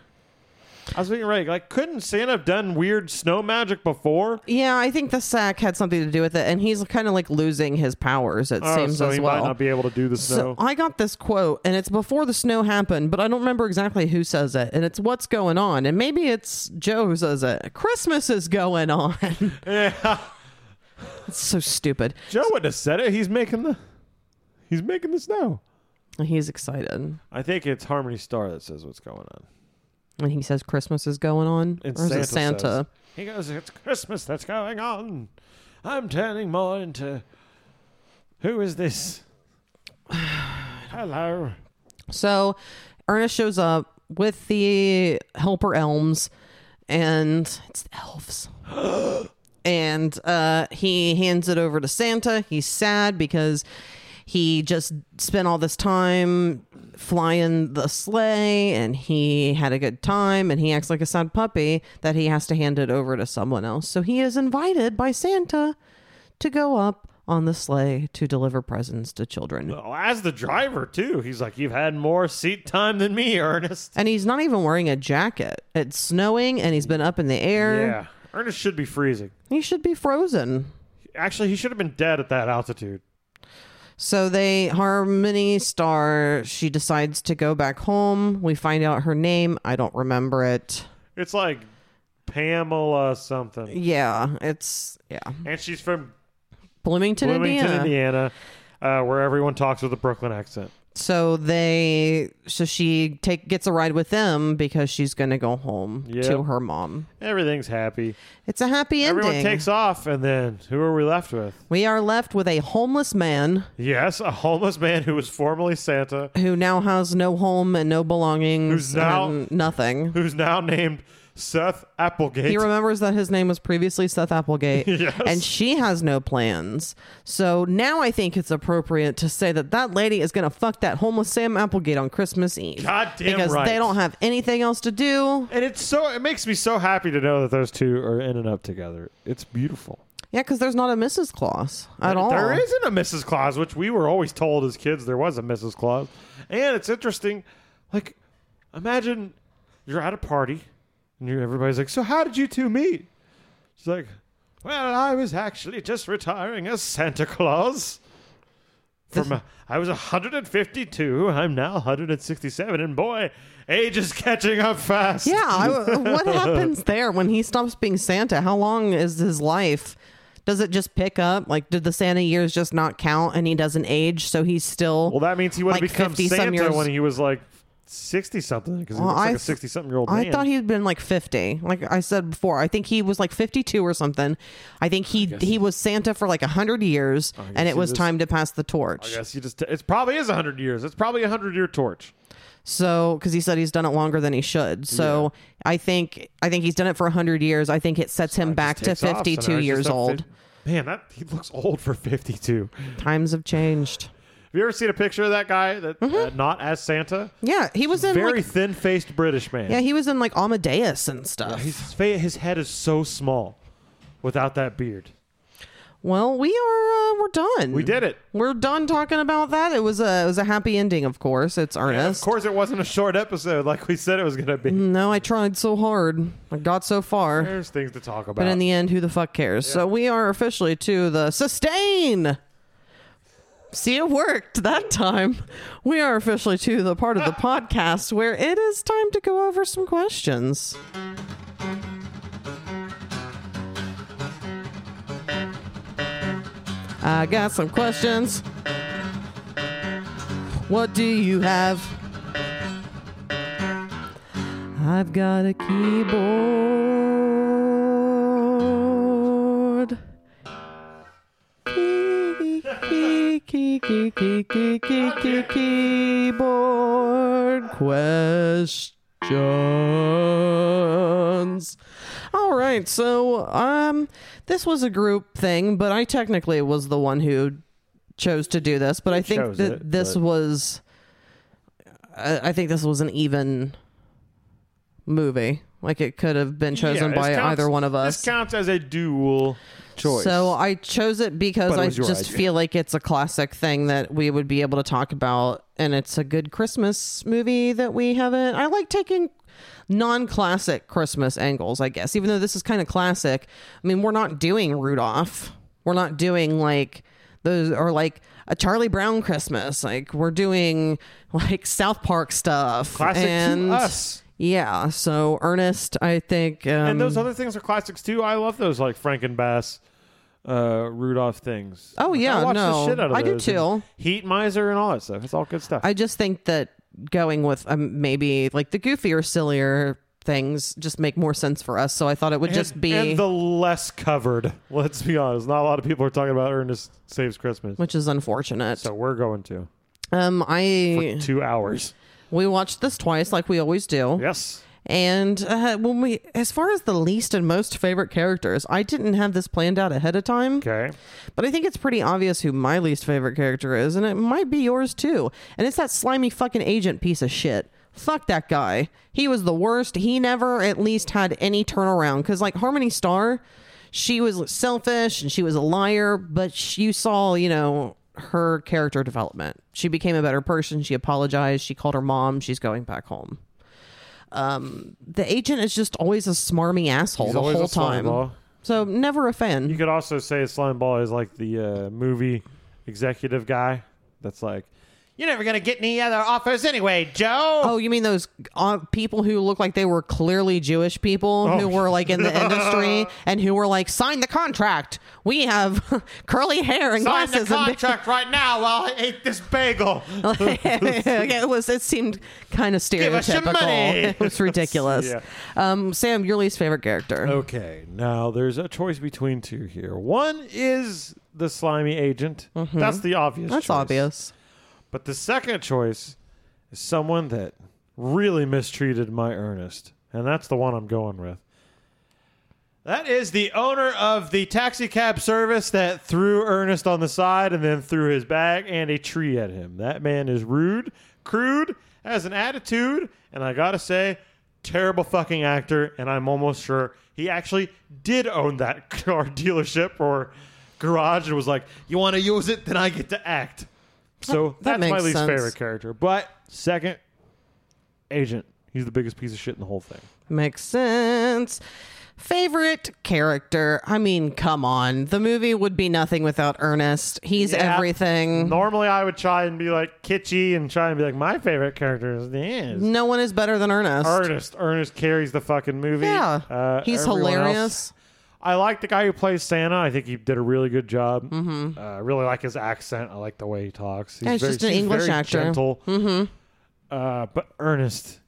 I was thinking right, like couldn't Santa have done weird snow magic before? yeah. I think the sack had something to do with it, and he's kind of like losing his powers. It Oh, seems so as he well. might not be able to do the So snow. I got this quote, and it's before the snow happened, but I don't remember exactly who says it. And it's what's going on, and maybe it's Joe who says it. Christmas is going on. yeah, it's so stupid. Joe wouldn't have said it. He's making the he's making the snow. He's excited, I think it's Harmony Star that says what's going on. and he says Christmas is going on, And or is it Santa Santa? says- He goes, It's Christmas that's going on. I'm turning more into. Who is this? Hello. So Ernest shows up with the helper elms, and it's the elves. and uh, he hands it over to Santa. He's sad because he just spent all this time flying the sleigh and he had a good time and he acts like a sad puppy that he has to hand it over to someone else. So he is invited by Santa to go up on the sleigh to deliver presents to children. Oh, as the driver too, he's like, "You've had more seat time than me, Ernest." And he's not even wearing a jacket. It's snowing and he's been up in the air. Yeah, Ernest should be freezing. He should be frozen. Actually, he should have been dead at that altitude. So they Harmony Star, she decides to go back home. We find out her name. I don't remember it. It's like Pamela something, Yeah, it's yeah. and she's from Bloomington, Bloomington, Indiana. Indiana, uh, where everyone talks with a Brooklyn accent. So they so she take gets a ride with them because she's going to go home to her mom. Everything's happy. It's a happy ending. Everyone takes off, and then who are we left with? we are left with a homeless man Yes, a homeless man who was formerly Santa, who now has no home and no belongings Who's now- and nothing. who's now named Seth Applegate. He remembers that his name was previously Seth Applegate, and she has no plans. So now I think it's appropriate to say that that lady is going to fuck that homeless Sam Applegate on Christmas Eve. Goddamn because right. they don't have anything else to do. and it's so it makes me so happy to know that those two are in and up together. It's beautiful. Yeah, because there's not a Mrs. Claus at all. There isn't a Mrs. Claus, which we were always told as kids there was a Mrs. Claus. And it's interesting, like, imagine you're at a party and you everybody's like, So how did you two meet? She's like, Well, I was actually just retiring as Santa Claus. From uh, I was 152, I'm now 167, and boy, age is catching up fast. Yeah, I, what happens there when he stops being Santa? How long is his life? Does it just pick up? Like, did the Santa years just not count and he doesn't age, so he's still. Well, that means he would have like become 50-some Santa years- when he was like 60 something, because he Well, looks I like a th- 60 something year old I man. thought he'd been like 50. Like I said before, I think he was like 52 or something. I think he he was Santa for like 100 years and it he was was- time to pass the torch. Yes, you just it probably is 100 years. It's probably a 100 year torch. So cuz he said he's done it longer than he should. So I think I think he's done it for 100 years. I think it sets him back to Takes off, so now 52 he's just years up fif- old. Man, that he looks old for 52. Have Times have changed. you ever seen a picture of that guy that uh, not as Santa? Yeah, he was in Very Mm-hmm. like thin-faced British man. Yeah, he was in like Amadeus and stuff. his fa- his head is so small without that beard. well, we are uh, we're done. We did it. We're done talking about that. It was a it was a happy ending, of course. It's Of Ernest. course it wasn't a short episode like we said it was going to be. No, I tried so hard. I got so far. There's things to talk about. But in the end, who the fuck cares? So we are officially to the sustain. See, it worked that time. We are officially to the part of the podcast where it is time to go over some questions. I got some questions. What do you have? I've got a keyboard. Key, key, key, key, key, key, key, key, keyboard questions. All right, so um, this was a group thing, but I technically was the one who chose to do this. But I think chose that it, this but- was, I, I think this was an even movie. Like it could have been Yeah, chosen this by counts- either one of us. This counts as a dual choice. So I chose it because But it I was your just idea. feel like it's a classic thing that we would be able to talk about, and it's a good Christmas movie that we haven't. I like taking non-classic Christmas angles, I guess. Even though this is kind of classic, I mean, we're not doing Rudolph. We're not doing like those or like a Charlie Brown Christmas. Like we're doing like South Park stuff. Classic to and us. Yeah. So Ernest, I think. Um, and those other things are classics too. I love those like Frank and Bass, uh, Rudolph things. Oh, Like, yeah, I watch no. the shit out of I do those and too. Heat Miser and all that stuff. It's all good stuff. I just think that going with um, maybe like the goofier, sillier things just make more sense for us. So I thought it would And- just be, and the less covered. Let's be honest. Not a lot of people are talking about Ernest Saves Christmas. which is unfortunate. So we're going to um, I two hours. we watched this twice, like we always do, Yes. And uh, when we, as far as the least and most favorite characters, I didn't have this planned out ahead of time. Okay. But I think it's pretty obvious who my least favorite character is, and it might be yours too. And it's that slimy fucking agent piece of shit. Fuck that guy. He was the worst. He never at least had any turnaround. Because, like, Harmony Star, she was selfish and she was a liar, but sh- you saw, you know, her character development. She became a better person. She apologized. She called her mom. She's going back home. Um, the agent is just always a smarmy asshole the always a whole slime time. ball. So, never a fan. You could also say Slime Ball is like the uh, movie executive guy that's like, you're never going to get any other offers anyway, Joe. Oh, you mean those uh, people who look like they were clearly Jewish people Oh. who were like in the industry and who were like, sign the contract. We have curly hair and Sign the glasses. contract right now while I ate this bagel. and Yeah, it was. It seemed kind of stereotypical. us your money. It was ridiculous. Yeah. Oh, um, Sam, your least favorite character. Okay, now there's a choice between two here. One is the slimy agent. That's the obvious Mm-hmm. That's choice. obvious. But the second choice is someone that really mistreated my Ernest, and that's the one I'm going with. That is the owner of the taxi cab service that threw Ernest on the side and then threw his bag and a tree at him. That man is rude, crude, has an attitude, and I gotta say, terrible fucking actor. And I'm almost sure he actually did own that car dealership or garage and was like, You wanna use it? Then I get to act. So That- that that's my makes least sense. favorite character. But second, agent. He's the biggest piece of shit in the whole thing. Makes sense. Favorite character? I mean, come on. The movie would be nothing without Ernest. He's Yeah. everything. Normally, I would try and be like kitschy and try and be like, my favorite character is this. No one is better than Ernest. Ernest. Ernest carries the fucking movie. Yeah. Uh, He's everyone else- hilarious. I like the guy who plays Santa. I think he did a really good job. Mm-hmm. Uh, I really like his accent. I like the way he talks. He's Yeah, he's very, just an he's English very actor. Gentle. Mm-hmm. Uh, but Ernest,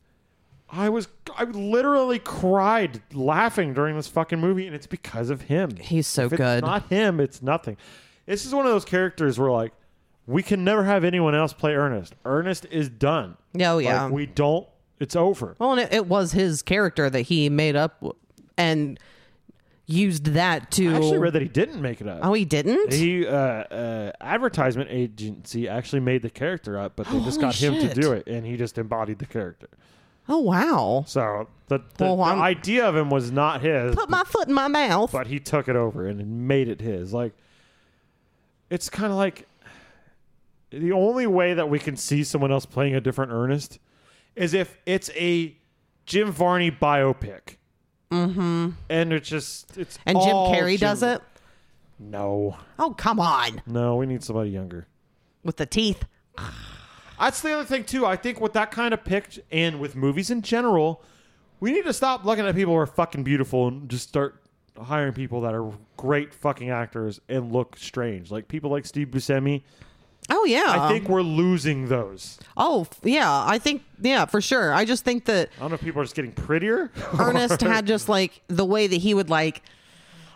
I was I literally cried laughing during this fucking movie, and it's because of him. He's so If it's good. Not him. It's nothing. This is one of those characters where like we can never have anyone else play Ernest. Ernest is done. Yeah, oh, Like, yeah. we don't. It's over. Well, and it, it was his character that he made up w- and used that to. I actually read that he didn't make it up. Oh, he didn't. He uh, uh, advertisement agency actually made the character up, but they just got holy him shit. to do it, and he just embodied the character. oh wow! So the the, Well, the I'm- idea of him was not his, Put my foot in my mouth. but he took it over and made it his. Like it's kind of like the only way that we can see someone else playing a different Ernest is if it's a Jim Varney biopic. Mm-hmm. And it's just it's and Jim all Carrey does it. No, Oh come on! no, we need somebody younger. With the teeth. That's the other thing too. I think with that kind of pick and with movies in general, we need to stop looking at people who are fucking beautiful and just start hiring people that are great fucking actors and look strange. Like people like Steve Buscemi. Oh yeah. I think we're losing those. Oh f- yeah. I think yeah for sure. I just think that I don't know if people are just getting prettier. Ernest had just like the way that he would like,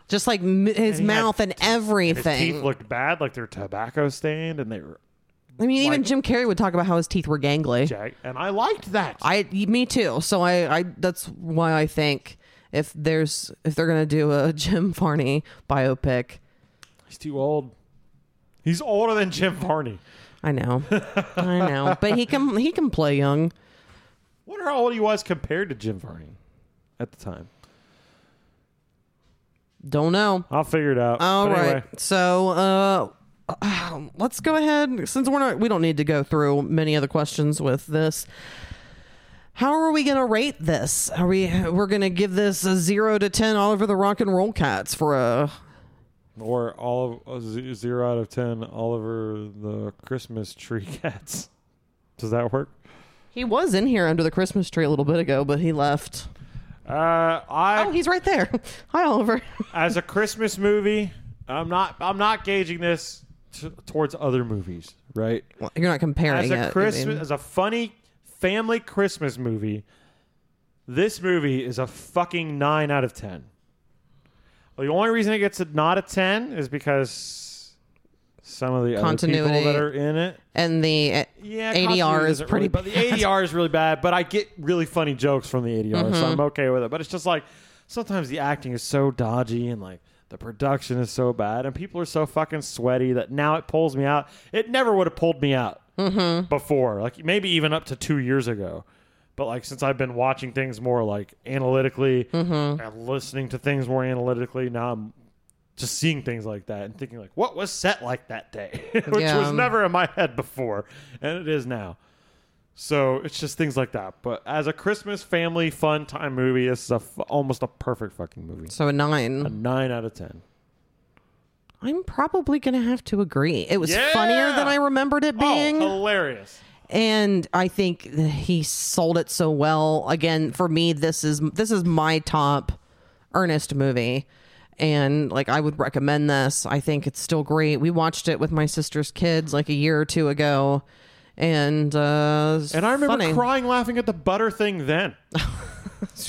just like m- his he had mouth and His teeth everything. looked bad, like they're tobacco stained, and they were I mean, even like- Jim Carrey would talk about how his teeth were gangly. jagged. And I liked that. I me too. So I, I that's why I think if there's if they're gonna do a Jim Varney biopic, He's too old. He's older than Jim Varney. I know, I know, but he can he can play young. Wonder how old he was compared to Jim Varney at the time. Don't know. I'll figure it out. All But right. anyway. So uh, let's go ahead since we're not we don't need to go through many other questions with this. How are we gonna rate this? Are we we're gonna give this a zero to ten all over the rock and roll cats for a Or all of, z- zero out of ten Oliver the Christmas tree cats. Does that work? he was in here under the Christmas tree a little bit ago, but he left. Uh, I Oh, he's right there. Hi, Oliver. as a Christmas movie, I'm not I'm not gauging this t- towards other movies, right? You're not comparing As it. I a Christmas, mean. as a funny family Christmas movie, this movie is a fucking nine out of ten. The only reason it gets a not a ten is because Some of the other Continuity. people that are in it. and the uh, Yeah, ADR continuity is isn't pretty really, but the ADR is really bad. But I get really funny jokes from the ADR, so Mm-hmm. I'm okay with it. But it's just like sometimes the acting is so dodgy and like the production is so bad and people are so fucking sweaty that now it pulls me out. It never would have pulled me out before, like maybe even up to two years ago. But like since I've been watching things more like analytically and listening to things more analytically, now I'm just seeing things like that and thinking like what was set like that day which Yeah. was never in my head before and it is now so it's just things like that but as a christmas family fun time movie this is a f- almost a perfect fucking movie So a a nine. 9 out of 10 I'm probably gonna have to agree. It was Yeah! funnier than I remembered it being. oh hilarious and I think that he sold it so well. Again, for me, this is this is my top Ernest movie, and like I would recommend this. I think it's still great. We watched it with my sister's kids like a year or two ago, and uh, it's and i remember funny. crying laughing at the butter thing then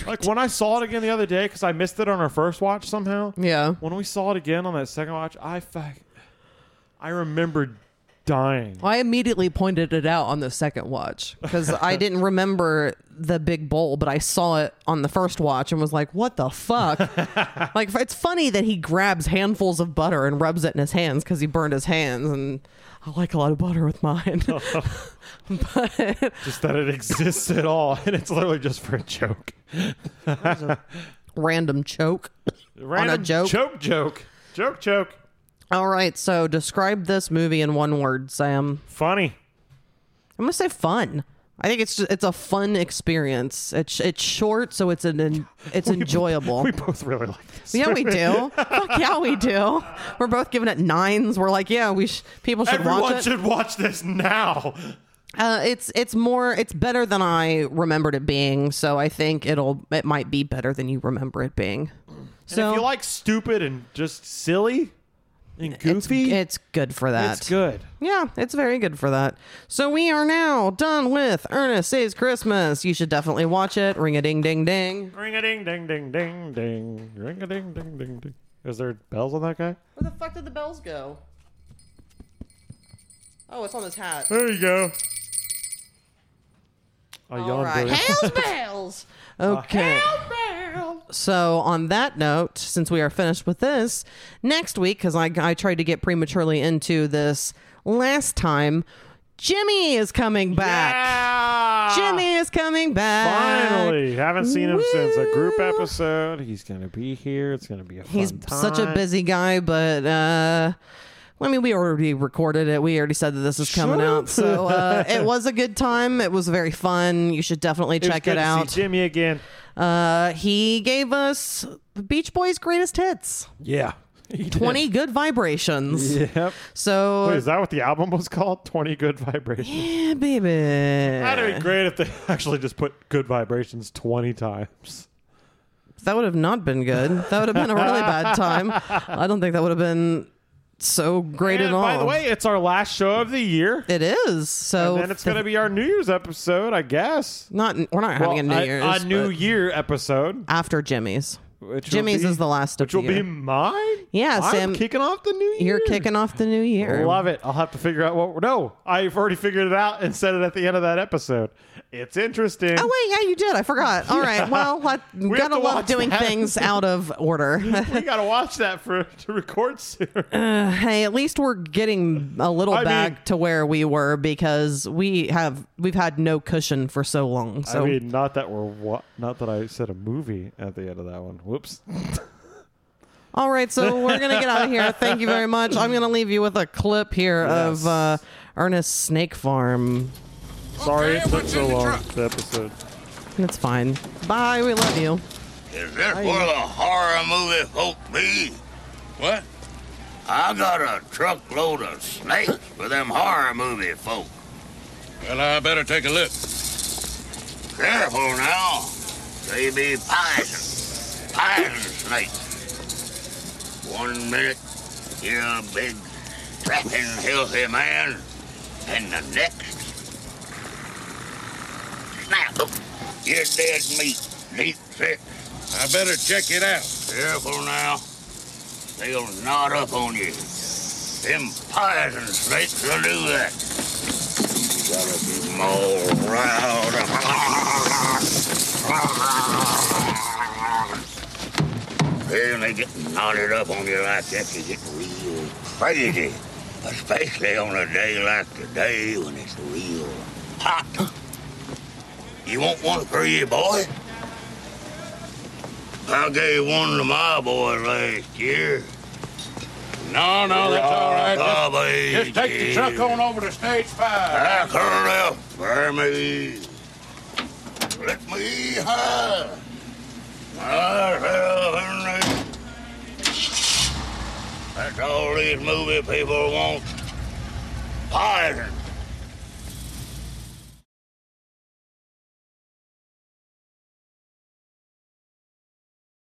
like when i saw it again the other day because i missed it on our first watch somehow Yeah, when we saw it again on that second watch i fuck i remembered dying I immediately pointed it out on the second watch because I didn't remember the big bowl, but I saw it on the first watch and was like, "What the fuck!" like, it's funny that he grabs handfuls of butter and rubs it in his hands because he burned his hands, and I like a lot of butter with mine. but just that it exists at all, and it's literally just for a joke. random choke. Random joke? Joke, joke, joke, joke. All right, so describe this movie in one word, Sam. Funny. I'm gonna say fun. I think it's just, it's a fun experience. It's it's short, so it's an, en- it's enjoyable. We both really like this. Yeah, we do. Fuck yeah, we do. We're both giving it nines. We're like, yeah, we sh- people should Everyone watch it. should watch this now. Uh, it's it's more it's better than I remembered it being. So I think it'll it might be better than you remember it being. So if you like stupid and just silly and it's, goofy, it's, it's good for that. good. Yeah, it's very good for that. So we are now done with Ernest Saves Christmas. You should definitely watch it. Ring a ding ding ding. Ring a ding, ding, ding, ding, ding. Ring a ding, ding, ding, ding. Is there bells on that guy? Where the fuck did the bells go? Oh, it's on his hat. There you go. I All yawned. right. really- Hell's bells. Okay. So on that note, since we are finished with this, next week because I I tried to get prematurely into this last time, Jimmy is coming back. Ah! Jimmy is coming back. Finally, haven't seen him since a group Woo. episode. He's gonna be here. It's gonna be a fun He's time. such a busy guy, but uh I mean, we already recorded it. We already said that this is coming Shut out, up. so uh, it was a good time. It was very fun. You should definitely It was check good it to see out. Jimmy again. Uh, he gave us the Beach Boys' greatest hits. Yeah, He did. 20 good vibrations. Yep. So, Wait, is that what the album was called? Twenty good vibrations. yeah, baby. That'd be great if they actually just put good vibrations twenty times. That would have not been good. That would have been a really bad time. I don't think that would have been so great And at all. by the way, it's our last show of the year, it is. So, and then it's gonna be our New Year's episode, I guess. not we're not having a New Well, Year's. a, a New but Year episode. after Jimmy's. Which will Jimmy's be- is the last of Which will the year. be mine. Yeah, I'm Sam- kicking off the New Year. You're kicking off the new year. Love it. I'll have to figure out what. No, I've already figured it out and said it at the end of that episode. It's interesting. Oh wait, yeah, you did. I forgot. All right. Well, I have gotta to love watch doing that. things out of order. we gotta watch that for to record soon. hey, at least we're getting a little I back mean- to where we were because we have we've had no cushion for so long. So I mean, not that we're wa- not that I said a movie at the end of that one. Whoops. all right, so we're gonna get out of here. Thank you very much. I'm gonna leave you with a clip here of Yes. uh, Ernest Snake Farm. Sorry it took so long. The episode. It's fine. Bye. We love you. Is this where the horror movie folk be? What? I got a truckload of snakes for them horror movie folk. Well, I better take a look. Careful now. They be poison. Poison snakes. One minute, you're a big, strapping, healthy man, and the next, snap, you're dead meat, deep sick. I better check it out. Careful now. They'll knot up on you. Them poison snakes will do that. You gotta keep 'em all round. Then they get knotted up on you like that, you get real crazy. Especially on a day like today when it's real hot. You want one for you, boy? I gave one to my boy last year. No, no, that's all right. Just, Bobby, just take the truck on over to stage five. I curl up for me. Let me high. Myself in the- That's all these movie people want. Poison.